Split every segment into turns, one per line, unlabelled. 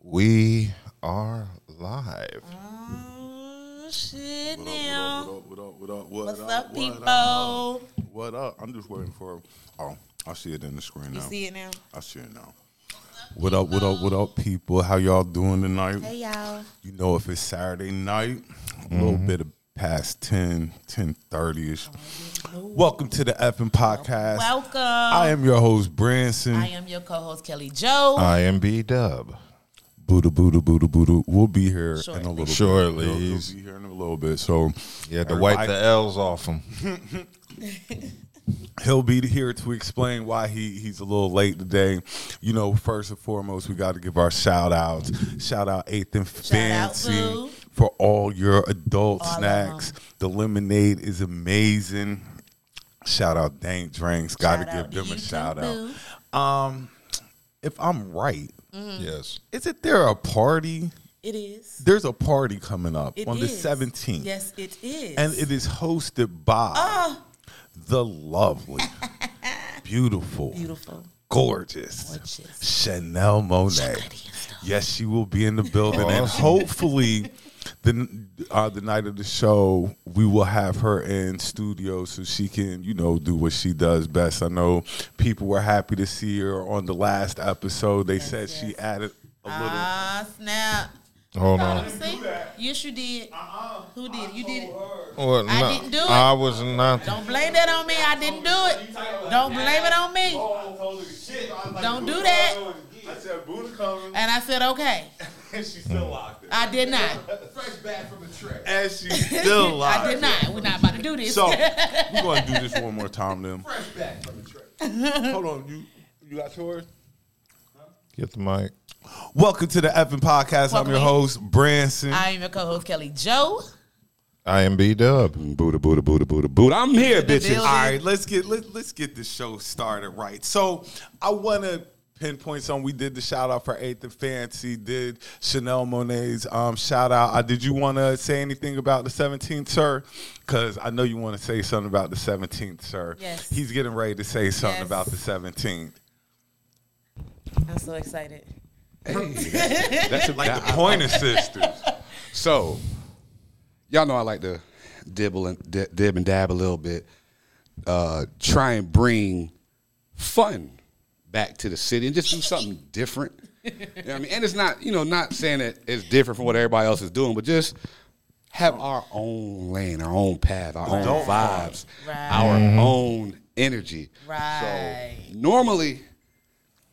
We are live.
Oh, shit
What
now.
up, what up, what up, what
What's
up,
up,
what
people?
What up? I'm just waiting for. Oh, I see it in the screen
You
now.
see it now?
I see it now. What up, what up, what up, people? How y'all doing tonight?
Hey, y'all.
You know, if it's Saturday night, a little bit of past 10, 10.30
Oh,
ish. Welcome to the effing podcast.
Welcome.
I
I
am your host, Branson.
am, your co host, Kelly Joe.
Uh,
I am B Dub.
Buddha, Buddha, Buddha, Buddha. We'll be here in a
Shortly.
little
Shortly.
bit. We'll, we'll be here in a little bit. So
You had to wipe
everybody-
the L's off him.
he'll be here to explain why he he's a little late today. You know, first and foremost, we got to give our shout outs. Shout out Eighth and
out,
Fancy
Boo.
for all your adult
All of
snacks. The lemonade is amazing. Shout out Dank Drinks.
Shout
Got to give
out to
them a
you too,
shout out. Um,
boo.
If I'm right,
Mm-hmm.
Yes.
isn't there a party?
It is.
There's a party coming up
It
on
is.
the 17th.
Yes, Ah. it is.
and it is hosted by the lovely, beautiful,
beautiful.
gorgeous,
Gorgeous.
Chanel Monet. Yes, she will be in the building, and hopefully, the uh, the night of the show, we will have her in studio so she can, you know, do what she does best. I know people were happy to see her on the last episode. They said she added a little.
Ah, snap.
Hold
Hold
on.
on. See? Yes, you did. Who did? it? You did it.
What?
I
No,
didn't do it.
I was not.
Don't blame that on me. I didn't do it. Don't blame it on me. Ah. Don't do that.
I said, Buddha coming,
And I said, okay.
and she's still locked in.
I did not.
And she's still locked
I did not. We're not about to do this.
So we're gonna do this one more time then. Hold on, you you got yours?
Get the mic.
Welcome to the Effing Podcast. I'm
Welcome
your
in.
host, Branson.
I am your co-host Kelly Joe.
I am B Dub.
Buddha, Buddha, Buddha, Buddha, Buddha. I'm here, bitches.
building.
All right, let's get let, let's get this show started right. So I wanna pinpoint something. We did the shout out for Eighth and Fancy, did Chanel Monet's um, shout out. I did you wanna say anything about the 17th, sir? Cause I know you wanna say something about the 17th, sir.
Yes.
He's getting ready to say something
Yes.
about the 17th.
I'm so excited.
That's like the Pointer Sisters.
So, y'all know I like to dibble and di- dib and dab a little bit. Uh, try and bring fun back to the city and just do something different. You know what I mean, and it's not you know not saying that it's different from what everybody else is doing, but just have our own lane, our own path, our own
Adult
vibes,
Right.
our own energy.
Right.
So normally,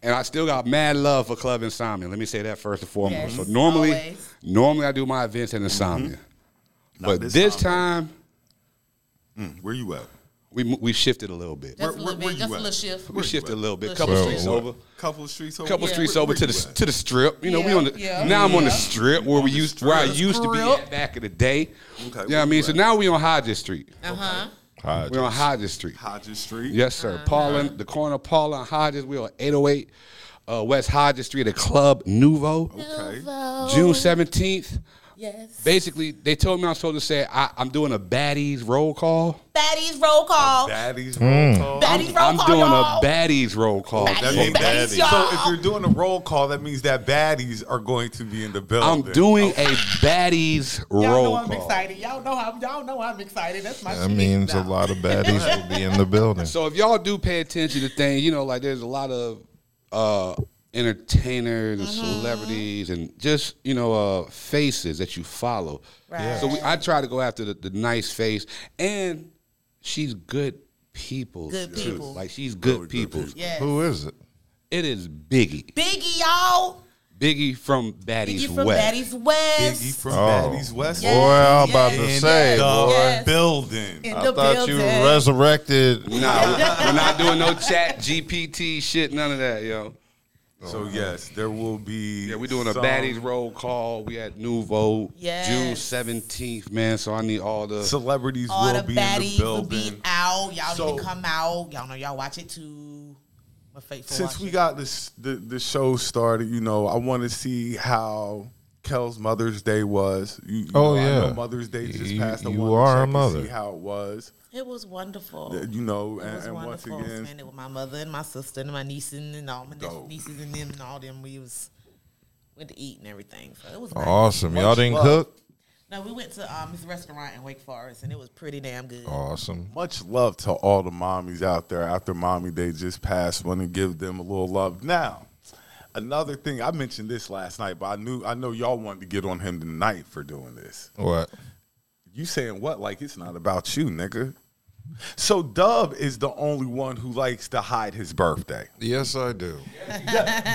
and I still got mad love for Club Insomnia. Let me say that first and foremost.
Yes,
so normally,
always.
normally I do my events in Insomnia, but
Mm-hmm. this
this,
time.
time,
Where you at?
we we we shifted a little bit.
Just a
where-
little
where
bit.
you
Just a
at?
little shift.
we shifted a little bit,
Well,
couple
well,
streets over.
Couple of streets over.
Couple
Yeah.
streets
Where-
over
where
to
you
the
at?
to the strip. You know, we
Yeah,
on the
yeah,
now I'm on the
yeah.
strip where we used where I used to be
Strip.
at back in the day.
Okay,
you know what I mean? So
right.
now we on Hodges Street.
Uh huh.
We're on Hodges Street.
Hodges Street.
Yes, sir.
Uh-huh.
Paul and the corner of Paul and Hodges. We're on 808 uh, West Hodges Street, the Club Nouveau.
Okay.
Oh.
June 17th.
Yes.
Basically, they told me I'm supposed to say I, I'm doing a baddies roll call.
Baddies roll call.
Baddies
Mm.
roll call.
Baddies roll
I'm
call.
doing
y'all.
a baddies roll call.
Baddies,
means
baddies,
baddies.
y'all.
So if you're doing a roll call, that means that baddies are going to be in the
I'm
building.
doing a baddies
Y'all know
roll
I'm
call.
excited. Y'all know I'm. Y'all know I'm excited. That's my.
That
shit.
means a
Nah.
lot of baddies will be in the building.
So if y'all do pay attention to things, you know, like there's a lot of uh, entertainers and
Mm-hmm.
celebrities and just you know uh, faces that you follow.
Right.
So we, I try to go after the, the nice face, and she's good people.
Good
too.
people.
Like she's
Oh,
good
good
people.
people.
Yes.
Who is it?
It is Biggie.
Biggie, y'all.
Biggie from Baddies
Biggie from
West.
Baddies West.
Biggie from
Oh.
Baddies West.
Yes,
Well, I'm about
yes,
to say,
The
boy.
Yes.
building.
In
I
the
thought
building.
you resurrected.
No, we're not doing no chat GPT shit, none of that, yo.
so yes, there will be.
Yeah, we're doing a
some-
baddies roll call. We at Nouveau
Yes.
June seventeenth, man. So I need all the
Celebrities
All
will
the
be in the
baddies will be
building.
out. Y'all
So-
need to come out. Y'all know y'all watch it too. My faithful.
Since
watch
we
it.
got this the, the show started, you know, I want to see how Kel's Mother's Day was. You, you
Oh,
know, I know
yeah.
Mother's Day just
You-
passed. I
you
wanted to
are a
check and
mother.
See how it was,
it was wonderful.
you
Oh.
know,
It was
and, and once
wonderful.
again,
Spent it with my mother and my sister and my niece and, and all my
Dope.
nieces and them and all them. We was went to eat and everything. So it was nice.
Oh.
Awesome. Y'all didn't cook?
No, we went to um, his restaurant in Wake Forest, and it was pretty damn good.
Oh.
Awesome.
Much love to all the mommies out there after Mommy Day just passed. Want to give them a little love. Now, another thing, I mentioned this last night, but I knew I know y'all wanted to get on him tonight for doing this.
What?
You saying what? Like it's not about you, nigga. So Dub is the only one who likes to hide his birthday.
Yes, I do.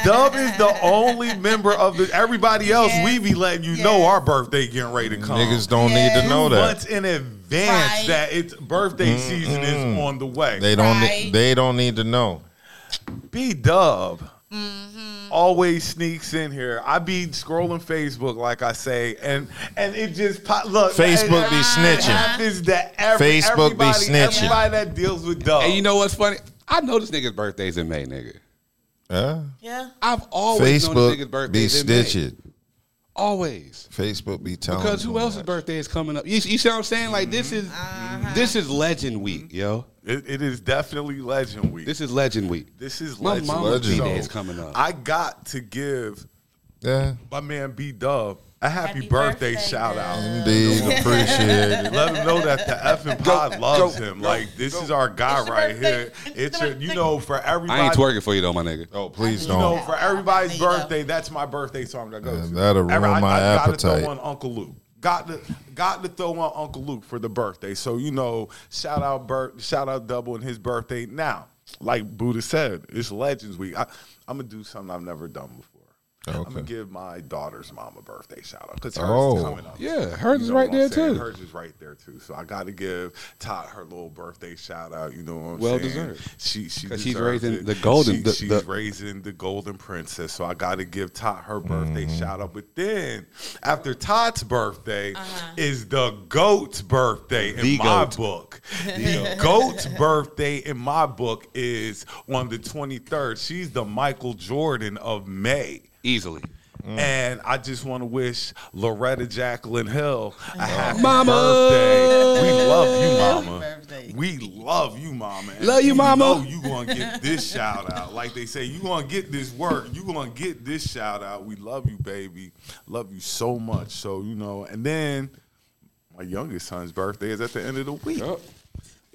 Dub is the only member of the everybody else
Yes.
we be letting you know
Yes.
our birthday getting ready to
Oh.
come.
Niggas don't need
Yeah.
to know
Two
that.
months in advance
Right.
that it's birthday season is on the way.
They don't.
Right.
They don't need to know.
B Dub
Mm-hmm.
always sneaks in here. I be scrolling Facebook, like I say, and and it just pop, look.
Facebook be
it
snitching.
Happens that every,
Facebook be
everybody-
snitching.
Everybody that deals with Dub.
And you know what's funny? I know this nigga's birthday's in May, nigga.
Huh?
Yeah.
I've always known this
Facebook
nigga's
be
birthday's in May.
stitched.
Always.
Facebook be telling.
Because who
them
else's
that.
birthday is coming up? You, you see what I'm saying? Like this
Mm-hmm.
is
Uh-huh.
this is Legend Week, yo.
It- it is definitely Legend Week. This,
This is Legend Week.
is
My
Legend
mama's
Week.
B-Day is
So
coming up.
I got to give
Yeah,
my man B Dub a happy,
Happy
birthday,
birthday,
shout
Dub.
out.
indeed, appreciate it.
Let him know that the effing pod loves
go,
him. like this is our guy
It's your
right
birthday.
here.
It's
It's
the
your, you
birthday.
know, for everybody.
I ain't twerking for you though, my nigga.
Oh, please
You know,
don't.
for
There
everybody's
you go.
birthday, that's my birthday song that goes.
Yeah,
to.
that'll ruin my
Gotta
appetite.
throw on Uncle Luke. Got to got to throw on Uncle Luke for the birthday. So you know, shout out Bert, shout out Double and his birthday. Now, like Buddha said, it's Legends Week. I, I'm gonna do something I've never done before. I'm
Okay.
gonna give my daughter's mom a birthday shout out because hers
Oh.
is coming up.
Yeah, hers is
know what
right
I'm
there,
saying?
too.
Hers is right there too. So I got to give Todd her little birthday shout out. You know what I'm
Well
saying?
deserved.
She she
'Cause she's
deserves
raising
it.
the golden-
She-
the-
she's
the-
raising the golden princess. So I got to give Todd her birthday
Mm-hmm.
shout out. But then after Todd's birthday is the goat's birthday in
The
my
goat.
book. The goat's birthday in my book is on the 23rd. She's the Michael Jordan of May.
Easily.
And I just want to wish Loretta Jacqueline Hill a happy
Oh. Mama.
birthday. We love you,
Happy
Mama.
birthday.
We love you, Mama. And
Love you, Mama.
Know you gonna get this shout out, like they say. You gonna get this work. You gonna get this shout out. We love you, baby. Love you so much. So you know. And then my youngest son's birthday is at the end of the week.
Yup.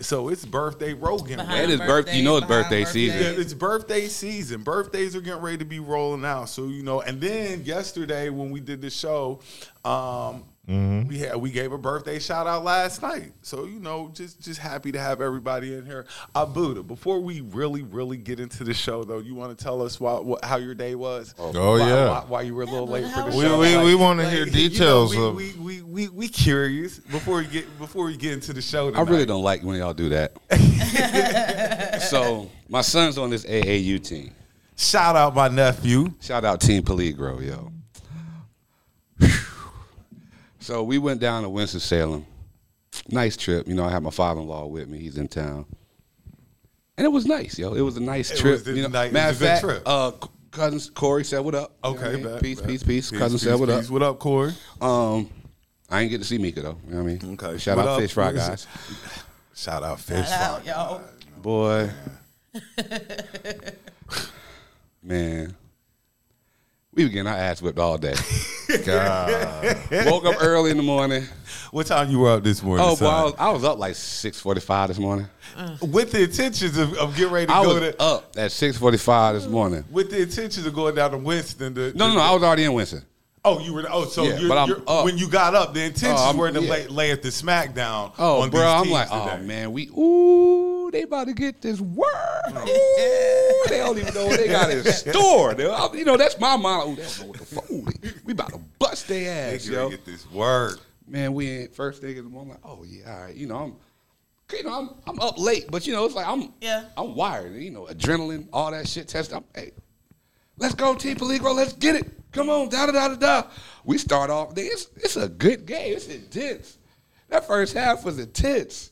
So it's birthday Rogan.
Behind
week.
It is birth- you know it's
behind
birthday season.
Yeah, it's birthday season. Birthdays are getting ready to be rolling out. So you know, and then yesterday when we did the show, um,
Mm-hmm.
we had we gave a birthday shout out last night. So you know, just just happy to have everybody in here. Abuda, before we really really get into the show though, you want to tell us why, what, how your day was?
Oh,
Why-
yeah.
why, why you were a little
Yeah,
late
but
for the
how
show?
was
We we, we
Like-
want to
like,
hear
you know,
details
we,
of.
we, we we we curious before we get before we get into the show.
I
Tonight.
really don't like when y'all do that. so my son's on this AAU team.
shout out my nephew.
Shout out Team Peligro, yo. So we went down to Winston Salem. Nice trip. You know, I had my father in law with me. He's in town. And it was nice, yo. It was a nice
It
trip.
was the
you know,
night- it was
matter
a
of
good
fact,
trip.
uh, c- cousins Corey said what up. You know what I
Okay,
mean?
bet,
peace,
bet.
peace, peace, Cousin said
peace,
what
peace. What up, Corey?
up. Um, I ain't get to see Mika though. You know what I mean?
Okay.
Shout
What
out
up?
Fish Fry
What is it?
guys.
Shout out Fish
Shout out, y'all.
Boy. Man. We were getting our ass whipped all day. Woke up early in the morning.
What time you were up this morning?
Oh, boy, I
son?
was, I was up like 6.45 this morning.
with the intentions of, of getting ready to
I
go
was
to
up at 6.45 this morning.
with the intentions of going down to Winston. To,
No, no, no, I was already in Winston.
Oh, you were. Oh, so
Yeah,
you're,
but I'm
you're-
up.
when you got up, the intentions
Oh, I'm-
were to
yeah.
lay, lay at the smackdown.
Oh,
on
bro,
these
I'm
teams
like, oh,
today.
man, we, ooh, they about to get this work. Ooh, they don't even know what they got in store. They- I- You know, that's my mind. Ooh, they don't know what the fuck. ooh, they- We about to bust their
They
ass,
gotta
yo.
get this word.
man, we in first thing in the morning. Like, oh yeah, all right. You know, I'm, you know, I'm, I'm up late, but you know, it's like I'm,
Yeah.
I'm wired. You know, adrenaline, all that shit. Test. I'm, hey, let's go, Team Peligro. Let's get it. Come on, da da da da da. We start off. It's, it's a good game. It's intense. That first half was intense.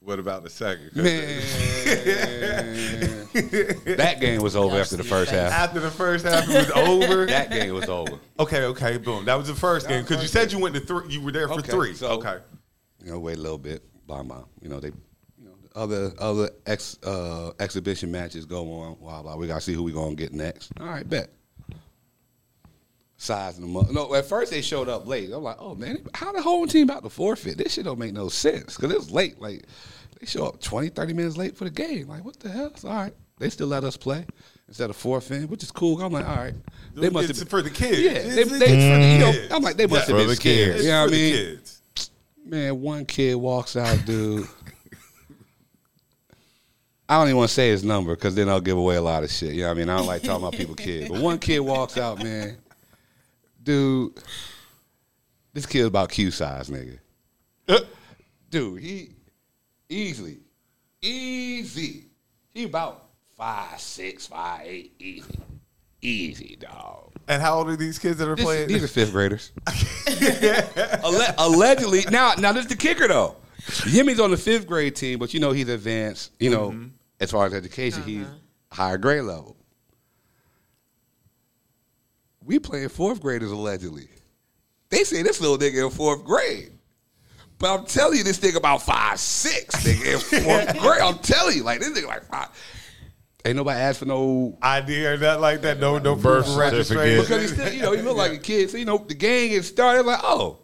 What about the second? 'Cause
Man, that game was over after the first half.
After the first half it was over.
That game was over.
okay, okay, boom. That was the first game because you said you went to three. You were there for
Okay,
three.
so-
okay.
you know, wait a little bit, blah blah. You know, they, you know, the other other ex uh, exhibition matches go on, blah blah. We gotta see who we gonna get next. All right, bet. sizing them up. No, at first they showed up late. I'm like, oh man, how the whole team about to forfeit? This shit don't make no sense because it was late. Like they show up 20, 30 minutes late for the game. Like what the hell? It's all right. They still let us play instead of forfeiting, which is cool. I'm like, all right, they must
It's
have
for the kids.
Yeah,
It's-
they,
it's
they- you
for
know,
the kids.
I'm like, they must
Yeah.
have
For
been
the
scared.
It's
kids.
You know
for
what I
the
mean?
kids.
Man, one kid walks out, dude. I don't even want to say his number because then I'll give away a lot of shit. You know what I mean? I don't like talking about people kids. But one kid walks out, man. Dude, this kid's about Q size, nigga. Dude, he easily, easy. He about five, six, five, eight, easy. Easy, dog.
And how old are these kids that are
This-
playing?
these are fifth graders. Alle- allegedly, now now this is the kicker though. Yimmy's on the fifth grade team, but you know he's advanced. You know, as far as education, he's higher grade level. We playing fourth graders allegedly. They say this little nigga in fourth grade. But I'm telling you, this nigga about five six, nigga in fourth grade. I'm telling you, like this nigga like five. Ain't nobody asked for no
idea or nothing like that. No, no
Birth
birth registration.
certificate.
because he still, you know, he looked like a kid. So you know, the gang is started like, oh,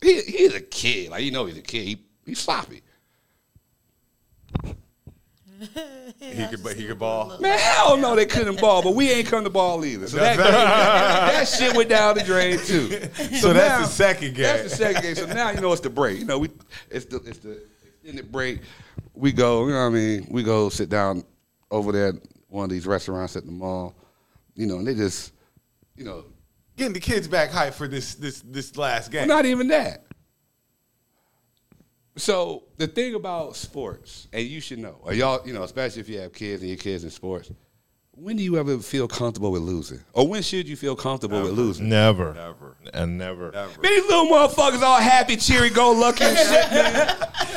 he he's a kid. Like you know, he's a kid. He he's sloppy.
he could, but he could ball.
Man, hell no, they couldn't ball, but we ain't come to ball either. So that, that, that shit went down the drain too.
So, that's
now-
the second game.
That's the second game. So now you know it's the break. You know, we it's the it's the extended break. We go, you know what I mean? We go sit down over there at one of these restaurants at the mall. You know, and they just, you know,
Getting the kids back hype for this this this last game.
Well, not even that. So the thing about sports, and you should know, or y'all, you know, especially if you have kids and your kids in sports, when do you ever feel comfortable with losing, or when should you feel comfortable with losing?
Never.
Never.
And never.
Man, these little motherfuckers all happy, cheery, go lucky and shit, man.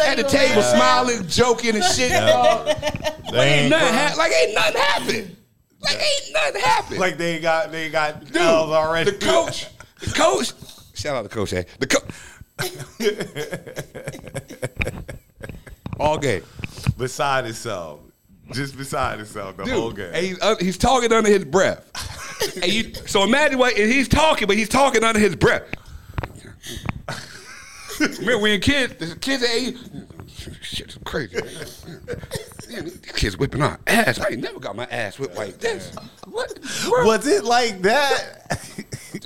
At the table, smiling, joking and shit. dog.
They ain't
Ain't nothing
crying.
hap- like ain't nothing happened. Like ain't nothing happened.
Like they ain't got they ain't got
Dude,
L's already.
The coach, the coach. Shout out to Coach A. The coach. All game,
beside itself, just beside itself the
dude.
whole game.
And he's, uh, he's talking under his breath. and you, so imagine what and he's talking, but he's talking under his breath. Remember when kids, the kids at age, shit, it's crazy. Man, these kids whipping our ass. I ain't never got my ass whipped like this. What? in the world?
Was it like that?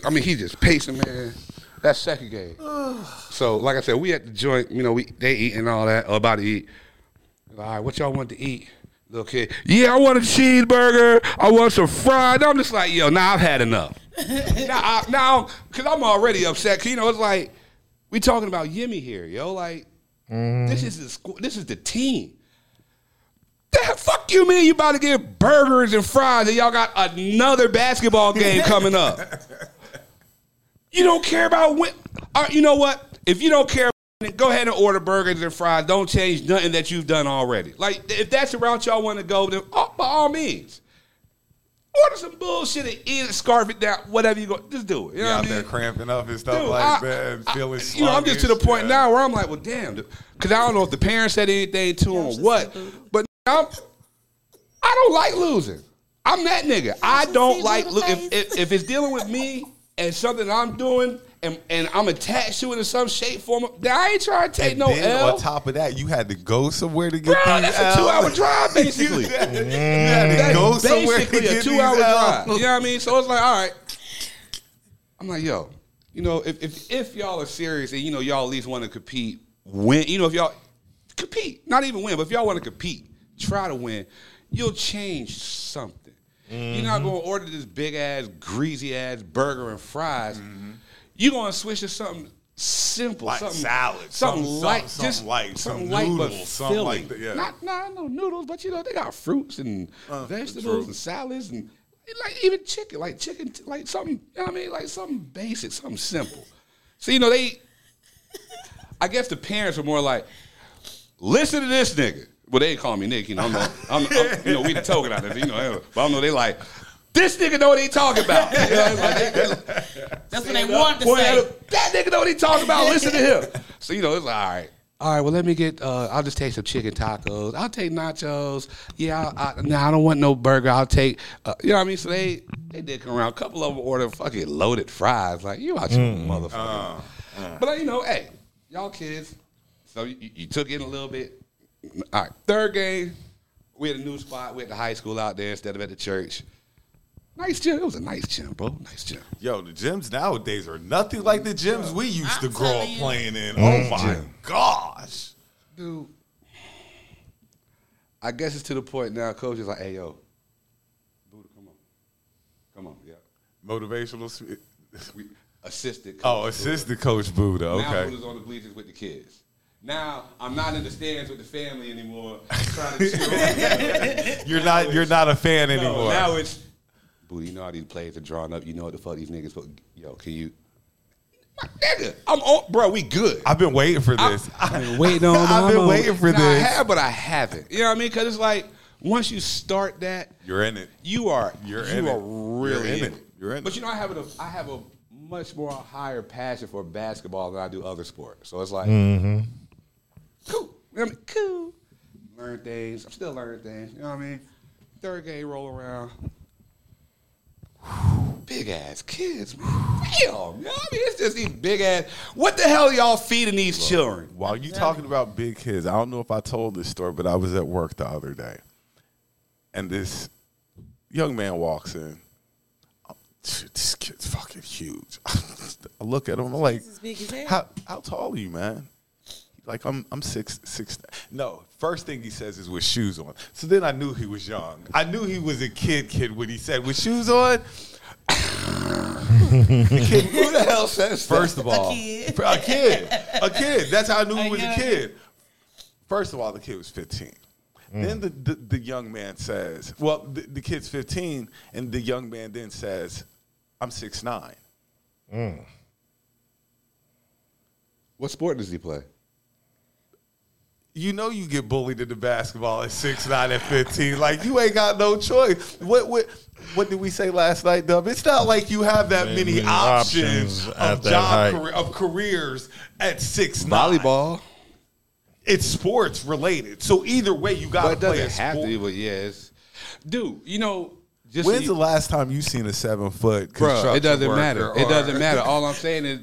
I mean, he just pacing, man. That's second game. so, like I said, we at the joint. You know, we they eating all that. Or about to eat. All right, what y'all want to eat, little kid? Yeah, I want a cheeseburger. I want some fried. I'm just like, yo, now I've had enough. now, I, now, because I'm already upset. 'Cause, you know, it's like we talking about Yimmy here, yo. Like, this is the squ- this is the team. The hell- fuck you, man. You about to get burgers and fries, and y'all got another basketball game coming up. You don't care about when. All right, you know what? If you don't care, then go ahead and order burgers and fries. Don't change nothing that you've done already. Like if that's the route y'all want to go, then oh, by all means, order some bullshit and eat it, scarf it down, whatever you go. Just do it. You
Yeah,
know what
out
I
there
mean?
cramping up and stuff
Dude,
like
I-
that, and
I-
feeling.
you know, I'm just to the
sluggish,
point
yeah.
now where I'm like, well, damn, because I don't know if the parents said anything to him or
just
what,
so booted.
but I'm, I don't like losing. I'm that nigga. I
just
don't
see
like
little
look if,
face.
if if it's dealing with me and something I'm doing and and I'm attached to it in some shape, form, then I ain't trying to take
And
no
then
L.
on top of that, you had to go somewhere to get
Bro,
these
that's a two-hour
Ls.
drive basically.
you had to, you had to
That's
go somewhere to
basically
get
a two-hour
these
drive.
Ls.
You know what I mean? So it's like, all right. I'm like, yo, you know, if if, if y'all are serious and you know y'all at least want to compete, win. You know, if y'all compete, not even win, but if y'all want to compete, try to win. You'll change something. You're not
Mm-hmm.
gonna order this big ass, greasy ass burger and fries. You're gonna switch to something
Mm-hmm.
simple,
Like
something
salad,
something,
something-
light,
something
just
light, some noodles, something
filling.
like that, yeah.
Not Nah, no noodles, but you know they got fruits and vegetables and salads and like even chicken, like chicken, like something. You know what I mean, like something basic, something simple. so you know they. I guess the parents were more like, listen to this nigga. Well, they call me Nick. You know, I'm, the- I'm, I'm- you know, we the token out there. You know, but I don't know. They like. This nigga know what he talking about. You know, it's like they- they-
That's what they wanted to
Point at
say.
him, that nigga know what he talking about. Listen to him. So you know, it's like, all right. all right, well, let me get. Uh, I'll just take some chicken tacos. I'll take nachos. Yeah, I, I, nah, I don't want no burger. I'll take. Uh, you know what I mean? So they they did come around. A couple of them ordered fucking loaded fries. Like you out your motherfucker. But uh, you know, hey, y'all kids. So you, you took in a little bit. All right, third game. We had a new spot. We had the high school out there instead of at the church. Nice gym. It was a nice gym, bro. Nice gym.
Yo, the gyms nowadays are nothing like the gyms we used
I'm
to grow up
telling you.
playing in.
Mm.
Oh my
Gym.
gosh.
dude. I guess it's to the point now. Coach is like, "Hey, yo, Buddha, come on, come on, yeah."
Motivational. spe-
We assisted.
Oh,
coach Buddha.
assistant coach Buddha.
Now
Oh, Okay.
Buddha's on the bleachers with the kids. Now I'm not in the stands with the family anymore. Trying to chill.
You're not. You're not a fan
No,
anymore.
now it's Buddha. You know how these plays are drawn up. You know what the fuck these niggas. Fuck. Yo, can you? Nigga, I'm on, bro. We good.
I've been waiting for this.
I've been waiting on
I've
my
been
moment.
waiting for
Nah,
this.
I have, but I haven't. You know what I mean? Because it's like once you start that,
You're in it.
you are
You're
you
in
are
it.
really
You're in
in
it.
it.
You're in
But
it.
you know, I have a I have a much more higher passion for basketball than I do other sports. So it's like
Mm-hmm.
cool. You know what I mean? Cool. Learn things. I'm still learning things. You know what I mean? Third game roll around. Big ass kids, man. Damn. You know what I mean? It's just these big ass. What the hell y'all feeding these children?
While you talking about big kids, I don't know if I told this story, but I was at work the other day, and this young man walks in. Dude, This kid's fucking huge. I look at him. I'm like,
He's as big as hell.
how how tall are you, man? He's Like I'm I'm six six. No, first thing he says is with shoes on. So then I knew he was young. I knew he was a kid kid when he said with shoes on. The kid
Who the hell says that?
First of all,
kid.
a kid, a kid. That's how I knew
A
he was a
young-
kid. First of all, the kid was 15. Then the, the, the young man says, well, the, the kid's 15, and the young man then says, I'm 6'9.
What sport does he play?
You know you get bullied into basketball at 6'9 at 15. Like, you ain't got no choice. What, what, what did we say last night, Dub? It's not like you have that many,
Many options
options, of
at that
job
height.
career, of careers at 6'9.
Volleyball.
it's sports related. So either way, you got to
But it
play a
doesn't have
sport.
to be, but yeah, it's dude, you know, just so
When's
you-
the last time you seen a seven foot
Bruh,
construction
it doesn't
worker
matter.
or-
It doesn't matter. All I'm saying is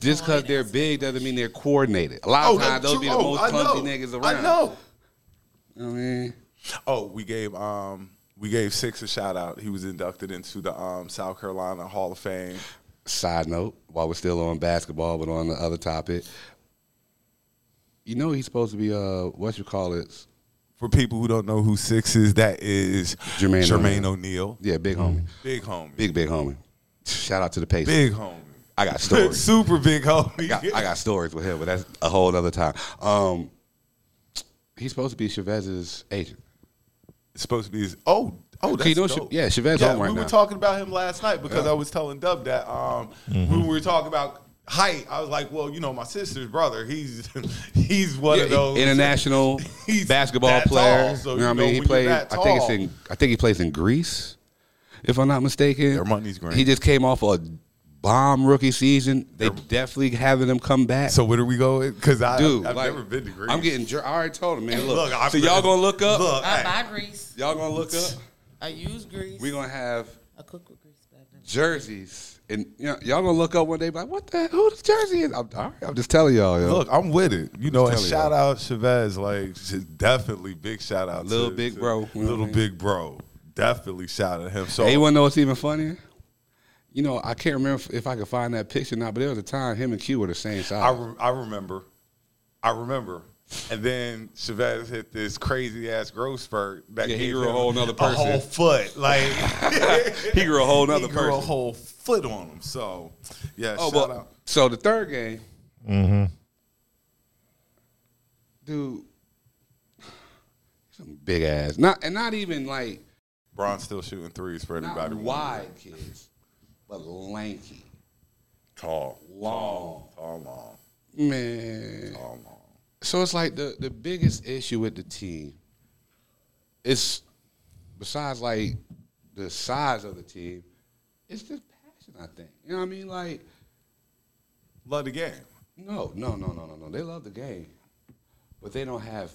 just because they're big doesn't mean they're coordinated. A lot of
no,
times those
true.
be the
Oh,
most
I
clumsy
know.
niggas around.
I know.
You know what I mean,
Oh, we gave um we gave six a shout out. He was inducted into the um South Carolina Hall of Fame.
side note, while we're still on basketball, but on the other topic, you know he's supposed to be uh what you call it?
For people who don't know who six is, that is
Jermaine
Jermaine
O'Neal.
O'Neal.
Yeah, big homie,
Big homie. Big,
big big homie. Shout out to the Pacers.
homie.
I got stories.
Super big homie.
got- I got stories with him, but that's a whole other time. Um, he's supposed to be Chavez's agent.
It's supposed to be his oh oh that's
you know,
dope.
Ch- yeah, Chavez on right
we
now.
were talking about him last night because I was telling Dub that um when we were talking about height, I was like, well, you know, my sister's brother, he's he's one
Yeah,
of those
international
uh, He's
basketball
that
player.
tall, so
you know what I
you know
mean? he
when you're
played.
that
I think it's
tall-
in. I think he plays in Greece, if I'm not mistaken.
Their money's great.
He just came off a bomb rookie season. They definitely having him come back.
So where do we go? Because I
Dude,
I've
like,
never been to Greece.
I'm getting. jer- I already told him, man. Look,
Look, I'm
so
gonna-
y'all gonna look up.
look.
I
hey,
buy grease.
Y'all gonna look up.
I use grease.
We gonna have
I cook with grease, but I've never-
jerseys, and you know, y'all gonna look up one day. Like, what the? Who this jersey is? I'm, all right, I'm just telling y'all. Yo.
Look, I'm with it. You know, and
telling
shout out Chavez, like sh- definitely big shout out,
Little
to,
big
to
bro, you know what I
little
mean?
big bro, definitely shout at him. So
Hey, you want to know what's even funnier? You know, I can't remember if- if I could find that picture now, but there was a time him and Q were the same
I,
size.
re- I remember. I remember. And then Chavez hit this crazy ass growth spurt that
Yeah, he
gave
grew a
him
whole nother person.
whole foot. Like
he grew a whole
he
nother
grew a
person.
whole foot on him. So yeah,
oh,
shout
well,
out.
so the third game, dude, some big ass. Not and not even like
Braun's still shooting threes for
not
anybody.
wide kids, but lanky,
Tall.
long
Tall long.
man.
Tall long.
So it's like the the biggest issue with the team is besides like the size of the team, it's the passion. I think you know what I mean. Like
Love the game.
no, no, no, no, no, no. They love the game, but they don't have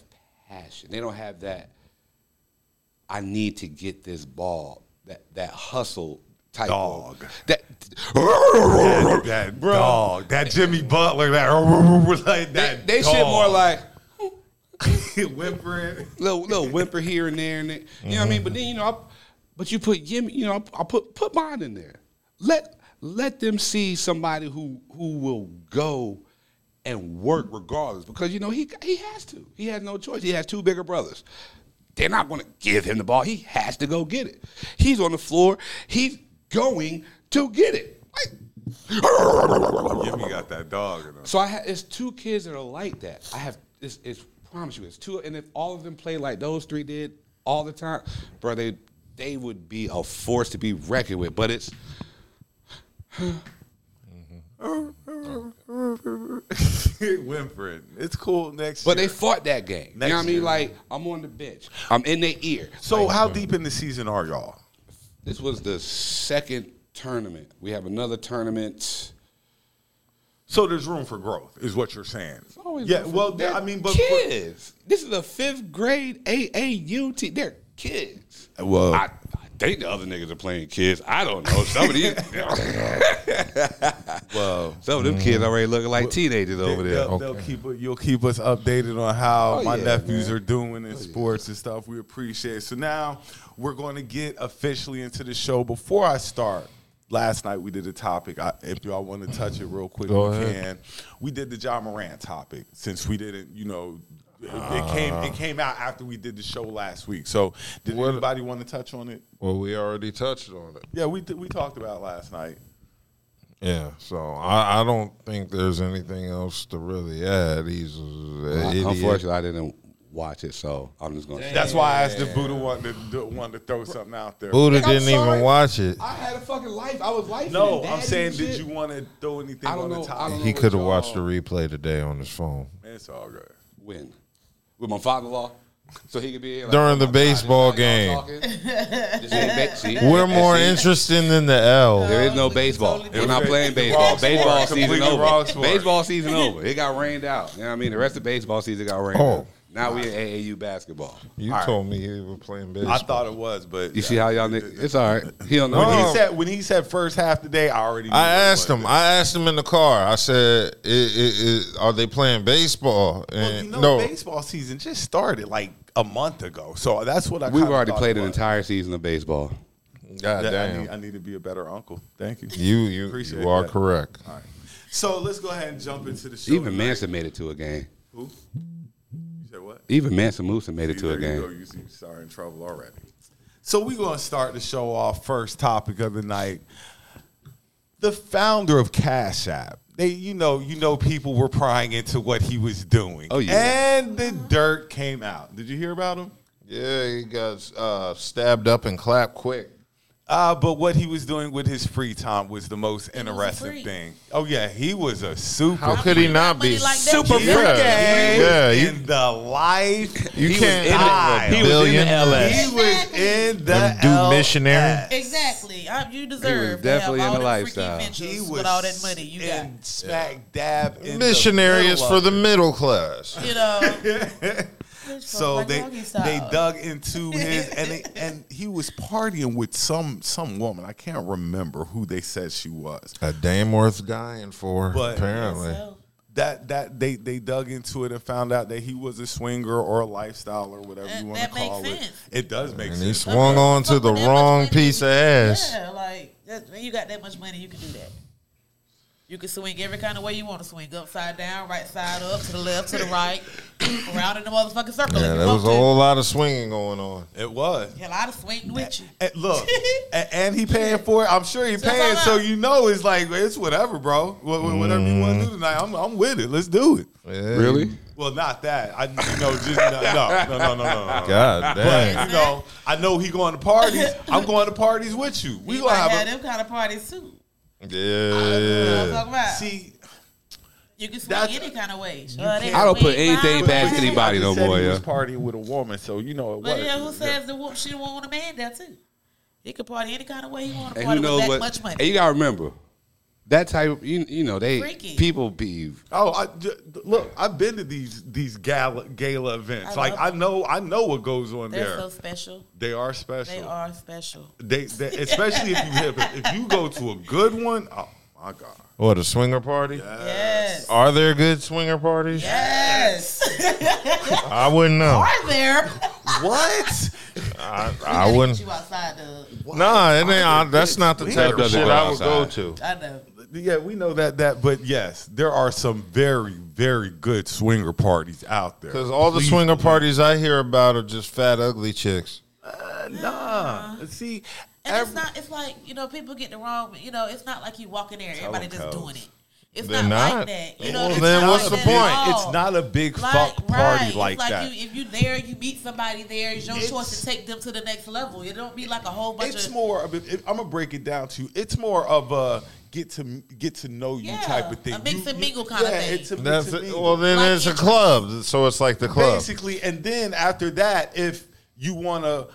passion. They don't have that. I need to get this ball. That that hustle type of-
Dog.
that
that, that dog, Oh, that Jimmy Butler, that like
they,
that.
they shit more
dog.
like
whimpering.
little little whimper here and there, and there, you know what I mean. But then you know, I, but you put Jimmy, you know, I, I put put mine in there. Let let them see somebody who who will go and work regardless, because you know he he has to. He has no choice. He has two bigger brothers. They're not going to give him the ball. He has to go get it. He's on the floor. He's going to get it. Like,
Jimmy got that dog in him.
so I ha- it's two kids that are like that. I have it's, it's promise you it's two, and if all of them play like those three did all the time, bro, they they would be a force to be reckoned with. But it's
whimpering. It's cool next
but
year.
they fought that game. you
Next
know what I
year.
mean? Like I'm on the bench, I'm in their ear.
so how deep in the season are y'all?
This was the second tournament. We have another tournament.
So there's room for growth, is what you're saying.
always
yeah.
room for-
Well,
they're
I mean, but
kids. this is a fifth grade AAU team. They're kids.
Uh, well,
I, I think the other niggas are playing kids. I don't know. Some of these,
well, mm.
some of them kids already looking like teenagers over there.
They'll, they'll keep it- you'll keep us updated on how
Oh,
my
yeah,
nephews
man.
are doing in sports and stuff. We appreciate it. So now we're going to get officially into the show. Before I start, last night we did a topic. I, if y'all want to touch it real quick,
Go
we
ahead.
can. We did the John Moran topic since we didn't, you know. It, it came. It came out after we did the show last week. So, did anybody want to touch on it?
Well, we already touched on it.
Yeah, we we talked about it last night.
Yeah, so I, I don't think there's anything else to really add. He's an idiot.
Uh, Unfortunately, I didn't watch it, so I'm just gonna.
That's why I asked if Buddha wanted to, do- wanted to throw something out there.
Buddha
I'm
didn't
sorry.
even watch it.
I had a fucking life. I was life.
No, I'm saying, did you want to throw anything
I
on
don't know.
the
I
top?
don't know
He
what
could have
y'all-
watched the replay today on his phone
It's all good.
win with my father-in-law, so he could be here, like,
during the
"Oh my God, this
baseball
is
game.
how y'all talking?" This ain't ba- see,
We're
and
more
see,
interested in the L.
There is no baseball.
Totally
We're not
different.
playing
Wrong
baseball.
sport.
Baseball season
Completely wrong
over.
sport.
Baseball season over. It got rained out. You know what I mean? The rest of baseball season got rained
Oh.
out. Now we in AAU basketball.
You told me you were playing
I
baseball.
thought it was, but
You see how y'all? ni- It's all right. He don't know.
when
what
he
he-
said when he said first half today, I already. knew
I
what it
asked
was.
him. I asked him in the car. I said, I, I, I, "Are they playing baseball?"
Well,
And
you know,
no,
baseball season just started like a month ago, so that's what I.
We've
kinda
already
thought
played
it
an
was.
entire season of baseball.
God
Yeah, I
damn,
need, I need to be a better uncle. Thank you.
you you
Appreciate
you are
that.
correct.
All right. So let's go ahead and jump into the show.
Even
tonight.
Manson made it to a game.
Who? You said what?
Even Manson Musa made it to a
There you
game.
go. You see, sorry, in trouble already. So we're going to start the show off. First topic of the night: the founder of Cash App. They, you know, you know, people were prying into what he was doing.
Oh, yeah.
and the dirt came out. Did you hear about him?
Yeah, he got uh, stabbed up and clapped quick.
Uh, but what he was doing with his free time was the most
was a
interesting
freak.
thing. Oh yeah, he was a super
How could he not be?
Money like that,
super
you
freak.
Yeah. Yeah,
Yeah,
you-
in the life.
You can't
in the- he was in the
billion.
He was in the
And do
LS.
missionary?
Exactly. I, you deserve
definitely
to have all
in the
them
lifestyle.
freaky
He
ventures
was
with all that money you got.
in smack dab in the
Missionary
middle
is
of
for
it.
the middle class.
You know.
So
Like
they
doggy style.
they dug into his and they, and he was partying with some some woman I can't remember who they said she was.
A damn worth dying for,
But-
apparently.
So,
That that they they dug into it and found out that he was a swinger or a lifestyle or whatever
That-
you want to
that makes
call it.
sense.
It does make
And he
sense.
swung on to
fuck
the
with that
wrong
much money,
piece of
you-
ass.
Yeah, like that's, when you got that much money, you can do that. You can swing every kind of way you want to swing: upside down, right side up, to the left, to the right, around in the motherfucking circle.
Yeah,
if
there
you want
was a
to.
whole lot of swinging going on.
It was.
Hell, I'd have swinged with you.
And look, a- and he paying for it. I'm sure he
So it's
paying,
all
so
right.
you know it's like it's whatever, bro. Wh- wh- Whatever you
Mm-hmm.
want to do tonight, I'm, I'm with it. Let's do it.
Yeah,
Really?
Well, not that. I you know just no no no no no. no, no.
God
But
damn.
you know, I know he going to parties. I'm going to parties with you.
We
We gonna
might
have
have
a
them kind of parties too. You know what I'm
Yeah.
talking about?
see.
you can swing
that's-
any kind of way. Uh,
can't-
I don't put anything past
but see,
anybody
I just
no
said
more,
He
yeah.
was partying with a woman, so you know it
But
was.
yeah, who says the wo- she don't want a man there too? He could party any kind of way he want to
And
party
who knows
with that
what?
much
And
money.
you gotta remember, that type. You, you know they
Freaky.
people be
Oh, I j- look! I've been to these these gala, gala events.
I
like
love
I
them.
know, I know what goes on
They're
there.
so special.
they are special.
They are special.
They, they- especially if you have, if you go to a good one, oh my god!
What a swinger party?
Uh,
Yes.
Are there good swinger parties?
Yes.
I wouldn't know.
Are there?
What?
I, I wouldn't.
You outside the.
Nah, it ain't, I, that's not the type of
doesn't
shit
go
I would go to.
outside.
I know.
Yeah, we know that that, but yes, there are some very very good swinger parties out there.
Because all the
Please
swinger parties I hear about are just fat, ugly chicks.
uh, Nah, see,
And
every,
it's not. It's like you know, people get the wrong. You know, it's not like you walk in there. Everybody just doing it. It's
They're
not,
not.
like that. You know,
Well,
it's
then
not
what's
like
the
that
point?
at all.
it's not a big
Like,
fuck party
It's
like, that.
You, if you there, you meet somebody there. It's your choice
It's-
to take them to the next level. It don't be like a whole bunch
it's
of.
more of a, it, I'm gonna break it down to you. It's more of a get to get to know you
Yeah,
type of thing.
a mix
You-
and
you-
mingle kinda
yeah,
thing.
It's a mix
That's
and mingle.
well, then
Like
it's a
it-
club, so it's like the club.
basically. And then after that, if you want to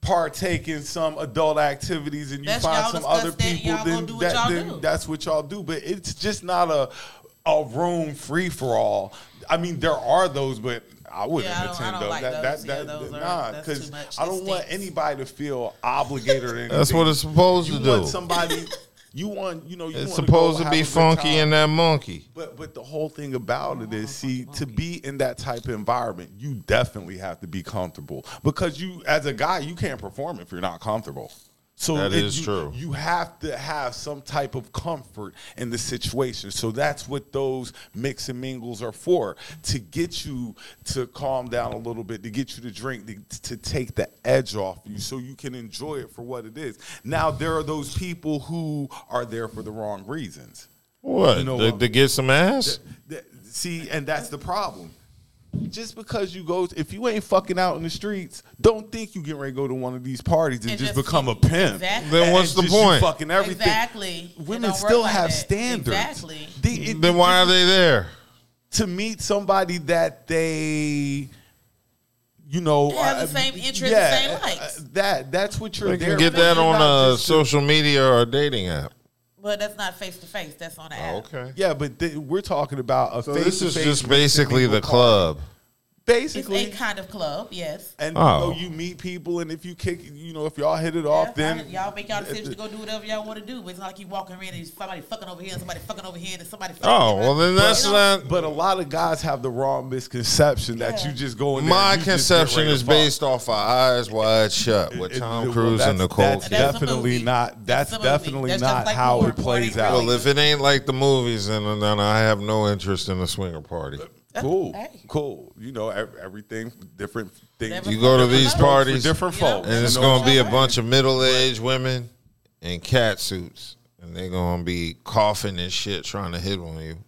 partake in some adult activities and you
That's
find
y'all
some
discuss
other
that,
people,
y'all
then,
gonna do what
that-
y'all
then
do.
that's what y'all do. But it's just not a a room free for all. I mean, there are those, but I wouldn't
Yeah, I don't- I
attend
don't
those.
like
that,
those.
That,
Yeah,
that,
those are-
nah,
that's
because
too much.
I
It
don't want
stinks. anybody
anybody to feel obligated or anything.
That's what it's supposed
you
to
want
do.
somebody. You want you know you
it's
wanna go
supposed to
have
be
a good
funky
time.
and that monkey.
But but the whole thing about it is, see, to be in that type of environment, you definitely have to be comfortable because you, as a guy, you can't perform if you're not comfortable. So
That
it-
is
you-
true.
You have to have some type of comfort in the situation. So that's what those mix and mingles are for to get you to calm down a little bit, to get you to drink, to, to take the edge off you so you can enjoy it for what it is. Now, there are those people who are there for the wrong reasons.
What
You know
to,
what?
to get some ass?
That- see, and that's the problem. Just because you go, if you ain't fucking out in the streets, don't think you get ready to go to one of these parties and,
And
just,
just-
become a pimp.
Exactly.
Then what's
And
the
just you
point?
Fucking everything.
Exactly. It
Women
don't work
still
like
have
that.
standards.
Exactly.
They- it-
Then why are they there?
to meet somebody that they, you know,
Have the
uh,
same interests and same likes.
uh, That that's what you're
They
there.
can get
for.
that
You're
on
not
a
just to-
social media or a dating app.
But that's not face to face. That's on the app.
Okay.
Yeah, but th- we're talking about a
So
face
this is just basically the club.
It's a
basically
kind of club. Yes.
And
Oh.
you know, you meet people, and if you kick, you know, if y'all hit it off,
Yeah,
then
y'all make y'all decisions to go do whatever y'all want to do. But it's not like you walking around and somebody fucking over here and somebody fucking over here and somebody. Fucking
Oh
over
well,
here.
then that's
You know,
not.
But a lot of guys have the wrong misconception that
Yeah.
you just go in. there
My
and you just
conception
get ready
is
to fuck.
based off of Eyes Wide Shut with
It-
Tom
well,
Cruise
that's-
and Nicole.
That's
Kidman.
That's a
definitely
movie.
not. That's,
That's a movie.
definitely
That's just
not
like
how
porn.
it plays
Porn ain't
out.
real.
Well, if it ain't like the movies, then, then I have no interest in a swinger party.
Cool,
Hey.
cool. You know, ev- everything different things.
You
go to
different
these
strokes for
parties,
different
you know,
folks,
And it's
You know,
gonna be a bunch of middle aged women in cat suits, and they're gonna be coughing and shit trying to hit on you.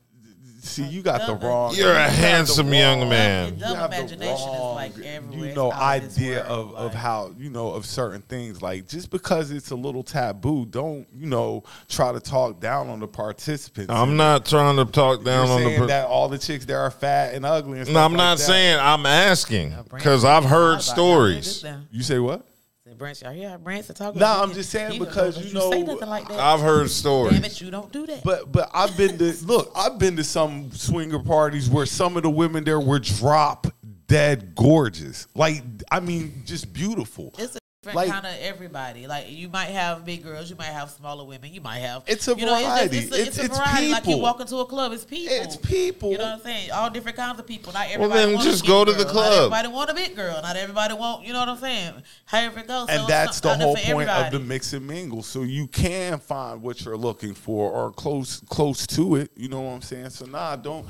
See, you got the wrong.
You're
you
a
got the
handsome
wrong-
young
It
man.
does.
you have the
imagination is,
wrong,
like, everywhere.
You
It's
know,
out of this
idea
world,
of, of
like-
how you know of certain things. Like just because it's a little taboo, don't you know? Try to talk down on the participants.
I'm not trying to talk
You're
down on the.
saying
Per-
that all the chicks there are fat and ugly. And
no,
stuff
I'm
like
not
that.
saying. I'm asking because I've
I
heard
was like, y'all hear this
stories.
now?
You say what?
Said Branch, y'all hear Branson talk
Nah,
about
I'm
it?
just saying
He don't
because,
know,
you
don't say
know,
nothing like that.
I've heard
Damn
stories.
it, you don't do that.
But but I've been to look. I've been to some swinger parties where some of the women there were drop dead gorgeous. Like I mean, just beautiful.
it's a different
like-
kind of everybody. Like you might have big girls, you might have smaller women, you might have.
It's a
you know,
variety.
It's, just- it's, a- it's,
It's- it's
a variety. Like you
people.
walk into a club, it's people.
It's people.
You know what I'm saying? All different kinds of people. Not everybody.
Well, then
want a
just
big
go to the
girl.
club.
Not everybody want a big girl. Not everybody want. You know what I'm saying? However it goes. so
and
it's
that's the
something
whole
for
point of
everybody.
the mix and mingle. So you can find what you're looking for or close close to it. You know what I'm saying? So nah, don't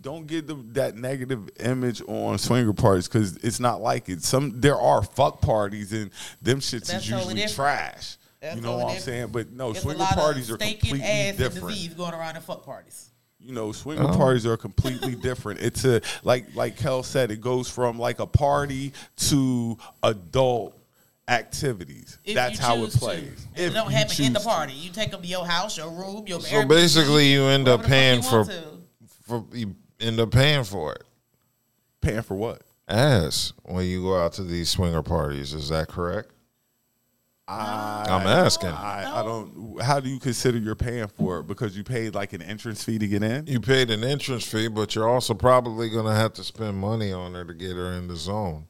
don't get the, that negative image on swinger parties because it's not like it. Some there are fuck parties and them shits
That's
is
totally
usually
different.
trash.
That's
you know what
totally
I'm saying? But no,
There's a
swinger
lot of
parties are
stinking
completely
ass and
different
disease going around in fuck parties.
you know, swinger parties are completely different. It's a like like Kel said, it goes from like a party to adult activities.
If
That's
you
how it
choose to.
plays.
It
If
don't
you
happen in the
choose to.
party. You take them to your house, your room, your
So basically, you end up paying for,
to.
for you end up paying for it.
paying for what?
Ass when you go out to these swinger parties. Is that correct?
I,
I'm asking.
I, I don't. How do you consider you're paying for it? Because you paid like an entrance fee to get in.
You paid an entrance fee, but you're also probably gonna have to spend money on her to get her in the zone.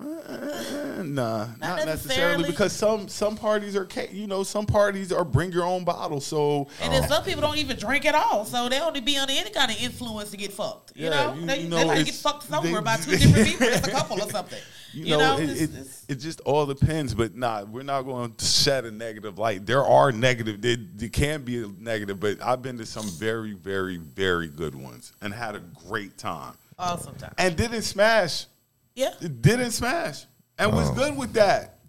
Eh, Nah, not, necessarily.
necessarily.
because some some parties are ca- you know some parties are bring your own bottle. So
And then some people don't even drink at all, so they only be under any kind of influence to get fucked. You
Yeah,
know,
you-
they,
you
they
know,
like to get
it's-
fucked over
they-
by two different people. It's a couple or something.
you, know, it,
it's-
it,
it's-
it just all depends. But nah, we're not going to shed a negative light. There are negative. There, there can be a negative, but I've been to some very very very good ones and had a great time
awesome time.
and didn't smash.
Yeah,
It didn't smash and was good with that.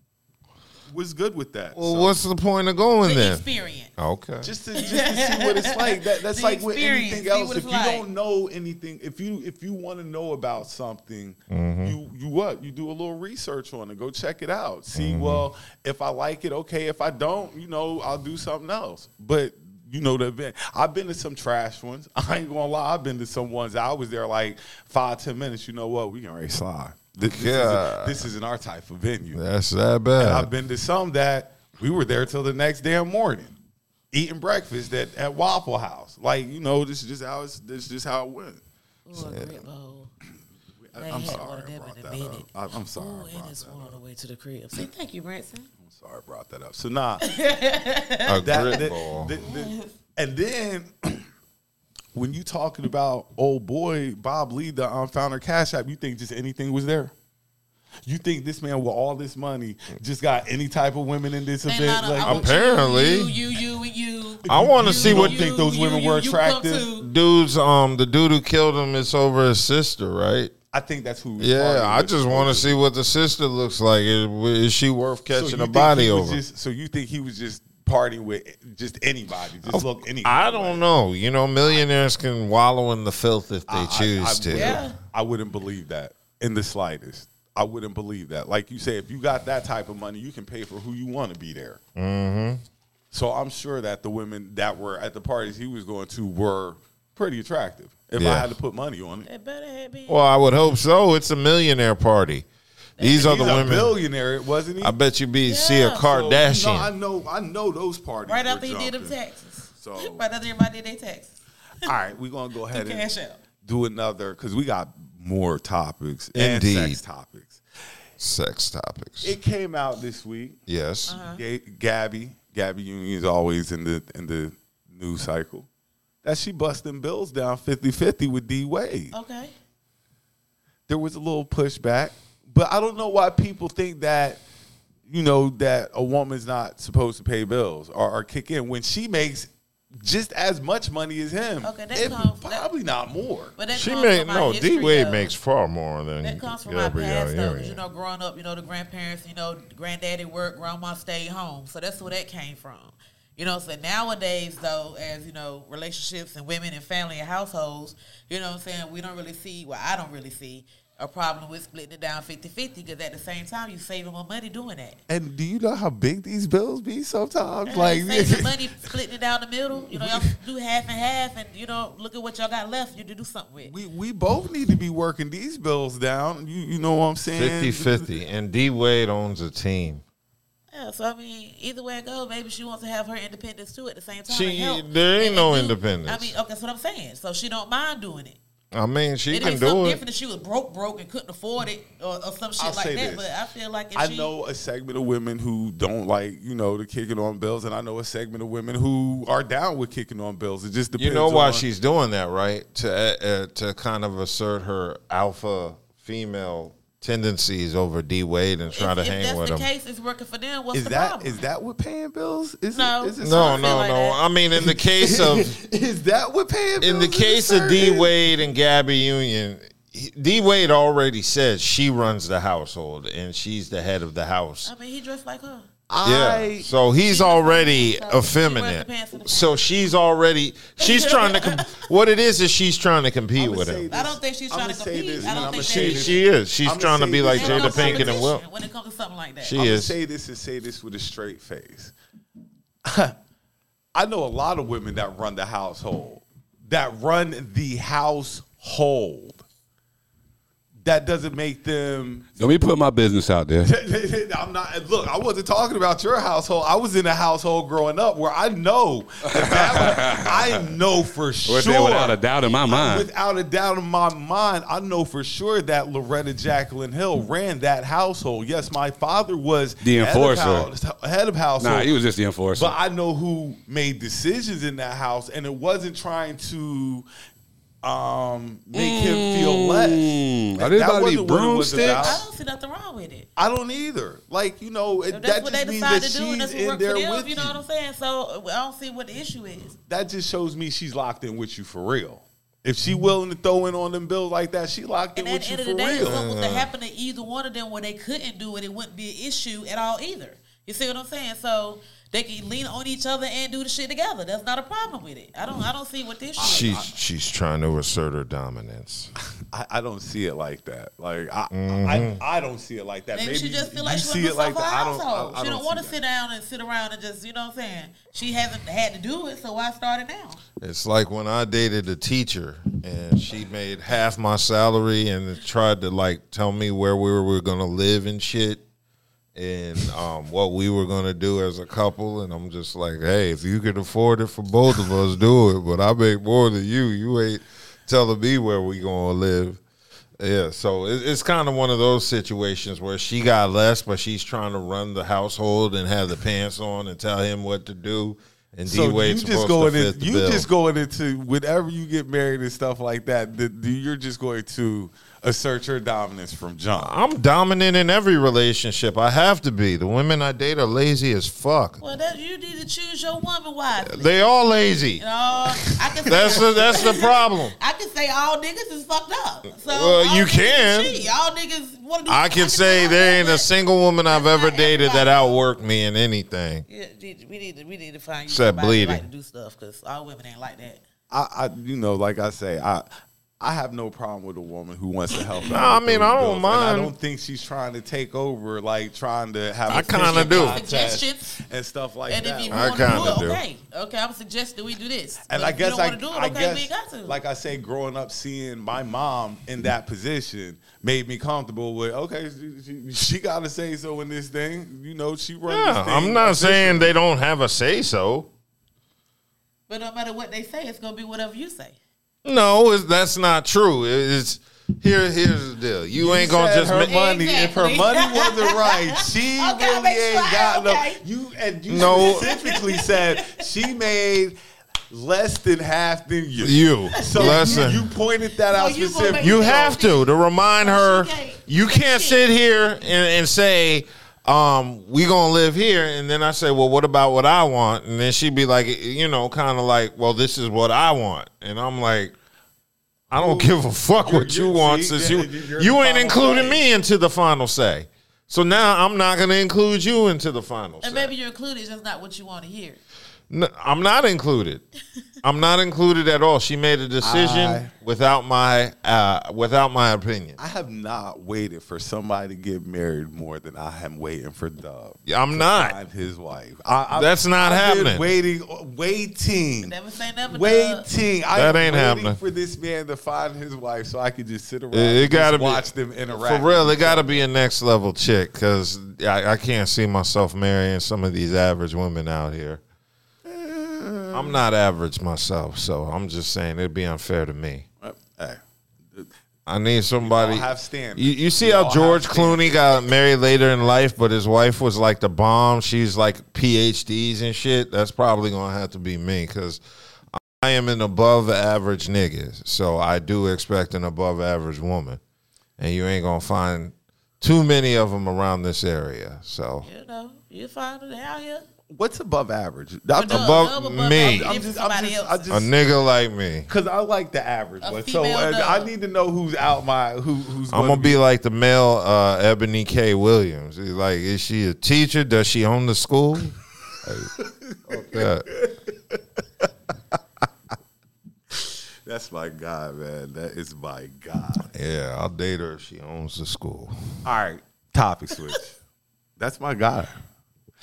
Was good with that.
Well,
So,
what's the point of going
the
then?
experience.
Okay.
just to just to see what it's like. That, that's
The
like with
experience,
anything
see
else.
what
If
it's
you
like.
don't know anything, if you if you want to know about something, you you what you do a little research on it. Go check it out. See, well, if I like it, okay. If I don't, you know, I'll do something else. But you know the event. I've been to some trash ones. I ain't gonna lie. I've been to some ones. I was there like five ten minutes. You know what? We can already slide. This, this, isn't,
God.
this isn't our type of venue.
That's that
And I've
bad.
been to some that we were there till the next damn morning, eating breakfast at, at Waffle House. Like you know, this is just how it's, this is just how it went.
Ooh, a grip bowl.
I-
They
I'm
had
sorry,
one of
I
them
brought
in
that
a minute.
up. I- I'm sorry, I
Ooh,
brought
and it's
that
one on the way to the crib. See, thank you, Branson.
I'm sorry, I brought that up. So nah,
A grip
that, that-
ball.
that- that- and then when you talking about old boy Bob Lee, the um, founder of Cash App, you think just anything was there. You think this man with all this money just got any type of women in this
They
event?
line up, I
Like,
want you,
Apparently.
you, you, you, and you.
I want to see
you
what
don't
you,
think those
you,
women
you,
were
you come
attractive?
too.
dudes. Um, the dude who killed him is over his sister, right?
I think that's who. he was
Yeah,
partying
I
with.
just want to see what the sister looks like. Is, is she worth
So you
catching a
think
body
he was
over?
Just, so you think he was just partying with just anybody? Just look any.
I don't know. You know, millionaires can wallow in the filth if they choose to.
wouldn't-
Yeah.
I wouldn't believe that in the slightest. I wouldn't believe that. Like you say, if you got that type of money, you can pay for who you want to be there. Mm-hmm. So I'm sure that the women that were at the parties he was going to were pretty attractive. If I
Yeah.
had to put money on it,
They better have been.
Well, I would hope so. It's a millionaire party. These are the
He's a
women.
billionaire, wasn't he?
I bet you be see a
Yeah.
So,
Kardashian.
you know, I know, I know those parties.
right
were
after he did them
jumping.
taxes.
So-
right after everybody did their taxes.
All right, we're gonna go ahead and
Cash out.
do another because we got more topics and
Indeed.
sex topics.
Sex topics.
It came out this week.
yes.
Uh-huh.
Ga- Gabby, Gabby Union is always in the in the news cycle. That she busting bills down 50-50 with D Wade.
Okay.
There was a little pushback, but I don't know why people think that you know that a woman's not supposed to pay bills or, or kick in when she makes just as much money as him.
Okay, that
If
comes- that-
probably not more.
But that
She
comes
made
from my
no.
history,
D Wade
though.
makes far more than
That comes from my
Gabrielle
past, though. 'cause,
Union.
You know, growing up, you know, the grandparents, you know, granddaddy worked, grandma stayed home. So that's where that came from. You know, so nowadays, though, as you know, relationships and women and family and households, you know what I'm saying? We don't really see, well, I don't really see a problem with splitting it down 50 50 because at the same time, you saving more money doing that.
And do you know how big these bills be sometimes?
Like,
Like,
saving money, splitting it down the middle. You know, y'all do half and half, and, you know, look at what y'all got left. You to do something with.
we we both need to be working these bills down. You you know what I'm saying?
50 50. And D Wade owns a team.
Yeah, so I mean, either way it goes, maybe she wants to have her independence too at the same time.
She-
and help.
there ain't no
do-
independence.
I mean, okay, that's what I'm saying. So she don't mind doing it.
I mean, she
It
can
ain't something
do it.
different if she was broke, broke and couldn't afford it or, or some shit
I'll
like
say
that.
this.
But I feel like if
I
she,
know a segment of women who don't like you know the kicking on bills, and I know a segment of women who are down with kicking on bills. It just depends.
You know why
on-
she's doing that, right? To uh, uh, to kind of assert her alpha female tendencies over D Wade and try
if,
to
if
hang
that's
with
the
him.
case, it's working for them. What's
is
the
that
problem?
is that what paying bills is?
No.
is
No,
something
no,
like
no.
that.
I mean, in the case of
is that what paying bills?
in the
is?
case of D
Certain-
Wade and Gabby Union, he- D Wade already said she runs the household and she's the head of the house.
I mean, he dressed like her.
I
yeah. So he's already
so she wears
effeminate.
the pants and the
So she's already she's trying to com- what it is is she's trying to compete
I'ma
with
say
him.
this.
I don't think she's
I'ma
trying to
say
compete.
this,
I
and
don't
I'ma
think they-
say
She
this.
she is. She's
I'ma
trying to
say
be like
this.
Ain't no
Jada Pinkett and Will.
competition When it comes to something like that,
She
I'm gonna
is.
say this and say this with a straight face. I know a lot of women that run the household, that run the household. that doesn't make them.
Let me put my business out there.
I'm not. Look, I wasn't talking about your household. I was in a household growing up where I know, that that- I know for sure,
Right there, without a doubt in my mind.
without a doubt in my mind, I know for sure that Loretta Jacqueline Hill ran that household. Yes, my father was
The enforcer.
head of, house, head of household.
nah, he was just the enforcer.
But I know who made decisions in that house, and it wasn't trying to um, make him feel less.
Mm. Are
That
they about
wasn't
to be
what it was
broomsticks?
I
about.
don't see nothing wrong with it.
I don't either. Like you know, it,
If that's
that
what
just
they
means
decide
that
to
she's
do, and that's what
in
works
there
for them.
with
You
you.
know what I'm saying? So I don't see what the issue is.
That just shows me she's locked in with you for real. If she willing to throw in on them bills like that, she locked in
And at
with
the end
you
of the
for
day, if
real.
something was to happen to either one of them where they couldn't do it, it wouldn't be an issue at all either. You see what I'm saying? So they can lean on each other and do the shit together. That's not a problem with it. I don't. I don't see what this shit.
She's she's trying to assert her dominance.
I, I don't see it like that. Like I, I, I don't see it like that.
Maybe, she just feel like
you
she
see
wants
it like
herself
that.
a
I don't.
household.
I, I
she don't
see
want to
that.
sit down and sit around and just you know what I'm saying. She hasn't had to do it, so why start it now?
It's like when I dated a teacher and she made half my salary and tried to like tell me where we were, we were gonna live and shit and um, what we were gonna do as a couple and I'm just like, hey, if you could afford it for both of us, do it. But I make more than you. You ain't telling me where we gonna live. Yeah, so it, it's kind of one of those situations where she got less, but she's trying to run the household and have the pants on and tell him what to do. And D
So you
Wade's
just
supposed
going
to fit
in,
the
you
bill.
just going into whenever you get married and stuff like that. The, the, you're just going to assert your dominance from John.
I'm dominant in every relationship. I have to be. The women I date are lazy as fuck.
Well, that you need to choose your woman wisely.
They all lazy.
You know, I can.
That's the, that's the problem.
I can say all niggas is fucked up. So
Well,
all
you
niggas
can.
cheat. All niggas want to do.
I can say there ain't a single woman I've
That's
ever
not
dated that
everybody.
outworked me in anything.
Yeah, dude, we need to we need to find you
Except
somebody bleeding.
bleeding.
like to do stuff because all women ain't like that.
I, I, you know, like I say, I, I have no problem with a woman who wants to help. out
Nah, I
with
mean,
those
I don't
bills, and
mind.
I don't think she's trying to take over, like trying to have.
I
a
kinda
fishing
do.
contest
Suggestions.
and stuff like
And
that.
if you
Like,
I
want to
kinda
do
do.
it, okay, okay, I'm suggesting we do this.
And
But
I
if
guess
you don't
I,
want
I
to do it, okay,
guess,
we ain't got to.
like I say, growing up, seeing my mom in that position made me comfortable with. Okay, she, she, she got to say so in this thing. You know, she runs.
Yeah,
this thing
I'm not saying
efficiently.
they don't have a say so.
but no matter what they say, it's gonna be whatever you say.
No, it's, that's not true. It's here. Here's the deal. You, ain't gonna
said
just
her
ma-
money. If her
Exactly.
money wasn't right, she
Okay,
really
make sure
ain't
I-
got
okay.
no. You and you
No.
specifically said she made less than half than you.
you.
so
listen.
you, you pointed that out
So you gonna
specifically.
make-
You have to to remind her.
She can't-
You
she
can't
can't.
sit here and, and say, um, "We gonna live here," and then I say, "Well, what about what I want?" And then she'd be like, you know, kind of like, "Well, this is what I want," and I'm like. I don't give a fuck
You're-
what you
you're-
want
see,
since
yeah,
you
you're
you
the
ain't
final
including
say.
me into the final say. So now I'm not going to include you into the final
And
say.
maybe you're included, it's just not what you want to hear.
No, I'm not included. I'm not included at all. She made a decision
I-
without my uh, without my opinion.
I have not waited for somebody to get married more than I am waiting for Dub.
I'm not.
find his wife. I, I,
That's not
I've been
happening.
Waiting, uh, waiting,
Never say never. Dub.
waiting. I
That ain't
am waiting
happening.
For this man to find his wife, so I could just sit around.
It- it
and just
gotta be-
watch them interact.
For real, it got to be a next level chick because I, I can't see myself marrying some of these average women out here. I'm not average myself, so I'm just saying it'd be unfair to me.
Hey,
I need somebody.
all have standards.
You, you see
We all
how
have
George Clooney got married later in life, but his wife was like the bomb. She's like PhDs and shit. That's probably gonna have to be me because I am an above average nigga. So I do expect an above average woman, and you ain't gonna find too many of them around this area. So
You know, you find it out here.
what's above average?
But Dub,
above
Dub
me.
average
I'm
if
just, I'm
somebody
just,
else
I
is.
just,
a nigga like me,
Cause I like the average
A
one, so
female
uh,
dub.
I need to know who's out my who who's.
I'm
gonna
gonna be like the male uh, Ebony K. Williams. He's Like, is she a teacher? Does she own the school? Like, fuck that.
That's my guy, man. That is my guy.
Yeah, I'll date her if she owns the school.
All right, topic switch. That's my guy.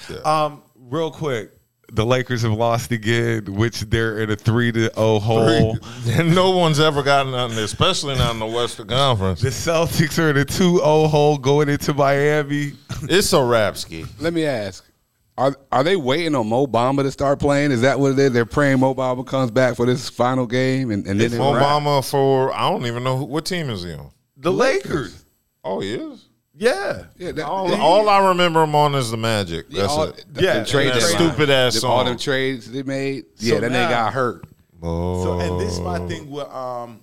Yeah.
Um, real quick, the Lakers have lost again, which they're in a three to zero hole.
no one's ever gotten out there, especially not in the Western Conference.
The Celtics are in a 2-0 hole going into Miami.
It's a Rapski.
Let me ask. Are, are they waiting on Mo Bamba to start playing? Is that what it is? They're praying Mo Bamba comes back for this final game, and, and then
It's
they
Mo
wrap?
Bamba for I don't even know who, what team is he on.
The Lakers.
Oh, he is.
Yeah.
Yeah, that,
All,
they-
all I remember him on is the Magic.
yeah,
That's
all-
it.
the-
Yeah,
the trade
and that
deadline.
stupid ass
Them- All
song.
them trades they made. Yeah,
So
that
now-
nigga got hurt.
So and this is
Oh.
my thing with um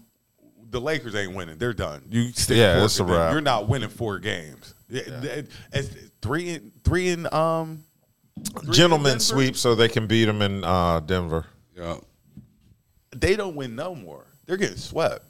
the Lakers ain't winning. They're done. You stick
Yeah,
forth
it's a
with them.
wrap.
You're not winning four games. Yeah, th- it's three and three and um three
Gentlemen
and Denver,
sweep so they can beat him in uh, Denver.
Yeah.
They don't win no more. They're getting swept.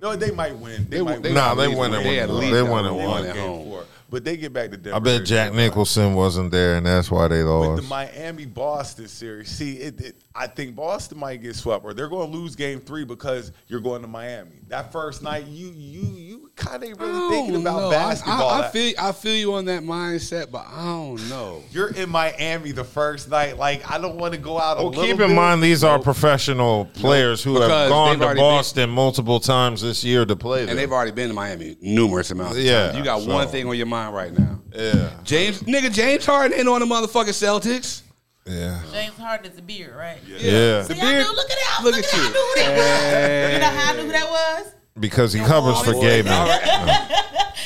No, they might win. They, might
they-
win.
Nah,
at
they
least
winning one.
win. They at least
They
got
winning
one.
They
one.
won
at
game
home.
four. But they get back to Denver.
I bet Jack Nicholson wasn't there, and that's why they
With
lost.
the Miami Boston series, see, it, it, I think Boston might get swept, or they're going to lose Game Three because you're going to Miami. That first night, you you you kind of really thinking
I don't
about
know. Oh, I-
basketball.
I, I feel I feel you on that mindset, but I don't know.
you're in Miami the first night. Like I don't want to go out. A
Well,
little
keep in
bit.
mind these are professional players who
because
have gone
they've
to
already been-
Boston multiple times this year to play there.
And they've already been to Miami numerous amounts. Of
Yeah,
times. you got
so-
one thing on your mind right now.
yeah,
James, nigga, James Harden ain't on the motherfucking Celtics.
yeah,
James Harden is a beard, right? Yeah.
yeah.
See, I
beard-
knew, look at that.
look
Look,
at
at,
you.
that. I knew who that was. You know how I knew who that was?
Because he covers for Gabe.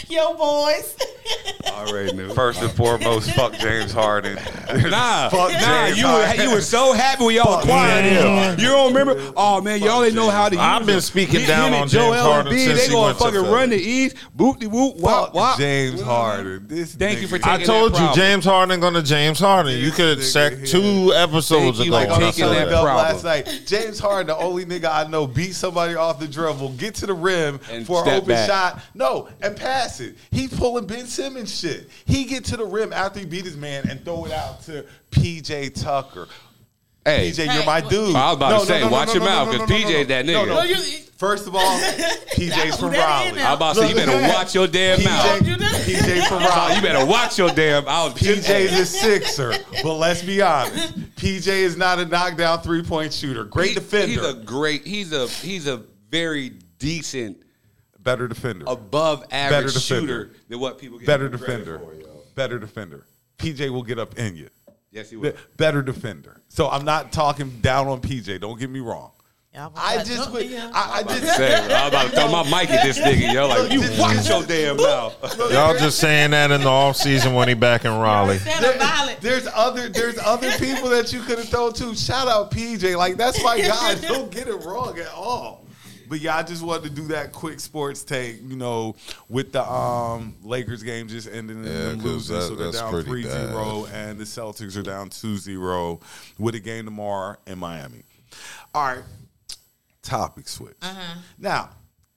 Yo, boys.
Already knew.
First and foremost, fuck James Harden.
Nah,
Fuck
nah,
James
you were,
Harden.
you were so happy when y'all acquired
James.
him. You don't remember? Oh man, y'all didn't know how to. Use
I've been
him.
speaking
Him
down
and
on James
Joel
Harden
Embiid,
since
They
he
gonna
went to
fucking
Philly.
run the East, boop de whoop, wop
fuck
wop.
James Harden. This
Thank you for
nigga.
taking
I told
that
you,
problem.
James Harden going to James Harden. You could have
This nigga
sacked
here.
two episodes
Thank you
ago. when
for
I said
taking that
Slammed
that.
up
problem.
last night. James Harden, the only nigga I know, beat somebody off the dribble, get to the rim
And
for an
step
open
back.
shot. No, and pass it. He pulling Ben Simmons shit. He get to the rim after he beat his man and throw it out to PJ Tucker.
Hey,
PJ,
Hey,
you're my
what-
dude.
I was about to say, watch your mouth, 'cause PJ that nigga.
No, no.
Well,
you-
First of all, PJ's from
Who that is
Raleigh.
now?
I'm about to say you better watch your damn
PJ,
mouth.
Don't do that.
PJ from
Oh,
Raleigh.
you better watch your damn. I was
PJ's a sixer, but let's be honest. PJ is not a knockdown three point shooter. Great
He-
defender.
He's a great. He's a he's a very decent,
better defender.
above average
Better defender.
shooter than what people get
better
him credit
defender.
for, yo.
better defender. PJ will get up in you.
Yes, he
Be-
will.
Better defender. So I'm not talking down on PJ. Don't get me wrong.
Y'all boys
I
got
just
dunked,
would.
yeah.
I, I just
Say, I'm about to throw my mic at this nigga, yo. Like you watch your damn mouth.
Y'all just saying that in the offseason when he back in Raleigh.
Santa
There-
Violet.
there's other there's other people that you could have thrown to. Shout out PJ. Like that's my guy. Don't get it wrong at all. But yeah, I just wanted to do that quick sports take, you know, with the um, Lakers game just ending and
Yeah,
them
'cause
losing.
that-
so they're
that's
down
pretty
3 0, and the Celtics are down 2 0 with a game tomorrow in Miami. All right, topic switch. Now,
Uh-huh.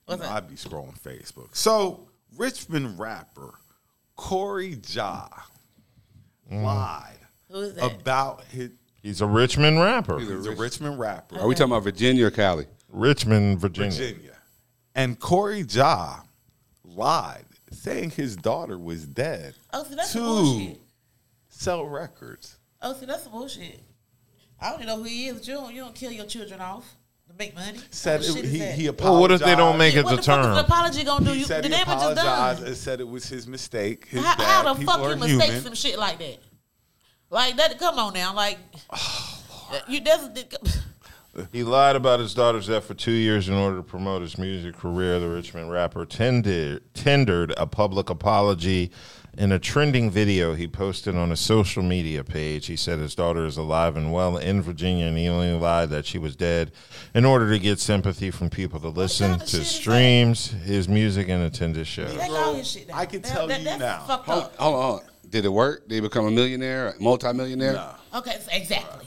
What's up?
I'd be scrolling Facebook. So, Richmond rapper Corey Ja
Mm.
lied
Who is that?
about his.
He's a Richmond rapper.
He's a Richmond
Oh.
rapper,
Are we talking about Virginia or Cali?
Richmond, Virginia.
Virginia, and Corey Ja lied, saying his daughter was dead
Oh, see, that's some
to
bullshit.
sell records.
Oh, see, that's some bullshit. I don't even know who he is, but you don't, you don't kill your children off to make money.
Said
What the Oh, shit
it,
is
he,
that?
he apologized.
Well, what if they don't make it
what
to
the fuck is an
term?
apology gonna do?
He
You, the
said he
damage is
apologized
done.
and said it was his mistake. His
How,
bad.
how the
People
fuck
are
you mistake
human.
some shit like that? Like that? Come on now, like you. That's, that-
He lied about his daughter's death for two years in order to promote his music career. The Richmond rapper tender, tendered a public apology in a trending video he posted on his social media page. He said his daughter is alive and well in Virginia, and he only lied that she was dead in order to get sympathy from people to listen
kind of shit
to
is that?
streams, his music, and attend his show.
Take all his shit down.
I can
That-
tell
that-
you
that's
now.
Fucked
Hold,
up.
hold on, hold on. Did it work? Did he become a millionaire, a multimillionaire?
Okay, so- exactly.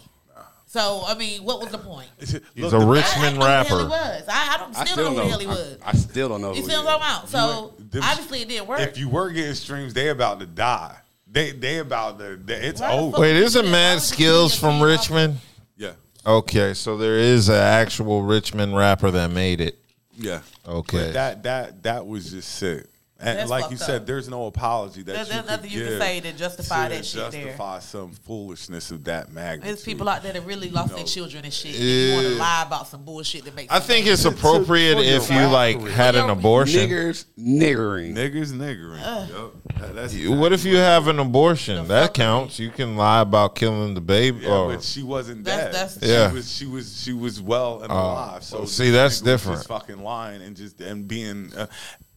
So I mean, what was the point?
He's
He's a Richmond
I, I don't know who the
rapper.
hell he was. I, I don't
I
still,
still
don't know who the hell he
know.
was.
I, I still don't know.
you
who
see what I'm
he is.
talking about? So
Oh, ain't- them-
obviously it didn't work.
If you were getting streams, they about to die. They they about to. They, it's
Why the
over.
fuck-
Wait, isn't Mad Skills from Richmond?
Yeah,
Okay, so there is an actual Richmond rapper that made it.
yeah.
Okay.
But that that that was just sick. And
That's
like
fucked
you said,
up.
there's no apology that
There's-
you
there's
could
nothing you can
give
say to justify that shit there.
justify some foolishness of that magnitude.
There's people out there that really lost their
No.
children and shit. You want to
Yeah.
lie about some bullshit that makes.
I
sense.
think it's appropriate
for your
if you like
rivalry.
had an abortion.
Niggers, niggering.
Niggers niggering. Yup. That- that's
You- What if you have an abortion? That
fuckery.
counts. You can lie about killing the baby.
Yeah,
or,
but she wasn't
That's-
dead.
that's-
Oh. Yeah. Oh.
she was she was she was well and alive. So
well,
this
see, that's
nigga was
different.
Just fucking lying and just and being uh,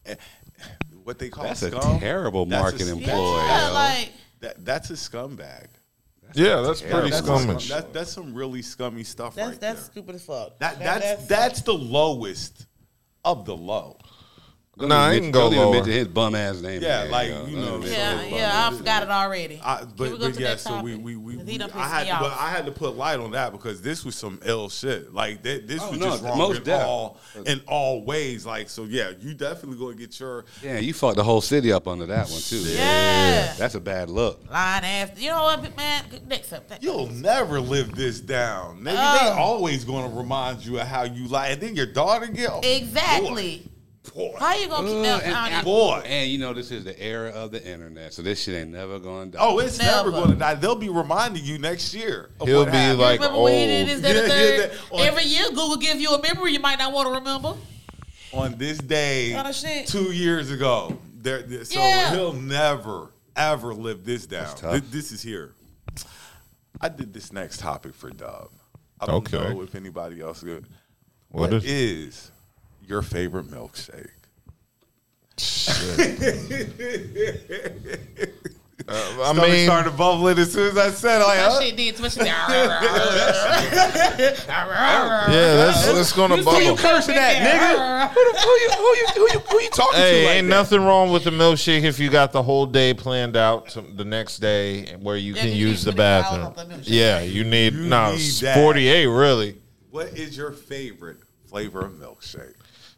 eh, what they call
That's a
scum?
terrible
That's a
marketing
scum.
yeah,
ploy, yo.
like
That, that's a scumbag.
yeah, that's pretty
that's, a
scummy.
scum- that- that's some really scummy stuff
that's
right
that's
there.
stupid as fuck.
That,
That-
that's that's, the lowest of the low.
Don't
Nah,
even
I
mention-
can go
don't even
lower.
mention his bum ass name.
Yeah,
again,
like, you
yo. Don't
know,
even mention
yeah,
his bum
yeah. I
ass.
forgot it already.
I,
Can
but
we go
but
to
yeah,
next
so we
topic?
we, we,
'Cause
we
he done
I
pissed me
had
off.
but I had to put light on that because this was some ill shit. Like th- this
Oh,
was
no,
just wrong
most
in
def.
all in all ways. Like so, yeah, you definitely gonna get your
Yeah, you fucked the whole city up under that one too.
Yeah.
That's a bad look.
Lying ass. You know what, man? Next up.
You'll never live this down. Nigga, they
Oh.
always gonna remind you of how you lie, and then your daughter get oh,
Exactly.
Boy, boy.
How you gonna keep
Ugh,
that?
Uh, and-
I
and-
don't-
boy.
And you know, this is the era of the internet, so this shit ain't never going to die.
Oh, it's never.
Never.
gonna die. They'll be reminding you next year. of
He'll
what
be
happened.
like
Remember when he did
old.
his that and
oh. Yeah,
third?
yeah, that- on-
Every year, Google gives you a memory you might not want to remember.
on this day
Kinda shit.
two years ago. There, there- so
Yeah.
he'll never ever live this down.
tough.
Thi- This, is here. I did this next topic for Dub. I don't
Okay.
know if anybody else could.
What
what
is-
is, your favorite milkshake?
uh, I
Stomach
mean,
started bubbling as soon as I said, like,
That
huh?
shit did. Especially the.
yeah, that's that's gonna bubble.
cursing
nigga? Who, the, who, you, who, you, who, you, who you talking
Hey,
to like
ain't
that?
nothing wrong with the milkshake if you got the whole day planned out to the next day where you
Yeah,
can
you need
use the
20 hours
bathroom.
off the milkshake.
Yeah, you need
You
no
need
it's
that.
48 really.
What is your favorite flavor of milkshake?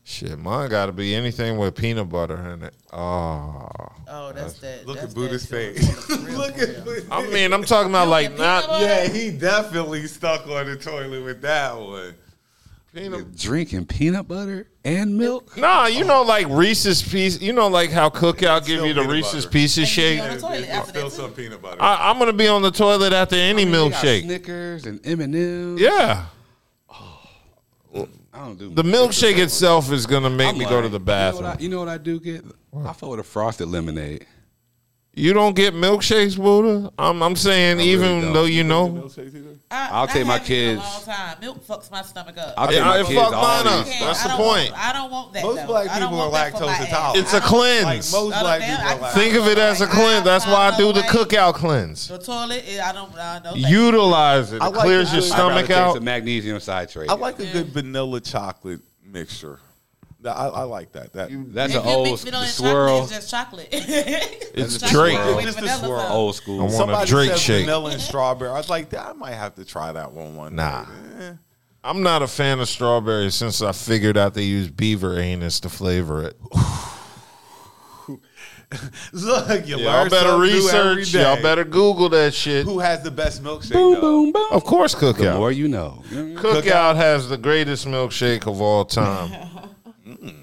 Shit, mine got to be anything with peanut butter in it. Oh,
Oh, that's that.
Look
that's
at Buddha's
that
face.
shit. Real
Look at Buddha.
I mean, I'm talking about like
peanut
not
butter?
Yeah, he definitely stuck on the toilet with that one.
peanut.
Drinking peanut butter and milk?
Nah, you know like Reese's piece. You know like how cookout give
still
you the
peanut
Reese's
butter.
Pieces
And you
shake.
On the
There's,
toilet
there's
after
still
that, too.
some peanut butter.
I, I'm gonna be on the toilet after any
You got
milkshake.
Snickers and M&M's.
Yeah,
I don't do
the milkshake itself is gonna make me go to the
You know
bathroom.
what I, you know what I do get? I fuck with a frosted lemonade.
You don't get milkshakes, Buddha. I'm I'm saying even
don't.
though you know,
I,
I'll take
I
my
haven't in
kids.
A long time. Milk fucks my stomach up.
I'll
Yeah,
take my
I
kids
fuck
all
mine
these-
up.
can't-
that's
I
the
don't want-
point.
I don't want that.
Most
though.
black
I don't
people
want
are
that for my
lactose
ass.
intolerant.
it's a
Like
cleanse.
most black
damn, I
people are like,
Think of it as a
Like, I
cleanse. That's why I do the
like-
cookout cleanse.
The toilet, it, I don't. I don't think-
Utilize it. It
I like
clears your
the-
I'd rather
stomach
take
out.
some magnesium citrate.
I like a good vanilla chocolate mixture. I, I like that. That
That's
If
an
you
old
mix
the
vanilla and
swirl.
Chocolate, it's just chocolate. it's
Drake.
Just the swirl.
old school.
I want
somebody
a Drake
said
shake.
vanilla and strawberry. I was like, I might have to try that one one
Nah.
day.
I'm not a fan of strawberries since I figured out they use beaver anus to flavor it.
Look, you
Y'all
learn
better
something new every
research.
day.
Y'all better Google that shit.
Who has the best milkshake?
boom,
though?
boom, boom.
Of course,
The more
Cookout.
you know.
Cookout has the greatest milkshake of all time.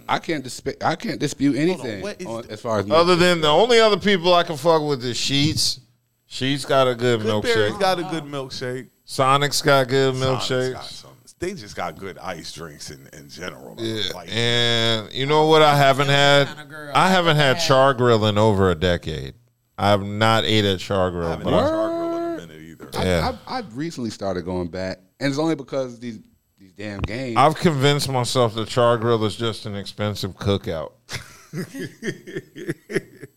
I can't disp- I can't dispute anything
what is
on,
the-
as far as
other than the only other people I can fuck with is Sheets. Sheets got a good
Goodberry's
milkshake.
got a good milkshake.
Sonic's got good
Sonic's got
milkshakes.
some. They just got good ice drinks in, in general. though.
Yeah.
Like,
And you know what I haven't had?
kinda girl.
I haven't had char grill in over a decade. I've not ate at char
I
grill,
haven't
but
had
I,
char grill in a minute either.
I,
yeah.
I've, I've recently started going back, and it's only because these these damn games.
I've convinced myself that char grill is just an expensive cookout.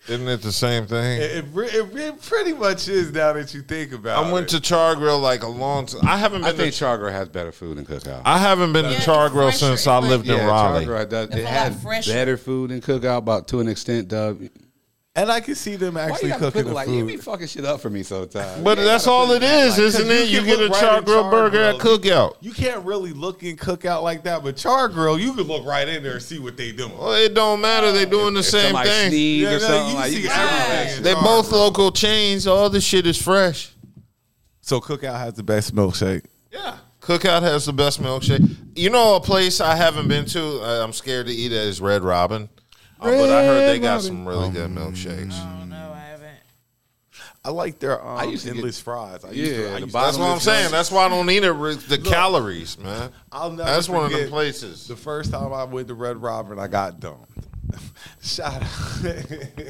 Isn't it the same thing?
It, it, re- it, re- pretty much is now that you think about it.
I went to Char Grill like a long time. I haven't
I
been.
think
to,
Charger has better food than Cookout.
I haven't been
Yeah,
to Char
it's
Grill
fresher,
since
it's
I
like-
lived in
yeah,
Raleigh.
Charger does. It
a lot
had
fresher.
better food than Cookout, about to an extent. Dub.
and I can see them
Why you
actually
gotta
cooking
cook
the
like you
food.
be fucking shit up for me sometimes?
But that's all it is, isn't it? You,
can
get a
look right
Char
in
Grill
Char
burger at
Grill.
Cookout.
You can't really look and cook out like that, but Char Grill, you can look right in there and see what they doing.
Well, it don't matter. They're doing the
If
same
somebody
thing.
sneeze
Yeah,
or
no,
something
you
like
see
you
everything.
can-
in
They're
Char
both
Grill.
local chains. All the shit is fresh.
So Cookout has the best milkshake.
Yeah. Cookout has the best milkshake. You know a place I haven't been to. uh, I'm scared to eat at is Red Robin. Oh, but I heard they
Red
got
Robin.
some really good
Um,
milkshakes.
I don't know. I haven't.
I like their um,
used to get-
endless fries. I
Yeah,
used to, I used to-
the
That's what I'm
Bottomless
saying. That's why I don't eat it. with The calories, man.
I'll never
That's one of the
forget
places.
The first time I went to Red Robin, I got dumped. Shout out,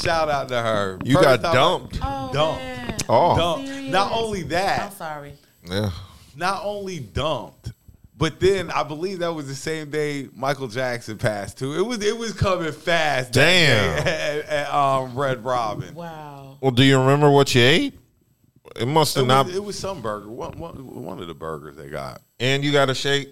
shout out to her.
You got
First time I-
dumped.
Oh,
Dumped.
man.
Oh,
dumped. Not only
I'm
that,
sorry.
yeah.
not only dumped, but then I believe that was the same day Michael Jackson passed too. It was it was coming fast. that
Damn.
day at, at, um, Red Robin.
Wow.
Well, do you remember what you ate? It must
It
have not.
was, it was some burger. One, one, one of the burgers they got.
and you got a shake.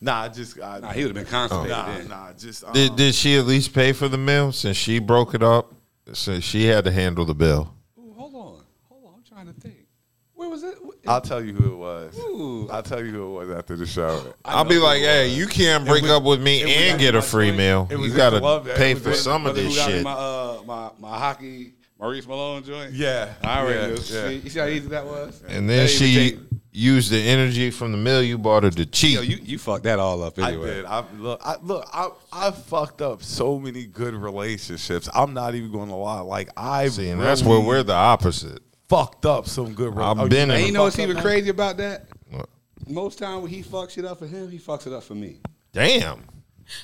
Nah, I just I,
Nah, he would have been constipated.
nah,
then.
nah, just um,
Did did she at least pay for the meal since she broke it up? Since she had to handle the bill.
Ooh, hold on, hold on. I'm trying to think. Where was it?
I'll tell you who it was.
Ooh.
I'll tell you who it was after the show.
I'll be like, hey, you can't break
was-
up with me
it was
and
at
get a
my
free
joint.
meal.
It was
You
at
got
the love-
to
it
pay
was
for
at-
some of
Brother,
this
who got me
shit.
My, uh, my my hockey Maurice Malone joint.
Yeah,
I already
yeah,
knew.
yeah.
See, you see how easy that was.
And then
Hey,
she
Jake,
used the energy from the meal you bought her to cheat.
Yo, you you fucked that all up
I
anyway.
did. I look. I look. I I fucked up so many good relationships. I'm not even going to lie. Like I
See, and that's where we're the opposite.
fucked up some good. rela-
I've
Oh, you
been
And
in-
you know what's
fucked up
even
now?
crazy about that?
What?
Most time when he fucks it up for him, he fucks it up for me.
Damn.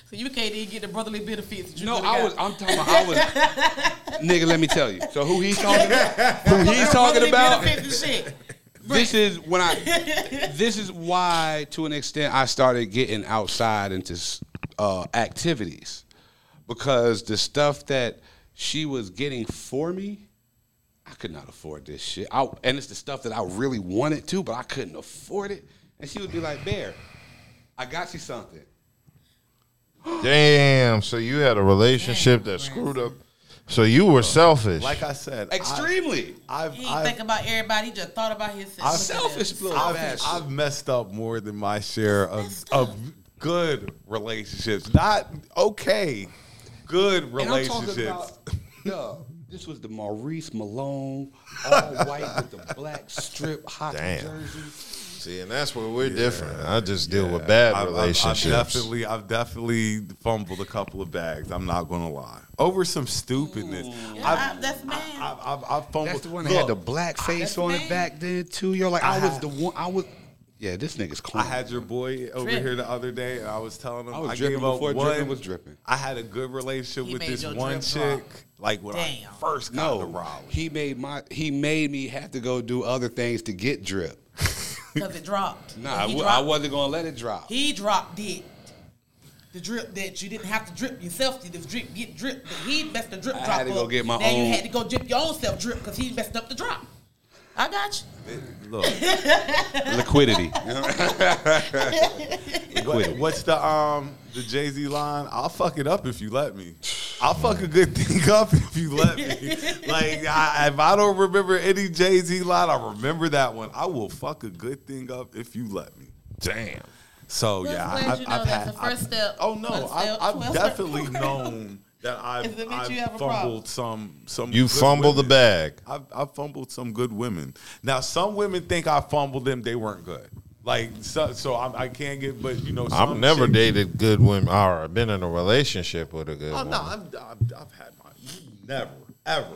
So you can't even get the brotherly benefits. that You
No,
could've
I
got.
was. I'm talking. About, I was. nigga, let me tell you. So who he's talking about? Who he's talking
Brotherly
about?
benefits and shit.
This is when I. This is why, to an extent, I started getting outside into uh, activities because the stuff that she was getting for me, I could not afford this shit. I, and it's the stuff that I really wanted to, but I couldn't afford it. And she would be like, "Bear, I got you something."
Damn. So you had a relationship that screwed up. So you were selfish.
Like I said, I-
Extremely
I've
He
I've,
didn't think about everybody. He just thought about himself.
I've-
selfish, blood
I've,
bastard.
I've messed up more than my share of of good relationships. Not okay. Good relationships.
And I'm talking about, no, this was the Maurice Malone, all white with the black strip hockey
Damn.
jersey.
See, and that's where we're different. I just deal with bad
I've- I've-
relationships.
I've definitely, I've definitely fumbled a couple of bags. I'm not gonna lie. Over some stupidness.
I, that's man.
I've, I've, I've fumbled.
That's the one that
Look,
had the black face
that's
on
me.
it back then too. You're like, I, was the one. I was. Yeah, this nigga's
I
clown.
had your boy over
Drip.
here the other day, and I was telling him
I was dripping
gave up
before
one.
dripping was dripping.
I had a good relationship
He
with
made
this
your
one
drip
chick.
drop.
Like when I
Damn.
first got to
no,
Raleigh.
he made my. He made me have to go do other things to get drip.
Because it dropped.
Nah, I,
he
w- I
dropped,
wasn't gonna let it drop.
He dropped it. The drip that you didn't have to drip yourself. You just drip, get drip. But he messed the drip
I
drop
had to go
up.
get my
now
own-
you had to go drip your own self drip because he messed up the drop. I got you.
Look,
Liquidity.
what, what's the um the Jay Z line? I'll fuck it up if you let me. I'll fuck a good thing up if you let me. like I, if I don't remember any Jay Z line, I remember that one. I will fuck a good thing up if you let me.
Damn.
So
Well,
yeah,
I'm glad
I,
you
I,
know
I've
that's
had.
the first
I've-
step.
Oh no,
First
I,
step,
I've
twelve
definitely
step.
known that I've,
Is it that
I've
you have a problem?
fumbled some some.
You
good
fumbled the
women.
bag.
I've, I've fumbled some good women. Now some women think I fumbled them; they weren't good. Like so, so I'm, I can't get. But you know,
I've
some
never
chick-
dated good women or I've been in a relationship with a good
Oh
woman.
no, I'm, I've, I've had mine. Never, ever,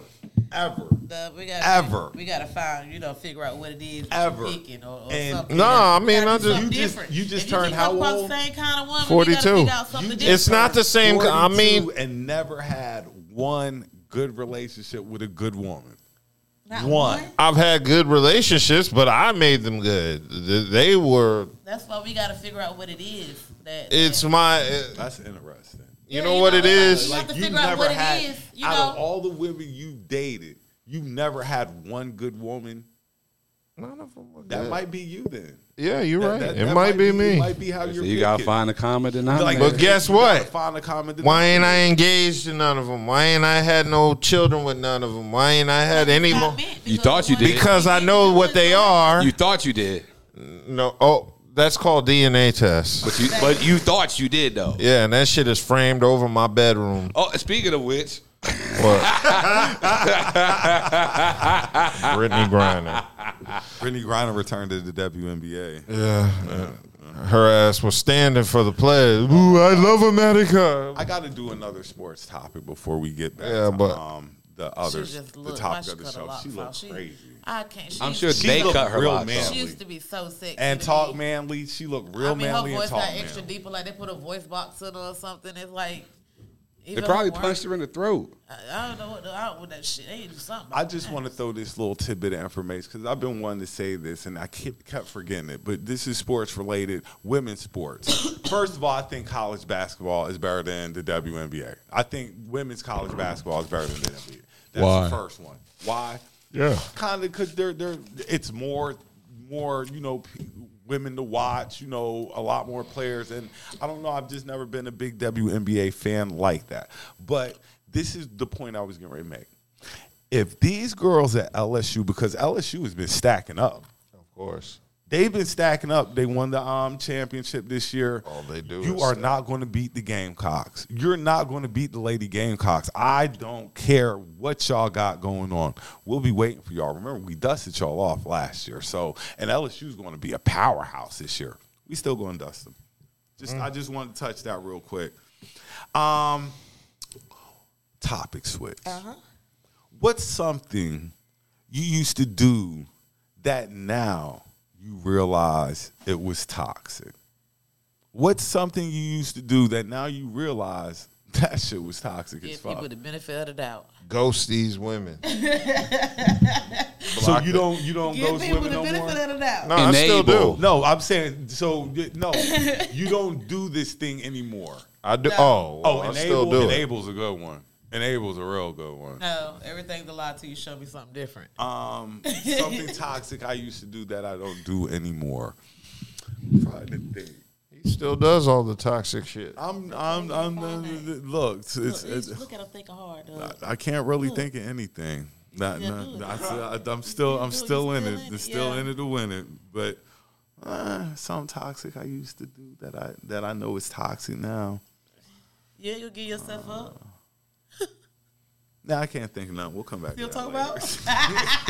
ever.
The- we gotta,
Ever.
We gotta find, you know, figure out what it is that
Ever.
you're picking or, or
And-
something.
No, I mean,
Gotta
I
do
just-
something
You just-
different.
you just
If
turned
keep
how
coming across
old?
The same kind of woman.
42.
You gotta figure out something different.
It's not the same. I
42
mean,
and never had one good relationship with a good woman.
Not
one.
I've had good relationships, but I made them good. Th- They were.
That's why we gotta figure out what it is. That
It's
that-
my.
That's interesting.
You
Yeah,
know what it is.
You have
like
to
you
figure out
never
what it
had
is, you
out of
know?
all the women you dated, you never had one good woman.
None of them were
That
good.
might be you then.
Yeah, you're
That-
right.
that-
it
that
might be me.
It might be how
So
you're.
you gotta
picking.
find a common denominator.
Like,
But guess
you gotta
what?
Find a common denominator.
Why ain't I engaged to none of them? Why ain't I had no children with none of them? Why ain't I had any
Not
more?
meant
You
because
thought you
the one-
did.
Because I know what they are.
you thought you did,
No, oh, that's called DNA test.
but you but you thought you did though.
Yeah, and that shit is framed over my bedroom.
Oh, speaking of which,
What? Brittany Griner.
Brittany Griner returned to the WNBA.
Yeah. her ass was standing for the pledge. Ooh, I love America.
I got to do another sports topic before we get back.
Yeah,
to,
but-
um, the
She
other
just
the
looked.
topic
why
of the
cut her
show.
locks
She
off?
looked crazy.
I can't. She
I'm
used
sure
to-
She
they
looked
cut her
real
locks
manly.
off.
She used to be so sexy
And
to
talk
me.
manly. She looked real
I mean, her
manly and
voice
talk
got
manly.
extra deeper. Like they put a voice box in her or something. It's like
They probably punched her in the throat.
I, I don't know what the out with that shit. They do something.
I just want to throw this little tidbit of information because I've been wanting to say this and I kept, kept forgetting it. But this is sports related, women's sports. First of all, I think college basketball is better than the WNBA. I think women's college basketball is better than the NBA. That's
Why?
the first one. Why?
Yeah.
Kind of because they're they're it's more more you know. p- Women to watch, you know, a lot more players, and I don't know. I've just never been a big WNBA fan like that. But this is the point I was getting ready to make if these girls at LSU, because LSU has been stacking up,
Of course.
they've been stacking up. They won the um, championship this year.
All they do
You
is
are
stack.
not going to beat the Gamecocks. You're not going to beat the Lady Gamecocks. I don't care what y'all got going on. We'll be waiting for y'all. Remember, we dusted y'all off last year. So, and LSU's going to be a powerhouse this year. We still going to dust them. Just, I just wanted to touch that real quick. Um, topic switch
Uh-huh.
what's something you used to do that now you realize it was toxic? What's something you used to do that now you realize that shit was toxic as
give
fuck?
people the benefit of the doubt.
Ghost these women.
So you don't you don't go
Give people
swimming
the
no
benefit
more.
of the doubt.
No, I still
Enable.
do.
No, I'm saying so. y- No, you don't do this thing anymore.
I do. Oh,
Oh,
I
enable,
still do it.
enable's a good one. Enable's a real good one.
No, everything's a lie till you show me something different.
Um, something toxic I used to do that I don't do anymore. Trying to think.
He still does all the toxic shit.
I'm, I'm, I'm.
find
uh,
it.
look, it's,
look,
it's,
you
it's,
just look at them thinking hard. Though.
I can't really think of anything. Not,
Yeah,
not,
do it.
I, am still, I'm
do it, you
still in
still
it.
in it,
still
yeah.
in it to win it. But uh, some toxic I used to do that I that I know is toxic now.
yeah, you'll give yourself up.
Now I can't think of nothing. We'll come back. to
You'll
that
talk
later.
about.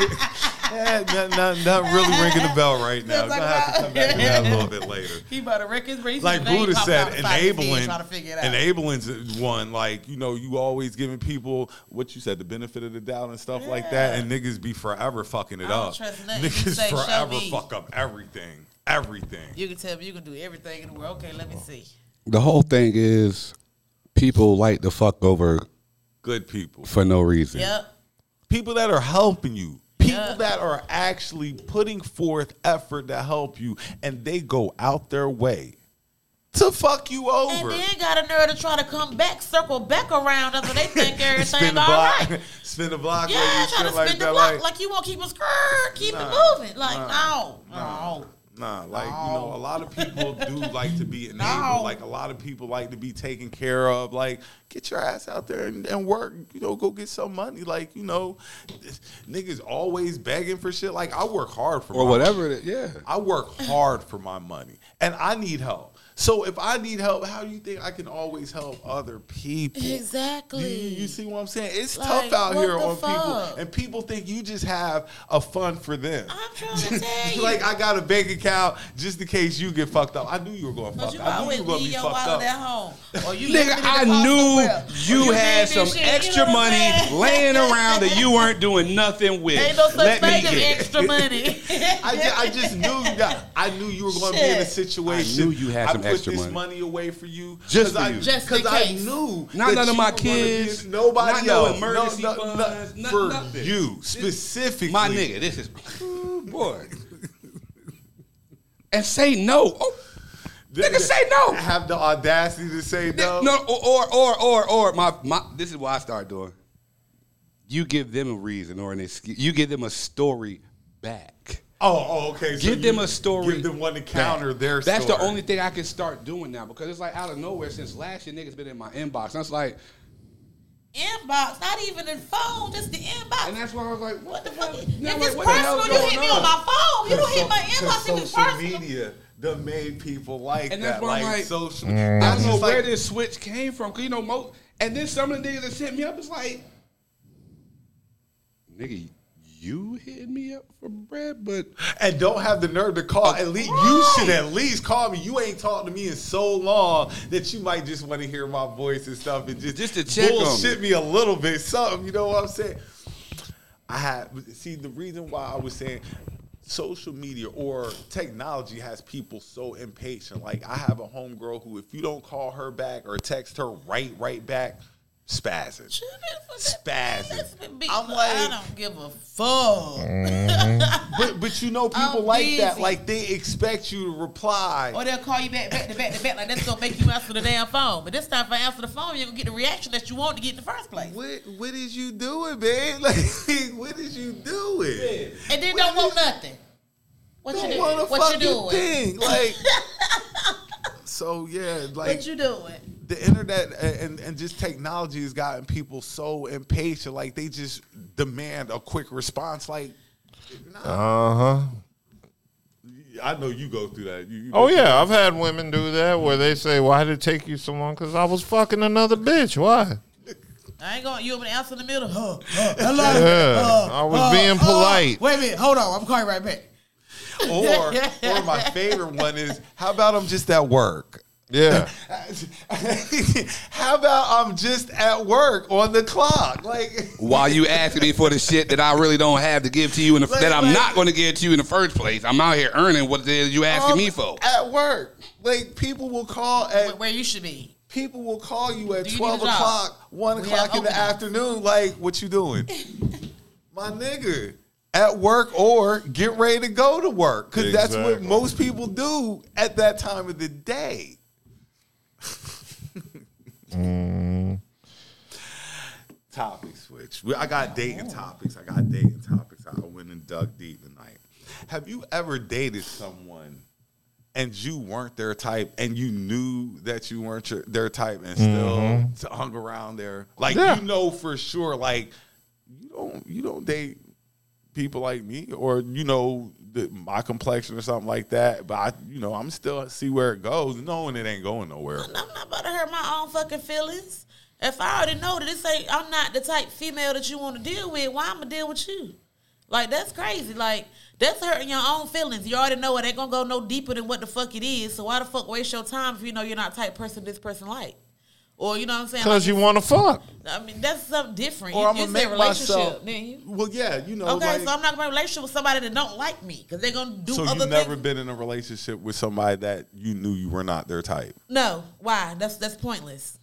Eh, not, not, not really ringing the bell right now.
talk
Gonna have to
about-
come back to that a little bit later.
He about to wreck his race.
like Buddha said, enabling,
Trying to figure it out.
enabling's one. Like you know, you always giving people what you said, the benefit of the doubt and stuff like that, and niggas be forever fucking it
I don't
up.
trust nothing you
Niggas
say, show
forever
me.
fuck up everything, everything.
you can tell me you can do everything in the world. Okay,
Oh,
let me see.
The whole thing is people like to fuck over
Good people,
for no reason.
Yep.
people that are helping you. People
Yeah.
that are actually putting forth effort to help you, and they go out their way to fuck you
And
over.
then got a nerve to try to come back, circle back around after they think
spin
everything
the
all right.
block, spin the block,
Yeah,
with you,
trying to
shit
spin
like
the
that,
block
like-
like, you won't keep us grrr, keep
Nah,
it moving. Like no, no.
Nah, like you know, a lot of people do like to be enabled.
No.
Like a lot of people like to be taken care of. Like get your ass out there and, and work. You know, go get some money. Like you know, this- niggas always begging for shit. Like I work hard for
Or
my
whatever it is. Yeah.
I work hard for my money, and I need help. So if I need help, how do you think I can always help other people?
Exactly.
You, you see what I'm saying? It's
Like,
tough out
what
here
the
on
fuck?
people, and people think you just have a fun for them.
I'm trying to tell you.
like I got a bank account just in case you get fucked up. I knew you were going to
Cause
fuck
you
up. I knew
always
you were going to
leave
be
your
fucked
wallet at
up.
home. Or you left it
Nigga,
in the
I
car somewhere.
knew
Or
you, had
did this
some
shit, you know
extra
what I'm
money
saying?
laying around that you weren't doing nothing with.
Ain't no such
Let me
thing as
get.
extra money.
I just, I just knew you got. I knew you were going to be in a
Shit.
situation.
I knew you had some
I put
extra
this
money.
away for you
Just for
I,
you.
Just in
because I
case.
knew
Not
that
none of
you
my
were gonna be-
kids,
nobody
not no
else,
emergency funds,
no,
not
for
nothing.
you specifically.
My nigga, this is boy. and say no. Oh,
Th-
Nigga,
th-
say no.
Have the audacity to say no.
no. no, or or or or, or my, my this is what I start doing. You give them a reason or an excuse. You give them a story back.
Oh, oh, okay. so
Give
you
them a story.
Give them one to counter
back.
their.
That's the
story.
only thing I can start doing now because it's like out of nowhere since last year niggas been in my inbox. And it's like,
inbox, not even the phone, just the inbox.
and that's why I was like,
what the fuck?
hell?
If
Now I'm
it's
like, what the hell
personal,
is
you hit
going
me on my phone. Oh, You don't hit my
So-
inbox if it's
social
personal.
media that made people like
And that's
that,
why
like,
I'm like,
social.
I
that's
don't know
just like-
where this switch came from. Cause you know, most and then some of the niggas that hit me up is like, nigga, you hitting me up for bread, but
and don't have the nerve to call. At least you should at least call me. You ain't talked to me in so long that you might just want to hear my voice and stuff, and just
Just to check on
bullshit
me.
me a little bit, something. You know what I'm saying? I had see the reason why I was saying social media or technology has people so impatient. Like I have a homegirl who, if you don't call her back or text her right, right back, spazzing. Spazzing. I'm
I
like,
don't give a fuck.
but but you know people
I'm
like that.
busy.
Like they expect you to reply.
Or they'll call you back, back to back to back, like that's gonna make you answer the damn phone. But this time, if I answer the phone, you're gonna get the reaction that you want to get in the first place.
What what is you doing, man? Like what is you doing?
And then
What
don't want
is-
nothing. What you
Don't
doing?
want a
What you
fucking
doing?
thing. Like so yeah, like
What you doing?
the internet a- and, and just technology has gotten people so impatient. Like they just demand a quick response. Like
Uh huh.
I know you go through that. You, you
Oh yeah, I've had women do that where they say, "Why did it take you so long?" Because I was fucking another bitch. Why?
I ain't going. You want me to answer in the middle? Huh, huh, hello.
Yeah, I was being polite.
Wait a minute. Hold on. I'm calling right back.
Or or my favorite one is how about I'm just at work.
yeah,
How about I'm just at work on the clock? Like,
while you asking me for the shit that I really don't have to give to you, and that I'm not going to give to you in the first place, I'm out here earning what it is you asking
Um,
I'm
me for.
Um, at work. Like people will call
Where-
at
Where you should be.
people will call you at
Do you
twelve
need a job?
o'clock, one
We
o'clock
have
in the
openings.
afternoon. Like, what you doing, my nigga? At work or get ready to go to work because that's what
Exactly.
most people do at that time of the day. topic switch. We- I got
Oh.
dating topics. I got dating topics. I went and dug deep tonight. Have you ever dated someone and you weren't their type and you knew that you weren't your, their type and still hung around there? Like
Yeah.
you know for sure, like you don't you don't date people like me or you know the, my complexion or something like that. But I you know I'm still see where it goes, knowing it ain't going nowhere.
I'm not about to hurt my own fucking feelings. If I already know that this ain't, I'm not the type female that you want to deal with. Why I'm gonna deal with you? Like that's crazy. Like that's hurting your own feelings. You already know it ain't gonna go no deeper than what the fuck it is. So why the fuck waste your time if you know you're not the type person this person like? Or you know what I'm saying? Like,
because you want to fuck.
I mean that's something different.
Or
you
I'm
you
gonna
said
make
relationship,
myself.
didn't you?
Well, yeah, you know.
Okay,
like,
so I'm not gonna be in a relationship with somebody that don't like me because they're gonna do
So
other
you've never
things.
been in a relationship with somebody that you knew you were not their type.
No, why? That's that's pointless.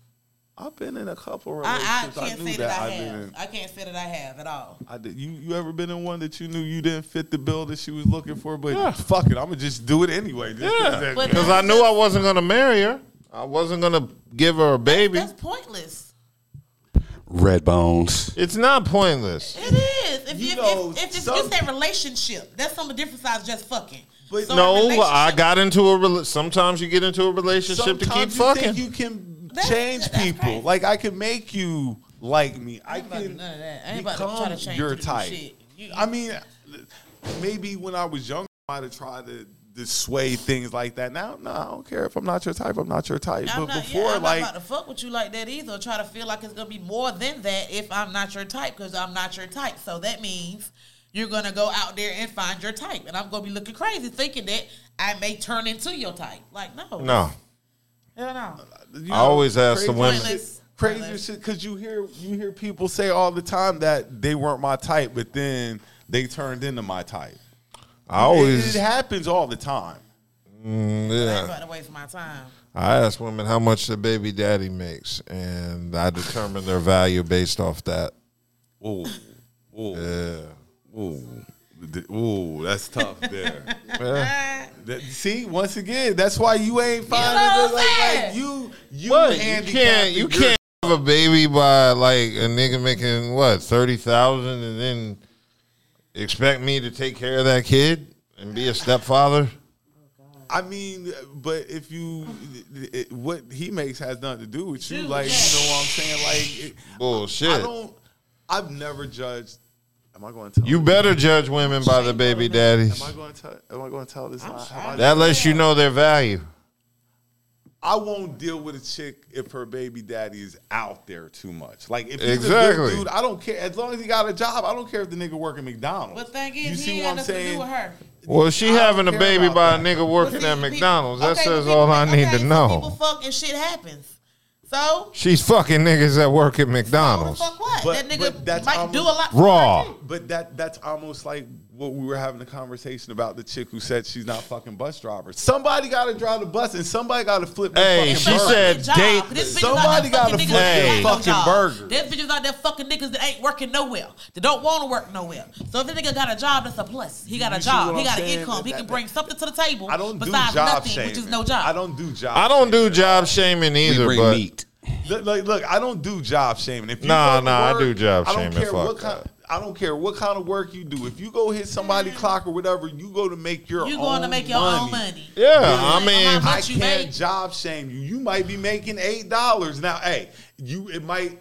I've been in a couple
I,
relationships.
I
I,
can't
knew
say
that, I,
have.
didn't.
I can't say that I have at all.
I did. You you ever been in one that you knew you didn't fit the bill that she was looking for? But
Yeah.
fuck it, I'm gonna just do it anyway. Just-
Yeah,
But-
because I knew I wasn't gonna marry her. I wasn't gonna give her a baby.
That's pointless.
Red bones.
It's not pointless.
It is. If
You
you, if,
know,
if, if it's
some-
just that relationship, that's something different besides just fucking.
But
So a
No,
relationship-
I got into a. Rel- sometimes you get into a relationship to keep
Sometimes you
fucking.
think you can
That's-
change
that's
people.
crazy.
Like I can make you like me. I,
ain't about to
can
none of that. I ain't about to
become
try to change you
your
to do
type.
shit. You-
I mean, maybe when I was younger, I might have tried to, to sway things like that. Now, no, I don't care if I'm not your type. I'm not your type.
I'm
but
not,
before,
yeah, I'm
like,
not about to fuck with you like that either. or Try to feel like it's gonna be more than that if I'm not your type because I'm not your type. So that means you're gonna go out there and find your type, and I'm gonna be looking crazy thinking that I may turn into your type. Like no,
no,
hell no.
you
I always ask the
crazy
women-
shit-
Pointless.
Crazy
Pointless.
shit, because you hear you hear people say all the time that they weren't my type, but then they turned into my type.
I
It,
always. mm,
it happens all the time.
I ain't
Yeah.
about to waste my time.
I ask women how much their baby daddy makes, and I determine their value based off that.
Ooh, ooh,
Yeah.
ooh, Th- ooh, that's tough there.
Ah,
That- see, once again, that's why you ain't finding
know what
it,
I'm
like, like
saying?
you you
But you
handicapped
can't
and
you
you're-
can't have a baby by like a nigga making what thirty thousand, and then expect me to take care of that kid and be a stepfather.
I mean, but if you it, it- what he makes has nothing to do with you,
Dude,
like
yeah.
you know what I'm saying, like. It, I
Bullshit.
don't. I've never judged. Am I going to tell
You
This?
better judge women by the baby daddies.
Am I going to tell? Am I going to tell this? lie? Am I,
sorry.
That lets you know their value.
I won't deal with a chick if her baby daddy is out there too much. Like if he's a
Exactly.
good dude, I don't care. As long as he got a job, I don't care if the nigga work at McDonald's.
But thing is,
you
he
see
ain't
what
got
I'm
nothing to do
saying?
with her.
Well, she
don't
having a
care
baby
about
by a
that.
nigga working
See,
at
people-
McDonald's. That
okay,
says
people-
all I
okay,
need to
some People
know.
fuck and shit happens. So
She's fucking niggas that work at
who the
McDonald's.
fuck what?
But-
that nigga
but that's
might
almost-
do a lot. for
Raw.
her, too.
But that that's almost like what we were having a conversation about the chick who said she's not fucking bus driver. Somebody got to drive the bus and somebody got to flip. the
Hey,
fucking
she
burger.
said-
Fucking job.
date-
This bitch
Somebody
out there
gotta
fucking niggas
flip
that
that
ain't no
fucking
job.
burger.
There's bitches out there fucking niggas that ain't working nowhere. That don't want to work nowhere. So if the nigga got a job, that's a plus. He got a
You see
job.
what
He
I'm
got an
saying?
income. He
That-
can
that-
bring something to the table.
I don't do
besides
job
nothing,
shaming.
which is no job.
I don't do job.
I don't do
shaming.
job shaming
We
either,
bring
but
meat.
Look, look, look, I don't do job shaming. If you
Nah,
go to
nah, I
work,
do job
I don't
shaming.
Care
Fuck
what kind, I don't care what kind of work you do. If you go hit somebody clock or whatever, you go to make your
You
own
going to make your own money.
yeah, I
Really?
mean,
How
I
much you
can't
make?
job shame you. You might be making eight dollars now. Hey, you it might,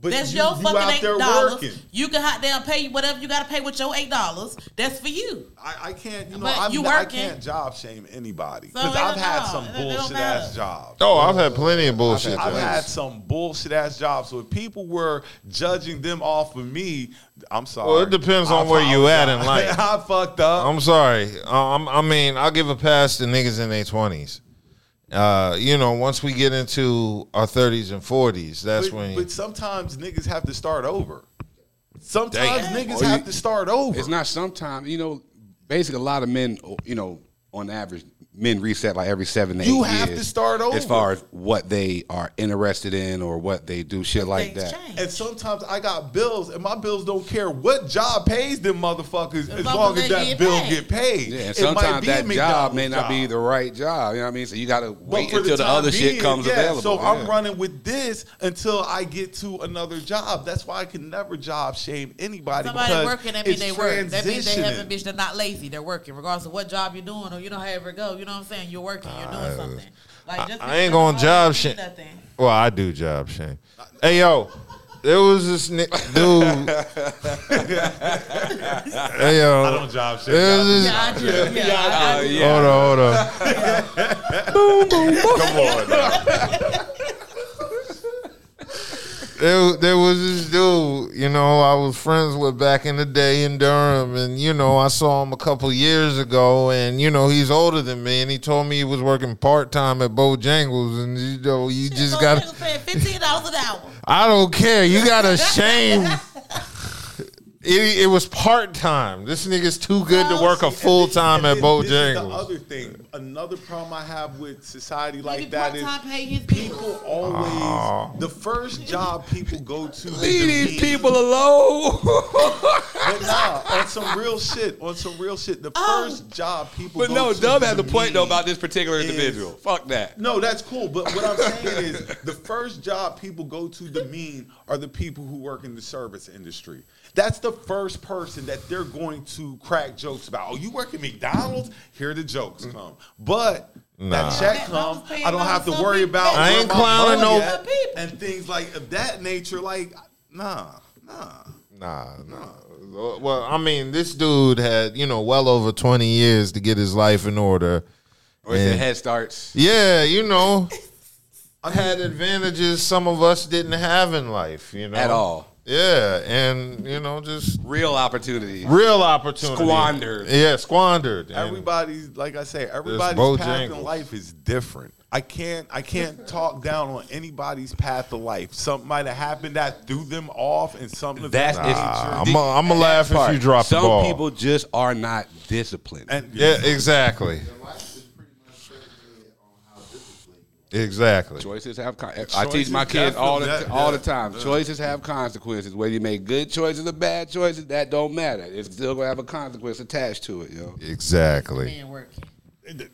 but
That's
you,
your
you out
fucking
there
eight dollars.
working.
You can hot down pay whatever you gotta pay with your eight dollars. That's for you.
I, I can't, you know,
But
I'm,
you
I
working.
can't job shame anybody
So
because
it
I've
don't
had
matter.
some
It don't
bullshit
matter.
ass jobs.
oh, I've had plenty of bullshit.
I've
days.
had some bullshit ass jobs. So if people were judging them off of me, I'm sorry.
Well, it depends on where you at in life.
apologize. I fucked up.
I'm sorry. Uh, I'm, I mean, I'll give a pass to niggas in their twenties. Uh, you know, once we get into our thirties and forties, that's
but,
when.
but sometimes niggas have to start over. Sometimes
Damn.
niggas
Oh, you-
have to start over.
It's not sometimes, you know, basically a lot of men, you know, on average, men reset like every seven to
You
eight
have
years
to start over.
As far as what they are interested in or what they do, shit like
Things
that.
change.
And sometimes I got bills, and my bills don't care what job pays them motherfuckers, as
long
long
as
as
they
that
get
bill
paid.
get paid.
Yeah, and
It might
sometimes
be
that
a
job
McDonald's
may not be
job.
the right job. You know what I mean? So you got to
But
wait
for
until the,
time
other shit
being,
comes
yeah,
available.
So I'm
Yeah.
running with this until I get to another job. That's why I can never job shame anybody.
Somebody
because
working, that means
it's
they work. That means they
transitioning.
have a bitch that's not lazy. They're working, regardless of what job you're doing or you know however it go. You know what I'm saying? You're working. You're
Uh,
doing something. Like
I-
just
I
because
ain't gonna
you're
job
working
shit.
nothing.
Well, I do job shame. Hey yo, there was this ni- dude. hey yo,
I don't job shame.
there was this-
Yeah, I do. Yeah, I, I do.
Hold on, hold on.
Come on. now.
there, there was this dude, you know, I was friends with back in the day in Durham, and you know, I saw him a couple years ago, and you know, he's older than me, and he told me he was working part time at Bojangles, and you know, you just got, to
paying fifteen dollars an hour.
I don't care, you got to shame. It, it was part time. This nigga's too good to work a full time
And
at
then this is The
Bojangles.
other thing, another problem I have with society
Maybe
like that
part
is
time pay his
people
bills.
always the first job people go to. is
Leave
the
these
meat.
people alone.
But nah, on some real shit. On some real shit. The
Oh.
first job people.
but
go
no,
to
Dub has
to
a point though
me
about this particular
is-
individual. Fuck that.
No, that's cool. But what I'm saying is the first job people go to demean are the people who work in the service industry. That's the first person that they're going to crack jokes about. Oh, you work at McDonald's? Here the jokes
Mm.
come. But that check comes. I don't have to worry about
I
where
ain't
my
clowning
money
no-
at and things like of that nature. Like, nah, nah.
Nah, nah. Well, I mean, this dude had, you know, well over 20 years to get his life in order.
Or is
Yeah.
it head starts?
Yeah, you know,
I
had advantages some of us didn't have in life, you know,
At all.
Yeah, and you know, just
Real opportunity.
real opportunity
Squandered.
Yeah, squandered. And
Everybody's like I say,
Bo
everybody's path
Jangles.
in life is different. I can't I can't talk down on anybody's path of life. Something might have happened that threw them off, and something of
That's-
that nature.
I'm gonna I'm uh, laugh if you drop
Some
the ball.
people just are not disciplined.
and
yeah, exactly, exactly.
Choices have con- I teach my kids all the
definitely-
all the
yeah.
time. Choices have consequences. Whether you make good choices or bad choices, that don't matter. It's still gonna have a consequence attached to it, yo.
Exactly.
Man working.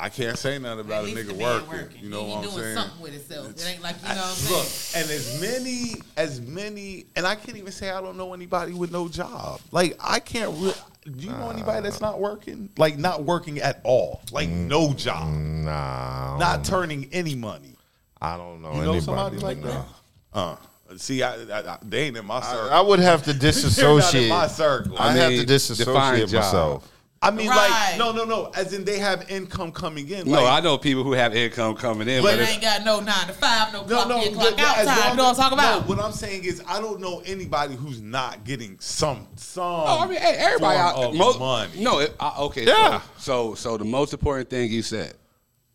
I can't say nothing about
At
a
least the man
nigga working.
working.
You know
he,
what
he
I'm
doing
saying?
something with himself. It ain't like you know what I'm
Look,
saying.
and as many as many, and I can't even say I don't know anybody with no job. Like I can't. Re- do you know anybody that's not working? Like not working at all. Like no job.
Mm, Nah,
Not turning any money.
I don't know
You know
anybody
somebody like
no.
that? Uh, see, I, I, I, they ain't in my circle.
I would have to
They're not in
disassociate.
my circle.
I,
I
have
mean,
to
define
disassociate
job.
myself.
I mean,
Right.
like, no, no, no. As in, they have income coming in.
No,
like,
I know people who have income coming in,
But
but,
They
it's,
ain't got no nine to five, no
no,
clock
no.
in, clock
yeah,
out
as
time.
long
You know what I'm
as-
talking about?
No, what I'm saying is, I don't know anybody who's not getting some some.
no, Oh,
Um,
Oh,
I mean hey, everybody
form
out
of
mo-
money.
No, it, I, okay.
Yeah.
So, so so the most important thing you said,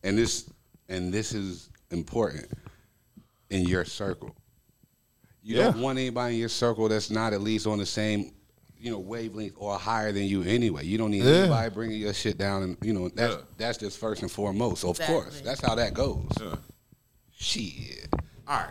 and this and this is important in your circle. You don't
Yeah.
want anybody in your circle that's not at least on the same, you know, wavelength or higher than you anyway. You don't need
Yeah.
anybody bringing your shit down, and you know that's that's just first and foremost. So of course,
Exactly.
that's how that goes. Shit. All right.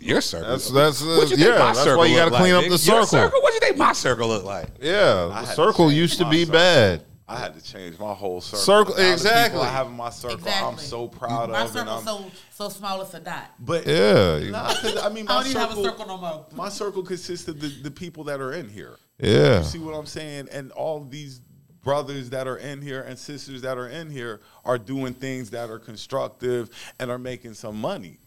Your circle.
That's- that's, uh,
what you think
yeah,
my
that's
circle
why you gotta
look
clean
like,
up the
nigga? Your
circle.
circle. What you think my circle look like?
Yeah,
I
the
had to
circle
change
used to
my
be
circle.
bad.
I had to change my whole circle.
Circle-
Now the people
exactly.
I have in my circle. I'm
Exactly.
so proud
My
of. and
circle's
I'm-
so so small it's a dot.
But
Yeah, you-
nah, 'cause, I mean, my
I don't even have a
circle-
circle no more.
My circle consists of the, the people that are in here.
Yeah.
You see what I'm saying? And all these brothers that are in here and sisters that are in here are doing things that are constructive and are making some money.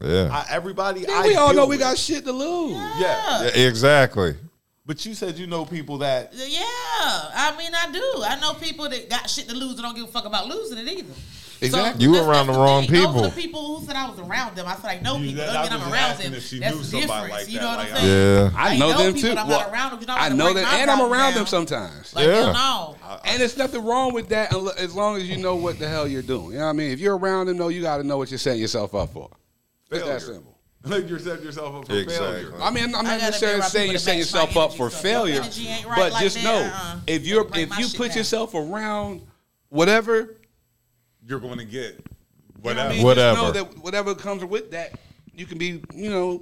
Yeah.
I, everybody,
Man,
I
we all
deal
know we
with-
got shit to lose.
Yeah.
Yeah, exactly.
But you said you know people that.
Yeah, I mean, I do. I know people that got shit to lose and don't give a fuck about losing it either.
Exactly.
You
that's-
around
that's
the wrong
thing. Those are the
people.
people who said I was around them. I said I know
You-
people.
that- I
That, doesn't mean
was
I'm
just
around
asking
them.
if she
That's
knew somebody
difference.
like
you
that,
know what I'm
like,
saying?
Yeah.
I
Like,
know
those
them
people
too.
that I'm
Well,
not around them. You're not
I
gonna
know
break
that,
my
and I'm
problem
around them
down.
sometimes.
Like,
Yeah.
hell no.
and it's nothing wrong with that, unle- as long as you know what the hell you're doing. You know what I mean? If you're around them, though, you got to know what you're setting yourself up for. It's
Failure.
that simple.
Like you set yourself up for
Exactly.
failure.
I mean, I'm
I
not
gotta be
necessarily
around
saying
people
you're
that
setting
match
yourself
my
up for
energy, so if your
failure,
energy ain't right
but
like
just
that,
know
uh-uh.
if you're
Break
if
my
you
shit
put
down.
yourself around whatever,
You're going to get
you know
whatever.
what I mean?
Whatever.
Just know that whatever comes with that, you can be you know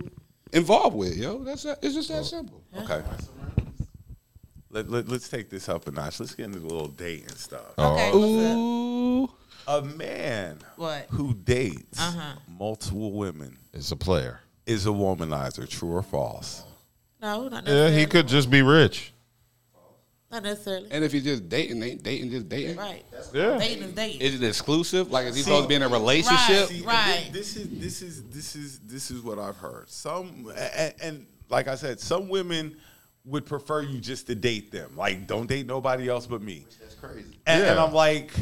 involved with. Yo, that's that, it's just that simple.
Okay. Let, let, let's take this up a notch. Let's get into a little dating stuff.
Oh.
Okay. what's up?
Ooh.
A man
What?
who dates
Uh-huh.
multiple women
It's a player.
is a womanizer. True or false?
No, not
Yeah,
necessarily.
he could just be rich.
Not necessarily.
And if you're just dating, ain't dating just dating.
Right.
Yeah.
Dating is dating.
Is it exclusive? Like, is he supposed to be in a relationship?
See, Right.
thi- This is this is this is this is what I've heard. Some and, and like I said, some women would prefer you just to date them. Like, don't date nobody else but me. That's crazy. And, and
Yeah.
I'm like,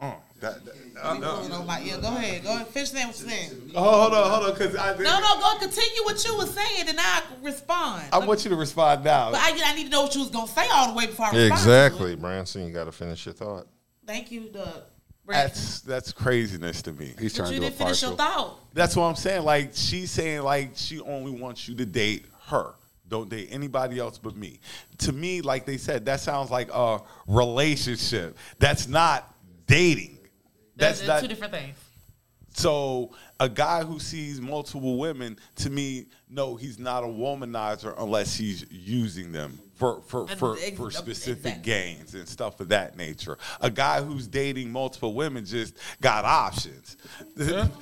uh, that- that- uh,
You know, like, yeah, go ahead. Go ahead. Finish that what you're saying.
oh, hold on, hold on, because I,
No, no, go continue what you were saying, and I respond.
I want you to respond now.
But I, I need to know what you was gonna say all the way before I respond. to
Exactly,
it.
Branson. You got to finish your thought.
Thank you, Doug. Brandon.
That's that's craziness to me.
He's
But
trying
you
to do a
didn't finish your
partial.
thought.
That's what I'm saying. Like she's saying, like she only wants you to date her. Don't date anybody else but me. To me, like they said, that sounds like a relationship. That's not dating.
That's,
That's,
that's
not
two different things.
so. A guy who sees multiple women, to me, no, he's not a womanizer unless he's using them for for
And
for,
ex-
for specific
exactly.
gains and stuff of that nature. A guy who's dating multiple women just got options. that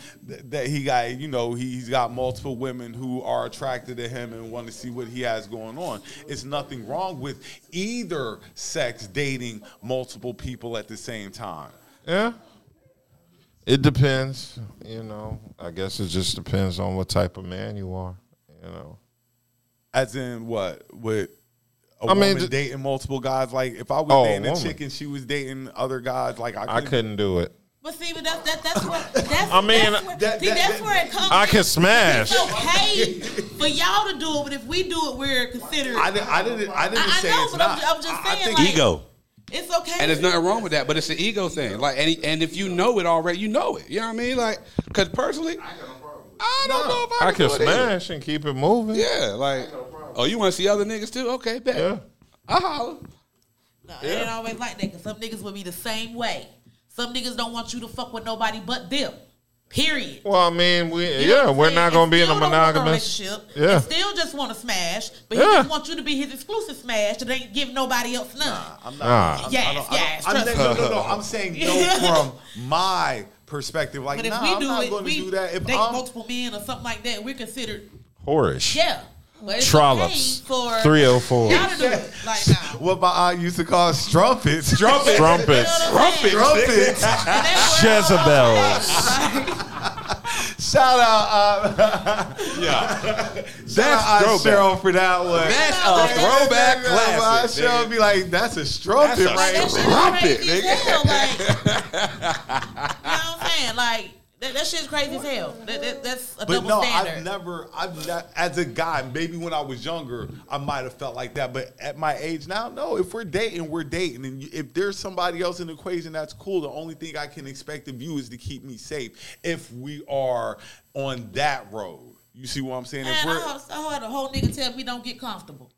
that he got, you know, he's got multiple women who are attracted to him and want to see what he has going on. It's nothing wrong with either sex dating multiple people at the same time.
Yeah. It depends, you know. I guess it just depends on what type of man you are, you know.
As in what with a
I mean,
woman
ju-
dating multiple guys. Like if I was
Oh, a
dating a
woman.
chick and she was dating other guys, like I,
I couldn't do it.
But see, but that's that, that's what that's.
I mean,
that's where,
that-
see,
that-
that's
that-
where it comes.
I can
in.
smash.
It's okay for y'all to do it, but if we do it, we're considered.
I didn't. I didn't. I didn't
I- I
say
know,
it's
but I'm
not.
ju- I'm just
I- I
saying,
think-
like-
Ego.
it's okay.
And there's nothing wrong with that, but it's an ego thing. Like, and, he- and if you know it already, you know it. You know what I mean? Like, because personally, I don't know if I,
I
can
can
do it either.
smash and keep it moving.
Yeah, like, oh, you want to see other niggas too? Okay, bet.
Yeah.
I holler.
No, It ain't always like that. 'cause some niggas will be the same way. Some niggas don't want you to fuck with nobody but them. Period.
Well, I mean, we
You know what
yeah,
I'm
we're
saying?
not
And
going to be in a
still don't want
monogamous.
relationship.
Yeah.
Yeah. still just want to smash, but he
Yeah.
just wants you to be his exclusive smash that ain't give nobody else none.
I'm not.
Nah.
I'm-
Yes,
I don't- I
yes,
don't- I'm
trust
not- no, no, no. I'm saying no from my perspective. Like,
But if
nah,
we
I'm
do
not
it,
going to
we
do that. If
date
I'm,
multiple men or something like that, we're considered
Whorish.
yeah. But it's
Trollops.
okay for
304.
Y'all to do it like now.
what my aunt used to call strumpets,
Trumpets.
You know what I'm saying?
strumpets,
And that's where it all
Jezebels.
goes. Like,
Shout out, uh, shout out Aunt Cheryl for that one.
That's a throwback classic.
Aunt Cheryl be like, "That's a strumpet
That's a
right
Like, that shit
Drop
is crazy
it,
as hell. Like, you know what I'm saying? Like, that, that shit's crazy as hell. That, that, that's a
But
double
no,
standard.
I've never, I've not, as a guy, maybe when I was younger, I might have felt like that. But at my age now, no, if we're dating, we're dating. And if there's somebody else in the equation, that's cool. The only thing I can expect of you is to keep me safe if we are on that road. You see what I'm saying? If
Man, I,
we're,
had- I had a whole nigga tell me don't get comfortable.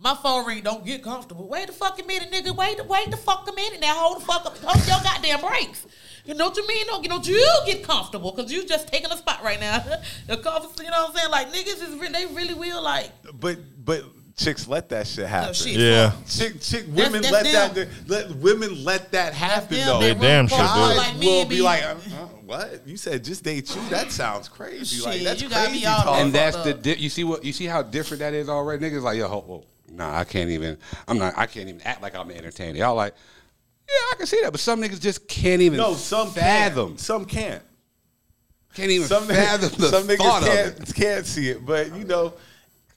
My phone ring don't get comfortable. Wait the fucking minute, nigga. Wait, wait the fucking minute. Now hold the fuck up. Hold your goddamn brakes. You know what you mean? Don't, you know, you get comfortable because you just taking a spot right now. the comfort, you know what I'm saying? Like niggas is re- they really will like
but, but chicks let that shit happen.
oh shit.
Yeah.
Chick, chick, women
that's
let
them.
that, let women let that happen
Them,
though.
They
run
damn
fuck
sure
up
guys
do.
Like me
will
and
be
be-
like, uh, uh, what? You said just date you? That sounds crazy. like
Shit,
that's
you gotta
crazy
be all
talk.
And that's
Fuck
the
up.
di- you see what you see how different that is already. Niggas like yo, ho- ho, nah, I can't even. I'm not. I can't even act like I'm entertained. Y'all like, yeah, I can see that, but some niggas just can't even.
no, some
fathom.
Can't. Some can't.
Can't even
Some,
fathom the
some
thought
niggas
of
can't,
it.
can't see it. But you know,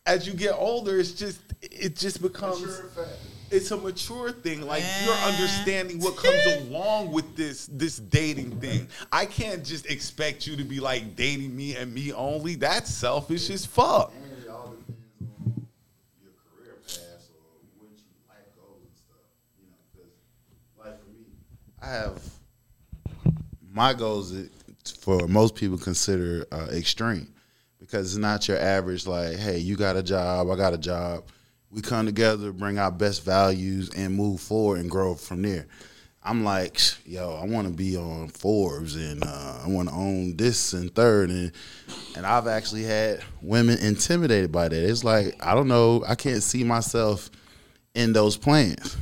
as you get older, it's just it just becomes it's a mature thing. Like you're
Yeah.
understanding what comes along with this this dating thing. I can't just expect you to be like dating me and me only. That's selfish as fuck.
And it all depends on your career path or what you life goals and stuff. You know, because like for me, I have my goals i- for most people consider uh, extreme because it's not your average like, hey, you got a job, I got a job. We come together, bring our best values, and move forward and grow from there. I'm like, yo, I want to be on Forbes and uh, I want to own this and third and and I've actually had women intimidated by that. It's like I don't know, I can't see myself in those plans.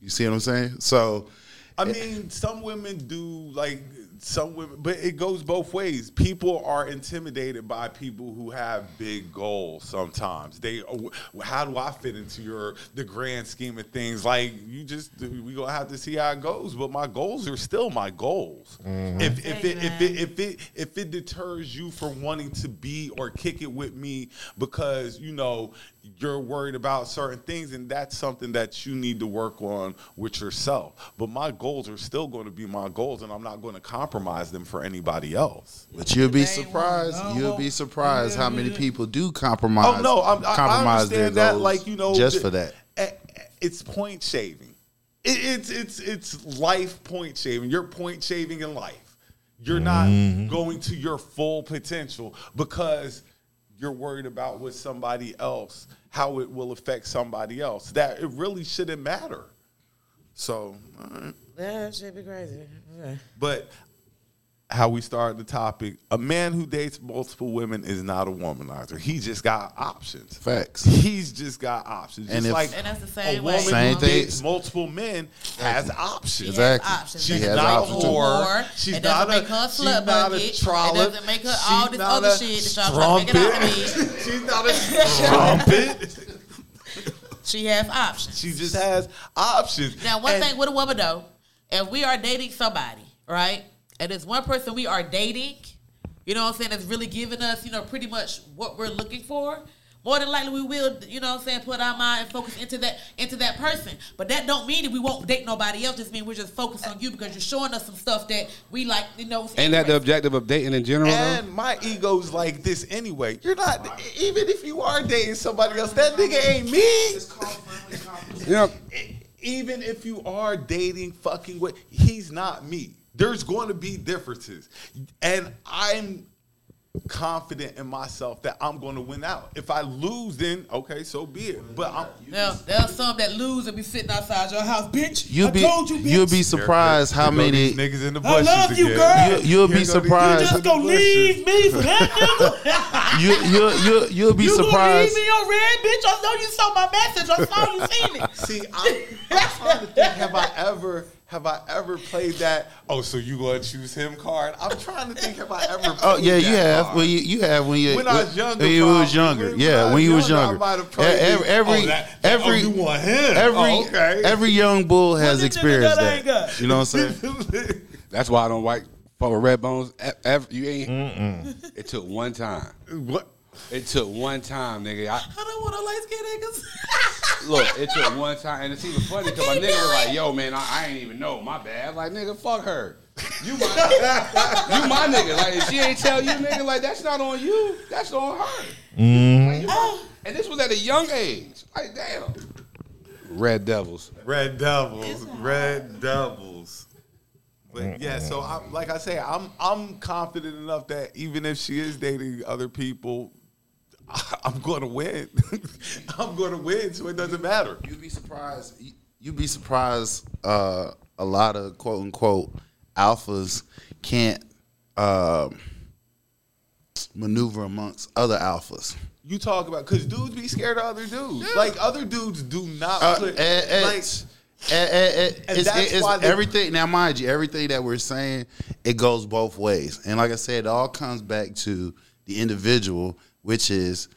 You see what I'm saying? So
I mean, some women do like some women, but it goes both ways. People are intimidated by people who have big goals. Sometimes they, oh, how do I fit into your the grand scheme of things? Like you just, we gonna have to see how it goes. But my goals are still my goals. If if it, if it if it if it deters you from wanting to be or kick it with me because you know you're worried about certain things and that's something that you need to work on with yourself but my goals are still going to be my goals and i'm not going to compromise them for anybody else
But you'll be
They won't
surprised.
know.
You'll be surprised how many people do compromise.
oh no I'm, I, I understand that like you know
just
th-
for that.
eh, eh, it's point shaving it, it's it's it's life point shaving you're point shaving in life you're not
Mm-hmm.
going to your full potential because you're worried about what somebody else how it will affect somebody else that it really shouldn't matter so all right.
That should be crazy. Okay.
But how we started the topic, a man who dates multiple women is not a womanizer. He just got options.
Facts.
He's just got options.
And
Just
if-
like
And that's the
a
same way.
woman
Same
who
thing.
dates multiple men has options.
Exactly.
options.
She
That's
has
not a
options. too.
whore.
Whore.
She's
It doesn't
not a.
make her a slut
she's not a
bucket. It
trollop.
doesn't make her all
She's
this
not
other
a
shit that y'all trying to make it out to be.
strumpet. she's not a strumpet.
She has options.
She just has options.
Now, one
And-
thing with a woman though, if we are dating somebody, right, and it's one person we are dating, you know what I'm saying, that's really giving us, you know, pretty much what we're looking for. More than likely, we will, you know, what I'm saying, put our mind and focus into that into that person. But that don't mean that we won't date nobody else. Just mean we're just focused on you because you're showing us some stuff that we like, you know.
Ain't that the objective of dating in general? though?
And my ego's like this anyway. You're not even if you are dating somebody else, that nigga ain't me.
You know,
Even if you are dating fucking with he's not me. There's going to be differences. And I'm confident in myself that I'm going to win out. If I lose then okay, so be it. But I'm
Now, there are some that lose and be sitting outside your house, bitch.
You'll
I
be
told you, bitch.
you, will be surprised
Here
how
go
many
these niggas in the
I
bushes
love you,
again.
girl.
you, you'll
Here
be
go these
surprised
niggas.
just gonna leave me for that nigga.
you you you you'll be
You gonna leave
surprised
me on red, bitch? I know you saw my message. I saw you seen it.
See, I'm, I'm trying to think. Have I ever have I ever played that? Oh, so you gonna choose him card? I'm trying to think. Have I ever? Played
Oh yeah, you
that
have.
card?
Well, you, you have when you
When I was younger,
When you was
probably.
younger,
When-
yeah.
when I
When you
was
was
younger, I
younger,
might have
E-
played
every
it.
every
Oh, that- that- oh,
every
you want him.
every
Oh, okay.
every young bull has
this nigga
experienced
that I ain't
that.
got?
You know what I'm saying?
that's why I don't like But with Red Bones, e- ev- you ain't. It took one time.
What?
It took one time, nigga. I,
I don't want no light skinned
Look, it took one time, and it's even funny because my nigga was like, "Yo, man, I, I ain't even know. My bad." Like, nigga, fuck her. You my, you my nigga. Like, if she ain't tell you, nigga, like that's not on you. That's on her.
Mm-hmm.
Like, you my- and this was at a young age. Like, damn. Red Devils.
Red Devils, Red Devils. But yeah, so I, like I say, I'm I'm confident enough that even if she is dating other people, I, I'm going to win. I'm going to win, so it doesn't matter.
You'd be surprised. you- You'd be surprised. Uh, a lot of quote unquote alphas can't um maneuver amongst other alphas.
You talk about because dudes be scared of other dudes. Like other dudes do not.
Uh,
put,
eh, eh,
like,
eh, eh, eh,
And
it's,
that's
it's
why they-
everything. Now, mind you, everything that we're saying, it goes both ways. And like I said, it all comes back to the individual, which is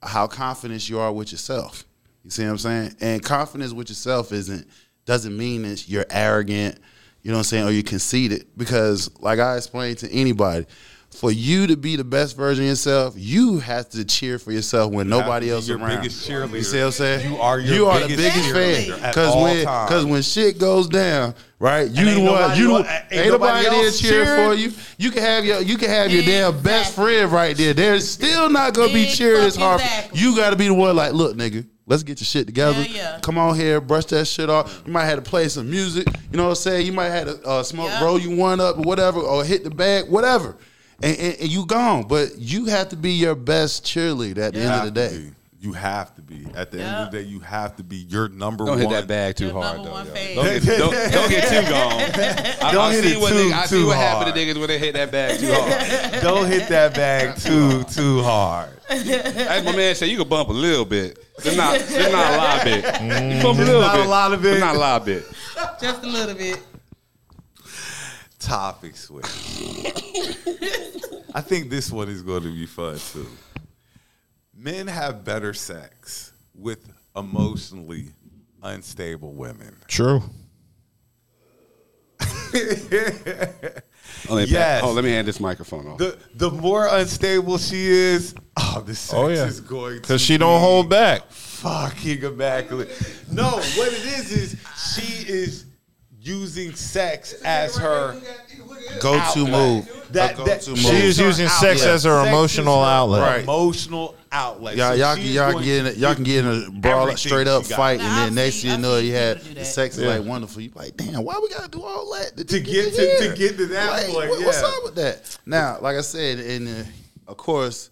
how confident you are with yourself. You see what I'm saying? And confidence with yourself isn't doesn't mean that you're arrogant, you know what I'm saying, or you conceited. Because like I explained to anybody, for you to be the best version of yourself, you have to cheer for yourself when nobody
be
else
your
around.
biggest cheerleader.
You see what I'm saying?
You are your
you are the
biggest
biggest
cheerleader
fan.
at
Because
all
when
times.
because when shit goes down, right? You
ain't
the one.
nobody
You the-
wa-
ain't,
ain't
nobody,
nobody
there
else
cheering for
cheering?
you. You can have your you can have your damn best
Exactly.
friend right there. They're still not gonna be cheering as hard.
Exactly.
You gotta be the one like, look, nigga. Let's get your shit together.
Hell yeah.
Come on here, brush that shit off. You might have to play some music. You know what I'm saying? You might have to uh, smoke,
Yep.
roll you one up or whatever, or hit the bag, whatever. And, and, and you gone. But you have to be your best cheerleader at the
You
end of
have
the
to
day.
be. You have to be. At the end of the day, you have to be your number
Don't
one.
hit that bag too
Your
hard
number
though.
one
yo.
fan.
Don't, get, don't, don't get too gone. I,
Don't
I
hit
see
it
what
too-
nigga, I see
too
what happened to
hard.
niggas when they hit that bag too hard.
Don't hit that bag too too hard.
As my man said, you can bump a little bit. It's not, it's not a lot bit. You bump a
Mm-hmm.
little
Not a
bit.
lot of it.
but Not a lot bit.
niggas. Just a little bit.
Topic switch. I think this one is going to be fun too. Men have better sex with emotionally unstable women.
True.
Oh, let me-
Yes.
Oh, let me hand this microphone off.
The the more unstable she is, oh, the sex
Oh, yeah.
is going to
Because she don't hold back.
fucking immaculate. No, what it is is she is using sex as her
Go to move.
that,
Her
that
go-to
she
move.
She is using sex as her emotional outlet. Right.
Emotional outlet.
Y'all,
So
y'all,
she's
y'all,
going
get in
to
a, y'all can get in a brawl,
everything
straight up
she got.
fight,
Nah,
and then
I've
next
seen-
thing you
I've
know,
seen
you had
people do
the
that.
sex is
Yeah.
like wonderful. You like, damn, why we gotta do all that
To get to-
here?
to get to that point,
what- What's
yeah.
up with that? Now, like I said, in the, of course,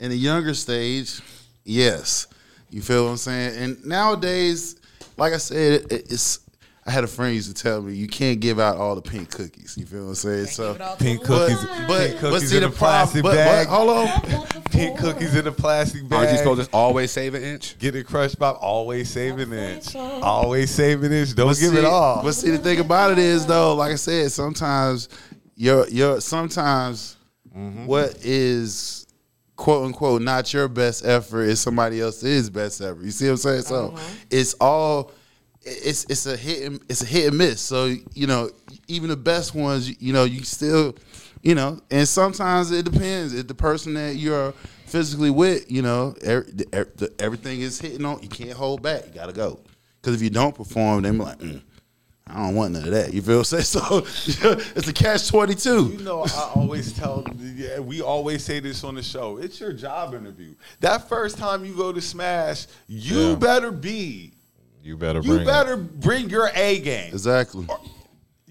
in the younger stage, yes, you feel what I'm saying. And nowadays, like I said, it, it's. I had a friend used to tell me you can't give out all the pink cookies. You feel what I'm saying? So.
Pink
But,
cookies,
but,
pink
but
cookies
see
in
the
a plastic
problem. But, but
bag.
hold on,
pink cookies in a plastic bag.
Aren't you supposed to always save an inch?
get it crushed by always saving it? Always saving it. Don't give it
see-
all.
But see, the thing about it is though, like I said, sometimes your your sometimes what is quote unquote not your best effort is somebody else's best effort. You see what I'm saying? So it's all it's it's a hit and, it's a hit and miss. So you know, even the best ones, you- you know, you still you know, and sometimes it depends. If the person that you're physically with, you know, er, the, er, the, everything is hitting on. You can't hold back. You gotta go. Because if you don't perform, they be like, mm, I don't want none of that. You feel what I'm saying? So it's a catch twenty two.
You know, I always tell, yeah, we always say this on the show. It's your job interview. That first time you go to Smash, you
Yeah.
better be,
You better
you
bring
better bring your A game.
Exactly.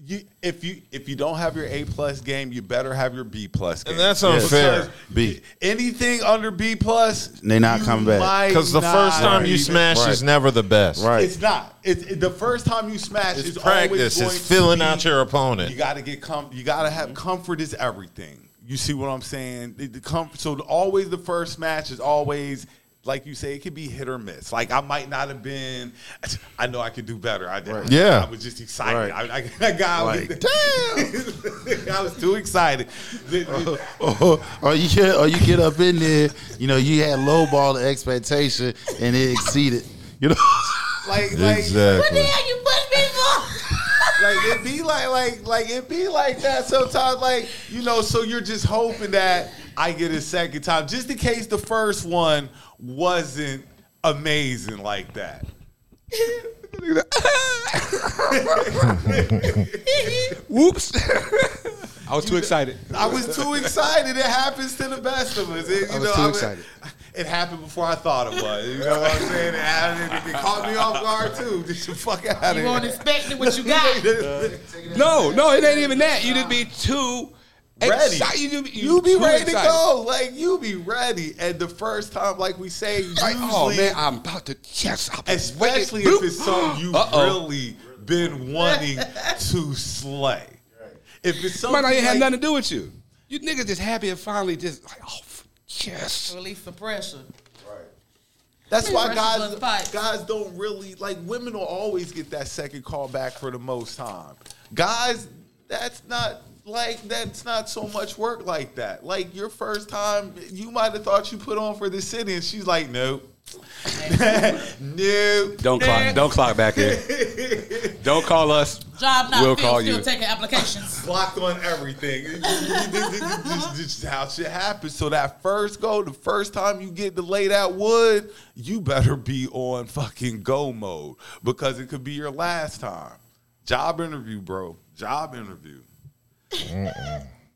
You, if you if you don't have your A plus game, you better have your B plus game.
And that's unfair.
Because Anything under B plus,
They not
you
coming back.
might
Because the first
not
time you
even-
smash is never the best.
Right.
It's not. It's it, the first time you smash.
It's
is
practice.
Always
It's
going to
filling
be-
out your
You
opponent.
got to get com. You got to have comfort is everything. You see what I'm saying? The, the com- so the- always the first match is always like you say. It could be hit or miss. Like I might not have been. I know I could do better. I did.
Yeah.
I was just excited. I, I, I got like, damn. I was too excited. The- the-
or you get or you get up in there, you know, you had low ball the expectation and it exceeded. You know,
like like
What the hell you push me for?
like it be like like like it be like that sometimes. Like you know, so you're just hoping that I get a second time, just in case the first one wasn't amazing like that.
Whoops. I was too excited.
I was too excited. It happens to the best of us. It, you
I was
know,
too
I
excited.
It happened before I thought it was. You know what I'm saying? It, happened- it caught me off guard too. Get the fuck out
You
of
weren't
here.
expecting what you got.
No, no, it ain't even that. You just be too
Ready.
excited. You, be-
you be
Uh, too
ready to
excited.
go. Like you be ready. And the first time, like we say, usually,
Like, oh man, I'm about to. Yes, I'm
especially if it's something you really been wanting to slay. If it's something
might not even have
like-
nothing to do with you. You niggas just happy and finally just like, oh f- yes.
Release the pressure.
That's why
Pressure was
guys
pipes.
guys don't really like women will always get that second call back for the most time. Guys, that's not like that's not so much work like that. Like your first time, you might have thought you put on for the city, and she's like, nope. nope.
Don't clock. Don't clock back in. don't call us.
Job not
We'll
filled,
call
still
you.
taking applications.
blocked on everything. This is how shit happens. So that first go, the first time you get to lay that wood, you better be on fucking go mode because it could be your last time. Job interview, bro. Job interview.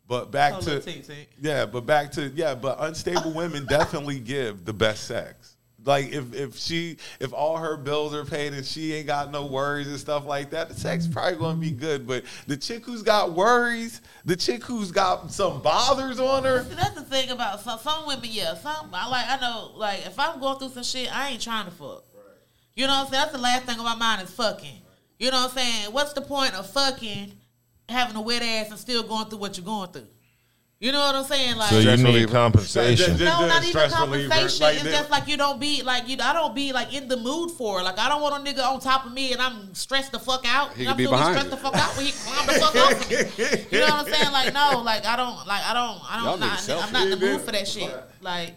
But back
Hold
to
on, Tink, Tink.
yeah, but back to yeah, but unstable women definitely give the best sex. Like if if she if all her bills are paid and she ain't got no worries and stuff like that, the sex probably gonna be good. But the chick who's got worries, the chick who's got some bothers on her,
See, that's the thing about some, some women. Yeah, some I like. I know, like if I'm going through some shit, I ain't trying to fuck. You know what I'm saying? That's the last thing on my mind is fucking. You know what I'm saying? What's the point of fucking having a wet ass and still going through what you're going through? You know what I'm saying? Like
So you need
reliever.
compensation.
Just
no,
the
not even
stress reliever,
conversation.
like
it's
the-
just like you don't be like you. I don't be like in the mood for. it. Like I don't want a nigga on top of me and I'm stressed the fuck out.
He
And
could
I'm
be
feeling
behind
stressed the
you.
fuck out when he climb the fuck off me. You know what I'm saying? Like no, like I don't, like I don't, I
Y'all
don't. Not,
niggas
I'm not in the mood for that shit. Like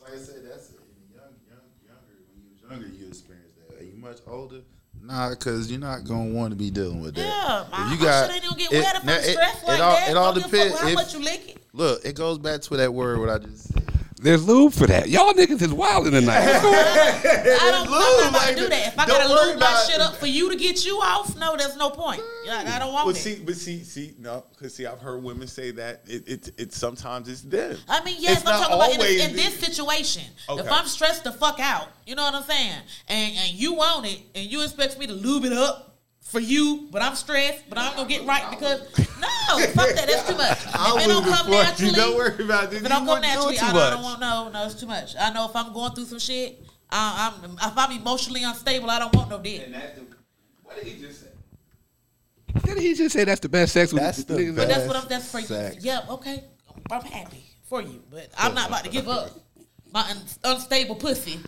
Like I said, that's it. Young, young, younger. When you was younger, you experienced that. Are you much older? Nah, because you're not gonna want to be dealing with that.
yeah, my,
If
you
you
got,
got-
my shit ain't gonna get
it-
wet if
now,
I'm
it-
stressed
it
like
all-
that.
it all
Don't give a fuck
depend
How
if-
much you lick it?
Look, it goes back to that word what I just said.
There's lube for that. Y'all niggas is wilding tonight. What's going on?
I don't. I'm
lube,
not about to
like,
do that. If I
don't
gotta
worry
lube my
about-
shit up for you to get you off, no, there's no point. Like, I don't want
Well,
it.
see, but see, see, no, because see, I've heard women say that it, it, it sometimes it's them.
I mean, yes,
It's
I'm
not
talking about in,
always
in this situation. If
Okay.
I'm stressed the fuck out, you know what I'm saying, and and you want it, and you expect me to lube it up for you, but I'm stressed, but I'm gonna get right because no, fuck that, that's too much.
I'll
if it don't
lose it
come
for you.
naturally,
Don't worry about it.
If it don't come
You wouldn't do it
naturally,
too
I don't, I don't
much.
want no, no, it's too much. I know if I'm going through some shit, I, I'm if I'm emotionally unstable, I don't want no dick.
What did he just say?
Did he just say that's the best sex? with
That's the
niggas?
But
best.
that's what I'm. That's for
Sex.
you. Yeah. Okay. I'm happy for you, but I'm not about to give up my un- unstable pussy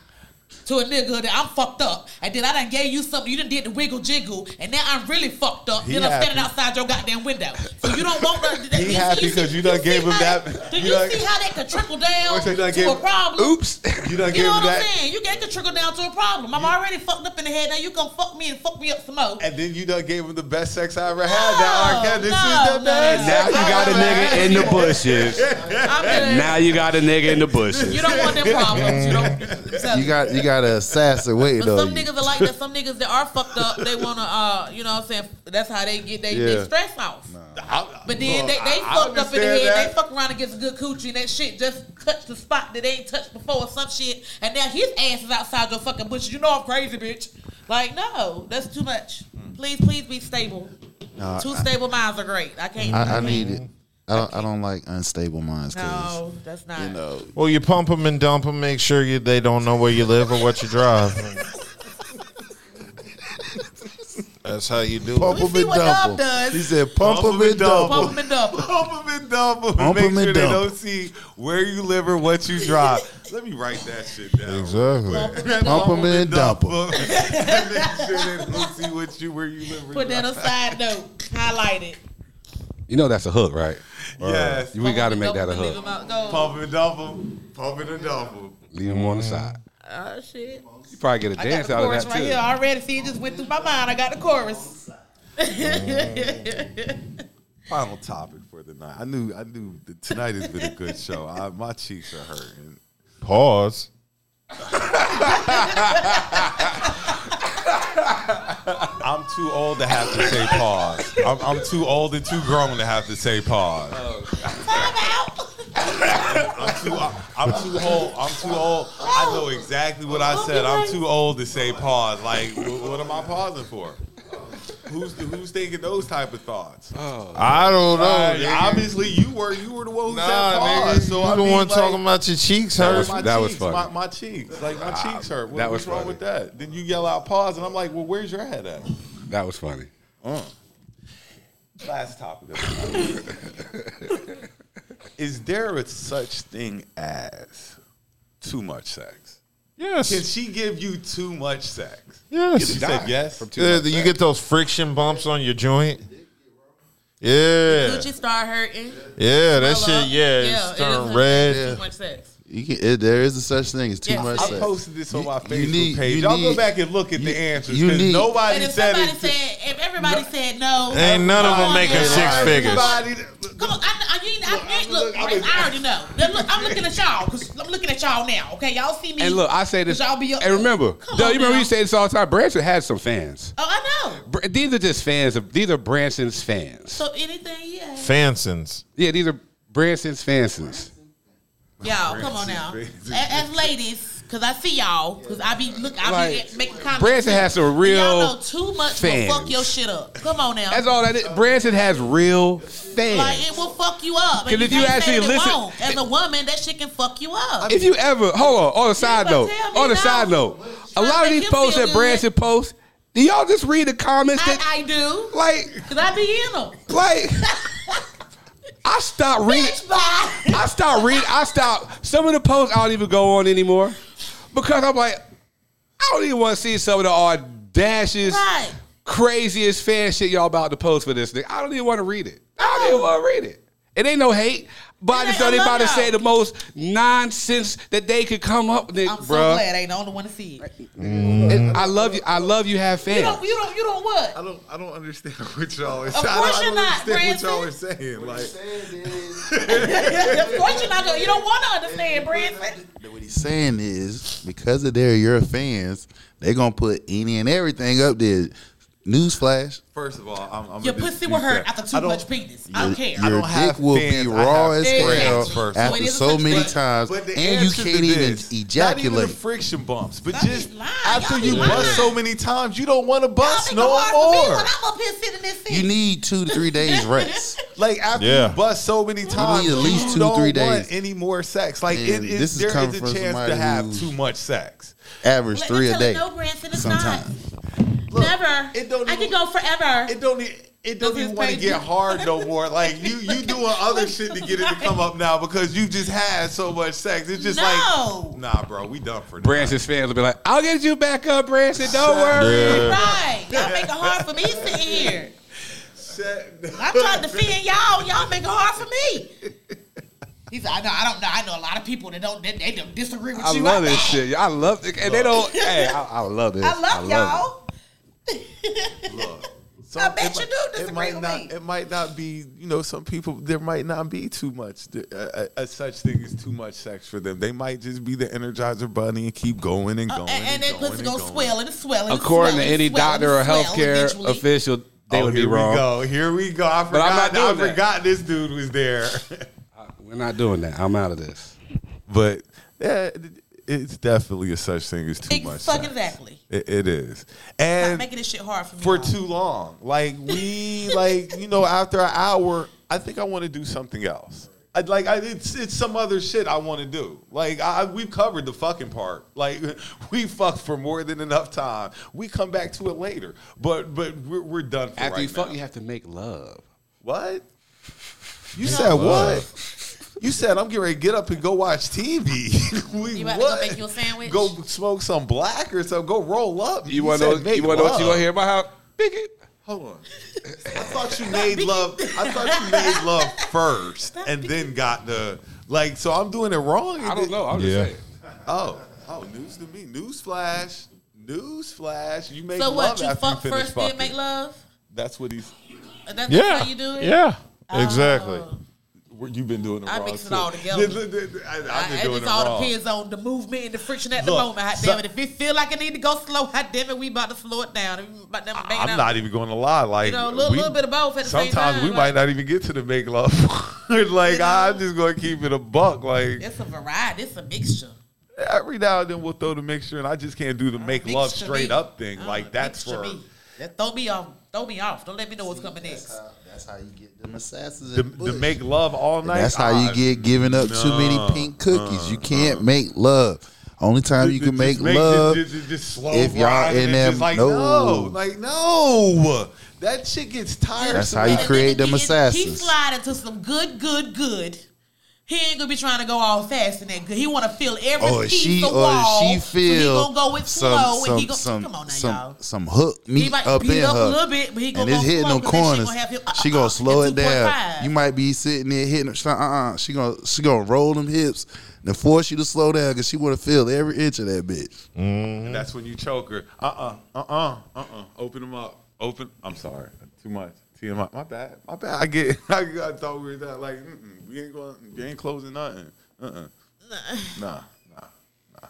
to a nigga that I'm fucked up, and then I done gave you something. You done did the wiggle jiggle, and now I'm really fucked up.
He
then I'm standing
happy.
outside your goddamn window. So you don't want nothing.
He happy 'cause you done gave him that-
Do
you
you
done-
see how that could trickle down
Or so
to
you done gave-
a problem?
Oops.
You done
You
gave
know
him
what I'm
that,
saying? You get to trickle down to a problem. I'm already fucked up in the head. Now you gonna fuck me and fuck me up some more.
and then you done gave him the best sex I ever had. Now,
No,
R. Kelly, this
no,
is the
no,
best.
no.
Now you got a nigga in the bushes.
I'm good.
Now you got a nigga in the
You
bushes.
don't want them problems. You don't.
You got you got an assassin waiting
But
on
some
you.
niggas are like that. Some niggas that are fucked up, they wanna, uh, you know, what I'm saying that's how they get they, they
Yeah.
stress off.
I-
But then they, they
I- I
fucked up in the
understand
head.
that.
They fuck around and gets a good coochie, and that shit just touched the spot that they ain't touched before or some shit. And now his ass is outside your fucking bushes. You know I'm crazy, bitch. Like no, that's too much. Please, please be stable. Two stable minds are great. I can't.
I, I need it. I don't, I don't like unstable minds. 'cause,
No, that's not.
you know,
Well, you pump them and dump them. Make sure you they don't know where you live or what you drive. That's how you do
pump
it.
We see
them and
what Dub
dump 'em.
does.
He said, "Pump them and dump 'em."
Pump 'em and double.
Pump them and dump 'em and
Pump
make
'em and
sure they
dump 'em.
don't see where you live or what you drive. Let me write that shit down.
Exactly.
Pump 'em and dump 'em.
and make sure they don't see what you where you live. or
Put that
drive.
on side note. Highlight it.
You know that's a hook, right?
Yes,
We got to make that a
Leave 'em
hook.
out cold.
pump and dump 'em. Pump it and dump 'em.
Leave him on the side.
Oh shit!
You probably get a
I got
dance
the
out of
chorus
that
right here
too.
already. See, it just went through my mind. I got the chorus.
Final topic for the night. I knew I knew that tonight has been a good show. I, my cheeks are hurting.
Pause.
I'm too old to have to say pause. I'm, I'm too old and too grown to have to say pause. I'm too, I'm too old. I'm too old. I know exactly what I said. I'm too old to say pause. Like, wh- what am I pausing for? Who's who's thinking those type of thoughts?
I don't know.
Like,
nigga.
obviously, you were you were the one who said
nah,
pause.
nigga.
So
you
I
the
mean,
one
like,
talking about your cheeks
that
hurt.
was, my
that was
cheeks,
funny.
My, my cheeks, like my cheeks hurt. What,
that was
what's wrong
funny.
with that? Then you yell out pause, and I'm like, well, where's your head at?
That was funny.
Last topic. Of the night. Is there a such thing as too much sex? Can
yes.
she give you too much sex?
Yes.
She said yes.
From two
Yeah,
months
you
back.
get those friction bumps on your joint. Yeah,
Gucci start hurting.
yeah, that
Hello?
shit. Yeah,
Yeah, it
it's turned
is-
red.
Too much sex.
You can, it, there is a such thing as too
Yes,
much
it
I
is.
sex.
posted this on my
You- you
Facebook
need-
page.
you
Y'all go
need-
back and look at the
you-
answers
you
because
need-
nobody
But if
said
somebody
it.
said, if everybody said no,
Ain't none of
come
them
on
making
now.
six figures.
Everybody-
Come on, I, I, you, I, I,
I'm-
look,
look, I'm-
I, already know. Now, look, I'm looking at y'all because I'm looking at y'all now. Okay, y'all see me.
And look, I say this.
Cause y'all be up-
and remember,
Come
Doug,
on
you remember
now.
you say this all the time. Branson had some fans.
oh, I know.
Br- These are just fans of these are Branson's fans.
So anything, yeah.
Fansons.
yeah, these are Branson's fans.
Y'all, come on now.
Branson.
A- As ladies, because I see y'all, because I be look, I
Like,
be making comments.
Branson has some
And
real
Y'all know too much
fans.
will fuck your shit up. Come on now.
That's all that is. Branson has real fans.
Like it will fuck you up. And
Because if you
can't say
actually
that it
listen-
won't. as a woman, that shit can fuck you up.
if you ever hold on on a side
but
note,
tell me
on a
now.
side note, a
Tryna
lot of
make
these
you
posts
feel
that Branson posts, do y'all just read the comments
I,
that
I do,
like
cause I be in them.
like? I stopped reading.
Bitch, bye.
I stopped reading. I stopped. Some of the posts I don't even go on anymore because I'm like, I don't even want to see some of the audacious,
Right.
craziest fan shit y'all about to post for this thing. I don't even want to read it. I don't even want to read it. It ain't no hate, but I
It ain't-
just know they
I love
about to
y'all.
say the most nonsense that they could come up with,
I'm so
bruh.
glad I ain't the only one to see it.
And I love you. I love you. Have
You don't,
fans.
you don't, you don't what?
I don't I don't understand what y'all are saying.
Of
I
course
don't, I
you're
don't
not,
understand what y'all are
Branson.
saying. Like
of course you're not gonna. You don't want to understand, Branson.
What he's saying is because of they're your fans, they're gonna put any and everything up there. Newsflash:
first of all, I'm, I'm
Your
gonna
pussy
dispute
will hurt
that.
after
I
too
don't-
much penis. I don't care.
Your dick
have
will
fans,
be
I
raw
have
as
friends
hell
first. So
after
it is a
so
such
many
thing.
times,
But the
and you
answer to
can't even
this, Not even the
ejaculate.
friction bumps, but
Y'all be
just
lying.
after
Y'all be
you
lying.
bust so many times, you don't want to bust
Y'all
no
make it hard for me
more.
when I'm up here sitting this seat.
You need two to three days rest.
Like after
Yeah.
you bust so many times,
need at least
you
two,
don't
three days.
want any more sex. Like
And
it, it,
this is
there
coming
is
from
a chance
somebody
to have
who's-
too much sex.
Average
Let me
three a
tell
day.
you, no, Branson, it's
Sometimes.
not. Never.
it don't
I can
even-
go forever.
It don't. e- It
Does
doesn't
his
even want to
page-
get hard no more. Like you, you doing other shit to get it to come up now because you just had so much sex. It's just
No.
like, nah, bro, we done for now.
Branson's fans will be like, "I'll get you back up, Branson. Don't worry."
Right. Y'all make it hard for me sitting here. I tried to defend y'all. Y'all make it hard for me. He said, I know, I don't know. I know a lot of people that don't, that, they don't disagree with
I
you.
love
like
this
that.
shit. I love it. And they don't. hey, I, I love this.
I love
it.
y'all.
So
I bet
it
you
might-
do disagree
it might
with
not,
me.
It might not be, you know, some people there might not be too much uh, uh, uh, such thing as too much sex for them. They might just be the Energizer Bunny and keep going and
Uh,
going,
and, and that
and going
pussy
and
gonna
going.
swell and it's swelling. it's
According to
swelling,
any
it's swelling,
doctor or
it's swelling
healthcare
eventually.
official, they
Oh,
would be
here
wrong.
We go. Here we go. I forgot.
But I'm not
I
doing that.
forgot this dude was there.
We're not doing that. I'm out of this.
but yeah, it's definitely a such thing as too
Ex-
much.
fuck
sex.
exactly.
It, it is,
Stop
and
making this shit hard for me.
for
y'all.
too long. Like we, like you know, after an hour, I think I want to do something else. I'd like I, it's it's some other shit I want to do. Like I, we've covered the fucking part. Like we fucked for more than enough time. We come back to it later, but but we're, we're done for
After
right
you fuck,
now.
you have to make love.
What? You said what? You said I'm getting ready to get up and go watch TV. we,
You about to go
what?
make you a sandwich?
Go smoke some black or something. Go roll up.
You want to
said
know?
make
You want to know what you
love.
gonna hear about how big it?
Hold on. I thought you made love. I thought you made love first, and then got the like. So I'm doing it wrong.
I don't know. I'm just
Yeah.
saying.
Oh, oh, news to me. News flash. News flash. You make
So
love
what? You
after
fuck
you finish
first,
fucking.
then make love.
That's what he's.
And That's
Yeah.
how you do it.
Yeah. Exactly.
Oh.
what You've been doing it
I
raw,
mix it
too.
all together.
I, have
I,
been
it
doing
just
it
all
raw.
depends on the movement and the friction at
Look,
the moment. Hot
so-
damn it! If it feel like it need to go slow, hot damn it, we about to slow it down. We About to bang it
I'm
out.
not even going to lie. Like
You know, a little-
we-
little bit of both at the same
sometimes
time,
we
like-
might not even get to the make love. like
You know?
I'm just going to keep it a buck. Like
It's a variety. It's a mixture.
every now and then we'll throw the mixture, and I just can't do the make
Uh, Mix
love
to
straight
me.
up thing.
Uh,
like that's
mix to
for
me. That throw me off. Throw me off. Don't let me know what's coming
That's
next.
how, that's how you get them assassins.
the,
in
the
bush.
make love all
And
night.
that's how you
Ah,
get giving up too
Nah,
many pink cookies. you can't make love. Only time you
Just-
can
just
make,
this-
love.
Just, just, just slow
if y'all
ride
in
and
them-
Just like,
no.
no, like no, that shit gets tiresome.
That's how you
That nigga
create them
get- He
assassins.
slide into some good, good, good. He ain't gonna be trying to go all fast in that good. He want to feel every
Or
piece
Oh, she
of
or
wall.
she
so
feel
he gonna go with
some
slow and
some
he gonna
some
come on now,
some,
y'all.
some hook meat
He might
up
beat
in
up
her.
a little bit, but he gonna
and it's
go
hitting
slow
them
'cause then she
corners.
gonna have him, uh,
she
uh,
gonna
uh,
slow
at
it down.
2.5.
You might be sitting there hitting. Uh, uh, she gonna she gonna roll them hips and force you to slow down because she want to feel every inch of that bitch.
Mm.
And that's when you choke her. Uh uh-uh, uh uh uh uh. Open them up. Open. I'm sorry. Too much. TMI. My bad. My bad. I get. I, I thought we were that. Like mm-mm, we ain't going. We ain't closing nothing. Uh uh Nah. Nah. Nah.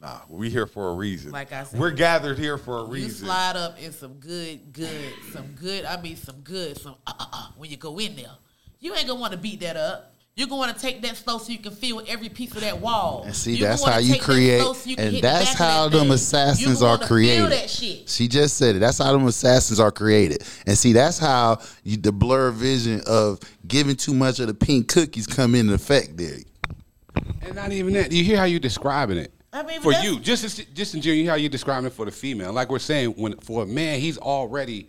Nah. We here for a reason.
Like I said.
we're gathered here for a
You
reason.
slide up in some good, good, some good. I mean, some good, some uh, uh, uh, when you go in there. You ain't gonna want to beat that up. You're gonna want to take that slow so you can feel every piece of that wall.
And see,
You
that's
gonna
how
wanna
you
take that
create,
slow so you can
and
hit the
that's
back of that
how them
thing. You
assassins
gonna
are
feel
created.
that shit.
She just said it. That's how them assassins are created. And see, that's how you, the blur vision of giving too much of the pink cookies come into effect there.
And not even that. You hear how you describing it.
I mean, but
for
that's-
you, just as, just in general, you hear how you describing it for the female. Like we're saying, when for a man, he's already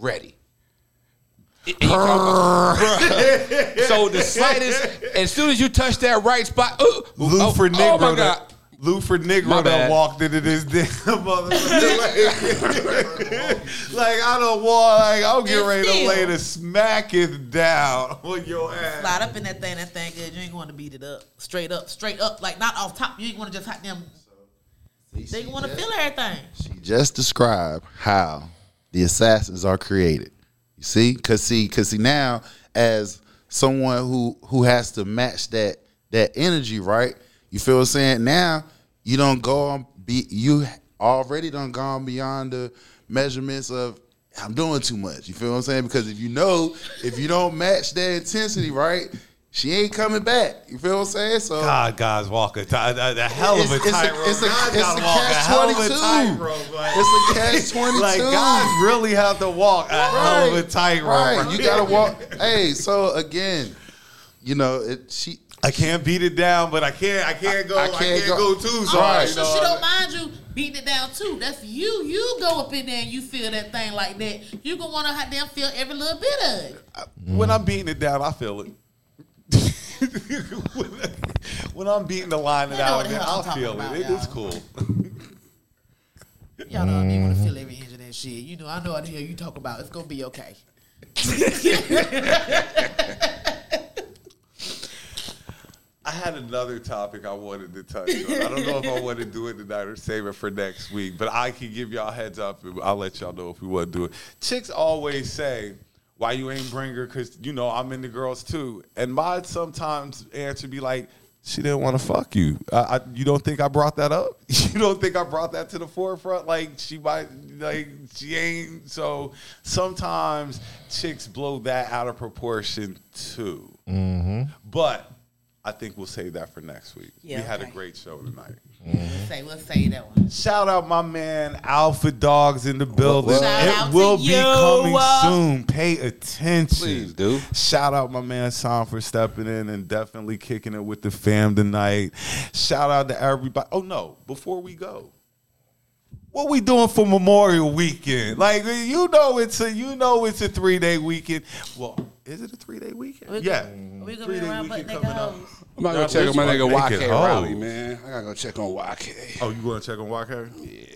ready. And you talking- so the slightest, as soon as you touch that right spot, ooh,
Lou
oh,
for Negro.
oh my
that-
god,
Lou for
My
Negro that
bad.
walked into this damn motherfucker. like, I don't want, like, I'm getting
And
ready to
still-
lay the smack it down on your ass.
slide up in that thing. That thing good. You ain't gonna beat it up. Straight up, straight up. Like not off top. You ain't gonna just hot them. They want to feel everything.
She just described how the assassins are created. You see, cause see, cause see now as someone who who has to match that that energy, right? You feel what I'm saying? Now you don't go on be you already done gone beyond the measurements of I'm doing too much. You feel what I'm saying? Because if you know, if you don't match that intensity, right, she ain't coming back. You feel what I'm saying? So
God, guys, walk a, ti- a, a hell of
Oh.
a
It's- it's a-
tightrope.
it's a-
God
it's
gotta
a
walk
catch
hell of a
22.
tightrope, like-
it's a catch twenty two.
Like, guys really have to walk a hell of a tightrope.
Right.
bro.
You gotta walk. hey, so again, you know, it, she
I can't beat it down, but I can't. I can't go. I, can't, go, too. So,
Oh,
Right.
so she don't mind you beating it down too. That's you. You go up in there and you feel that thing like that. You gonna want to hot damn feel every little bit of it.
when I'm beating it down, I feel it. when, when I'm beating the line it
I know
out,
what the
man,
hell
I'll
I'm talking
feel
about,
it. It is
y'all.
cool.
Y'all know I mean want to feel every inch of that shit. You know I know what the hell you talk about. It's gonna be okay.
I had another topic I wanted to touch on. I don't know if I want to do it tonight or save it for next week, but I can give y'all a heads up. I'll let y'all know if we want to do it. Chicks always say, why you ain't bring her? Because, you know, I'm into girls too. And my sometimes answer be like, she didn't want to fuck you. I, I, you don't think I brought that up? You don't think I brought that to the forefront? Like, she might, like, she ain't. So sometimes chicks blow that out of proportion too.
Mm-hmm.
But I think we'll save that for next week.
Yeah,
we had a
okay.
great show tonight.
Let's say let's say that one.
Shout out my man Alpha Dogs in the building.
Shout
it
out to
will be
you.
coming soon. Pay attention.
Please do.
Shout out my man Son for stepping in and definitely kicking it with the fam tonight. Shout out to everybody. Oh no, before we go. What we doing for Memorial Weekend? Like you know it's a you know it's a three day weekend. Well, is it a three day weekend? yeah.
We gonna
Three-day
be around butt naked
weekend coming up.
hoes.
I'm not gonna
Nah,
check
this
on my
one
nigga
make it
YK Rowley,
whole.
man. I gotta go check on YK.
Oh, you going to check on YK?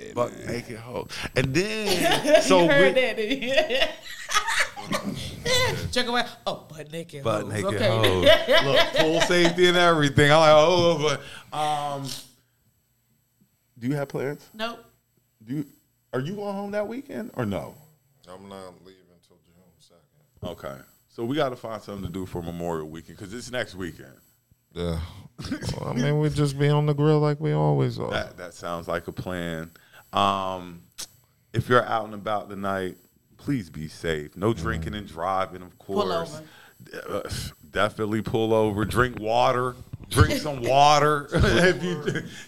Yeah, Buck naked hoe. And then so
you
with-
heard that, didn't you? Check away. Oh, butt naked.
butt
hoes.
naked
Okay.
hoes. Look, full safety and everything. I'm like, oh, but um, do you have plans?
nope.
Do you, are you going home that weekend or no?
I'm not leaving until June second.
Okay. So we got to find something to do for Memorial Weekend because it's next weekend.
Yeah. I mean, we just be on the grill like we always are.
That that sounds like a plan. Um, if you're out and about tonight, please be safe. No drinking and driving, of course.
over.
Uh, Definitely pull over. Drink water. Drink some water. if you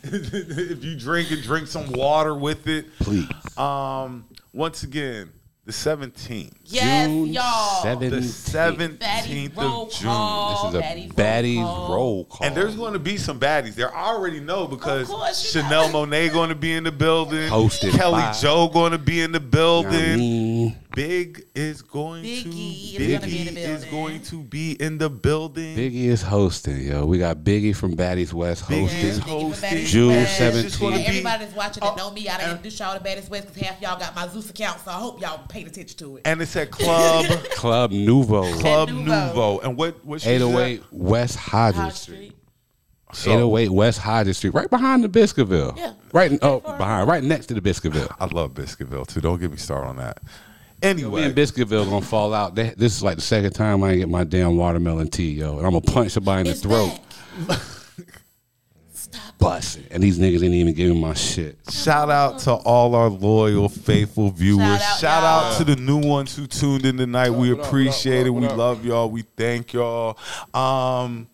if you drink it, drink some water with it.
Please.
Um, once again, the seventeenth.
Yes,
June
y'all.
7th.
The
Baddies
seventeenth
roll
of June.
call.
This is a
baddies,
baddies roll call.
And there's going to be some baddies there. I already know because
Of course, you
Chanel
know.
Monet going to be in the building.
Hosted
Kelly
by-
Joe going to be in the
You know what
building.
I mean,
Big is going to
Biggie
Biggie
is gonna be in the
is
building.
going to be in the building.
Biggie is hosting, yo. We got Biggie from Baddies West
Biggie
hosting.
is hosting.
June
It's just
17th.
gonna
And
be-
everybody's watching
Oh,
that know me. I done
and-
introduced y'all to baddest ways because half y'all got my Zeus account, so I hope y'all paid attention to it.
And it's at Club
Club Nouveau,
Club
Nouveau.
Nouveau. And what what she said-
808 West
High
Hodges.
Street.
808 West Hodges Street, right behind the Biscuitville.
Yeah.
Right, oh, behind, right next to the Biscuitville.
I love Biscuitville too. Don't get me started on that.
Me
Anyway,
and Biscuitville gonna fall out. They- This is like the second time I ain't get my damn watermelon tea, yo. And I'm gonna punch somebody in
It's
the throat,
back. Stop.
bust it. And these niggas ain't even give me my shit.
Shout out to all our loyal, faithful viewers. Shout
Shout
out,
out,
to the new ones who tuned in tonight. we appreciate it. we love y'all. We thank y'all. Um,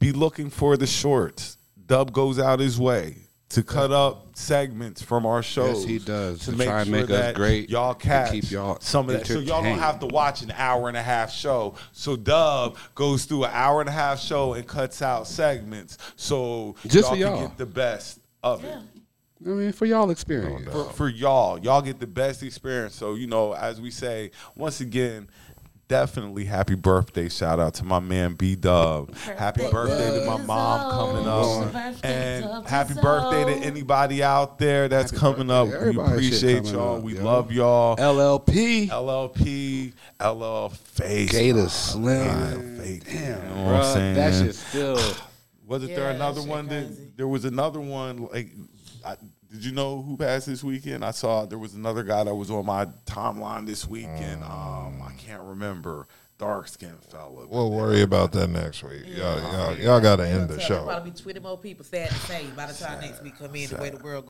be looking for the shorts. Dub goes out his way to cut up segments from our shows.
he does, to try and make us
that
great,
Y'all
to
catch
keep y'all
some of that. So y'all don't
entertained.
have to watch an hour and a half show. So Dub goes through an hour and a half show and cuts out segments. So
Just for
y'all
y'all.
can get the best of it
I mean, for y'all experience.
for, for y'all. Y'all get the best experience. So, you know, as we say, once again, definitely happy birthday. Shout out to my man B Dub. Happy birthday to my mom coming up.
Birthday
And
to
happy
Zoe.
birthday to anybody out there that's coming up. We
Everybody shit
appreciate
coming
y'all.
up,
we
yo.
love y'all.
LLP.
LLP, LL Face.
Gator Slim.
Man, fake.
Damn,
You know what I'm
bruh,
saying?
That shit still.
Wasn't
Yeah,
there
that
another
shit
one?
crazy.
That, there was another one. Like, I, did you know who passed this weekend? I saw there was another guy that was on my timeline this weekend. Um, I can't remember. Dark skinned fella.
We'll worry about that next week. Y'all, y'all, y'all got to end the
Tell-
show.
Probably be twenty more people sad to say by the time next week come in the way the world.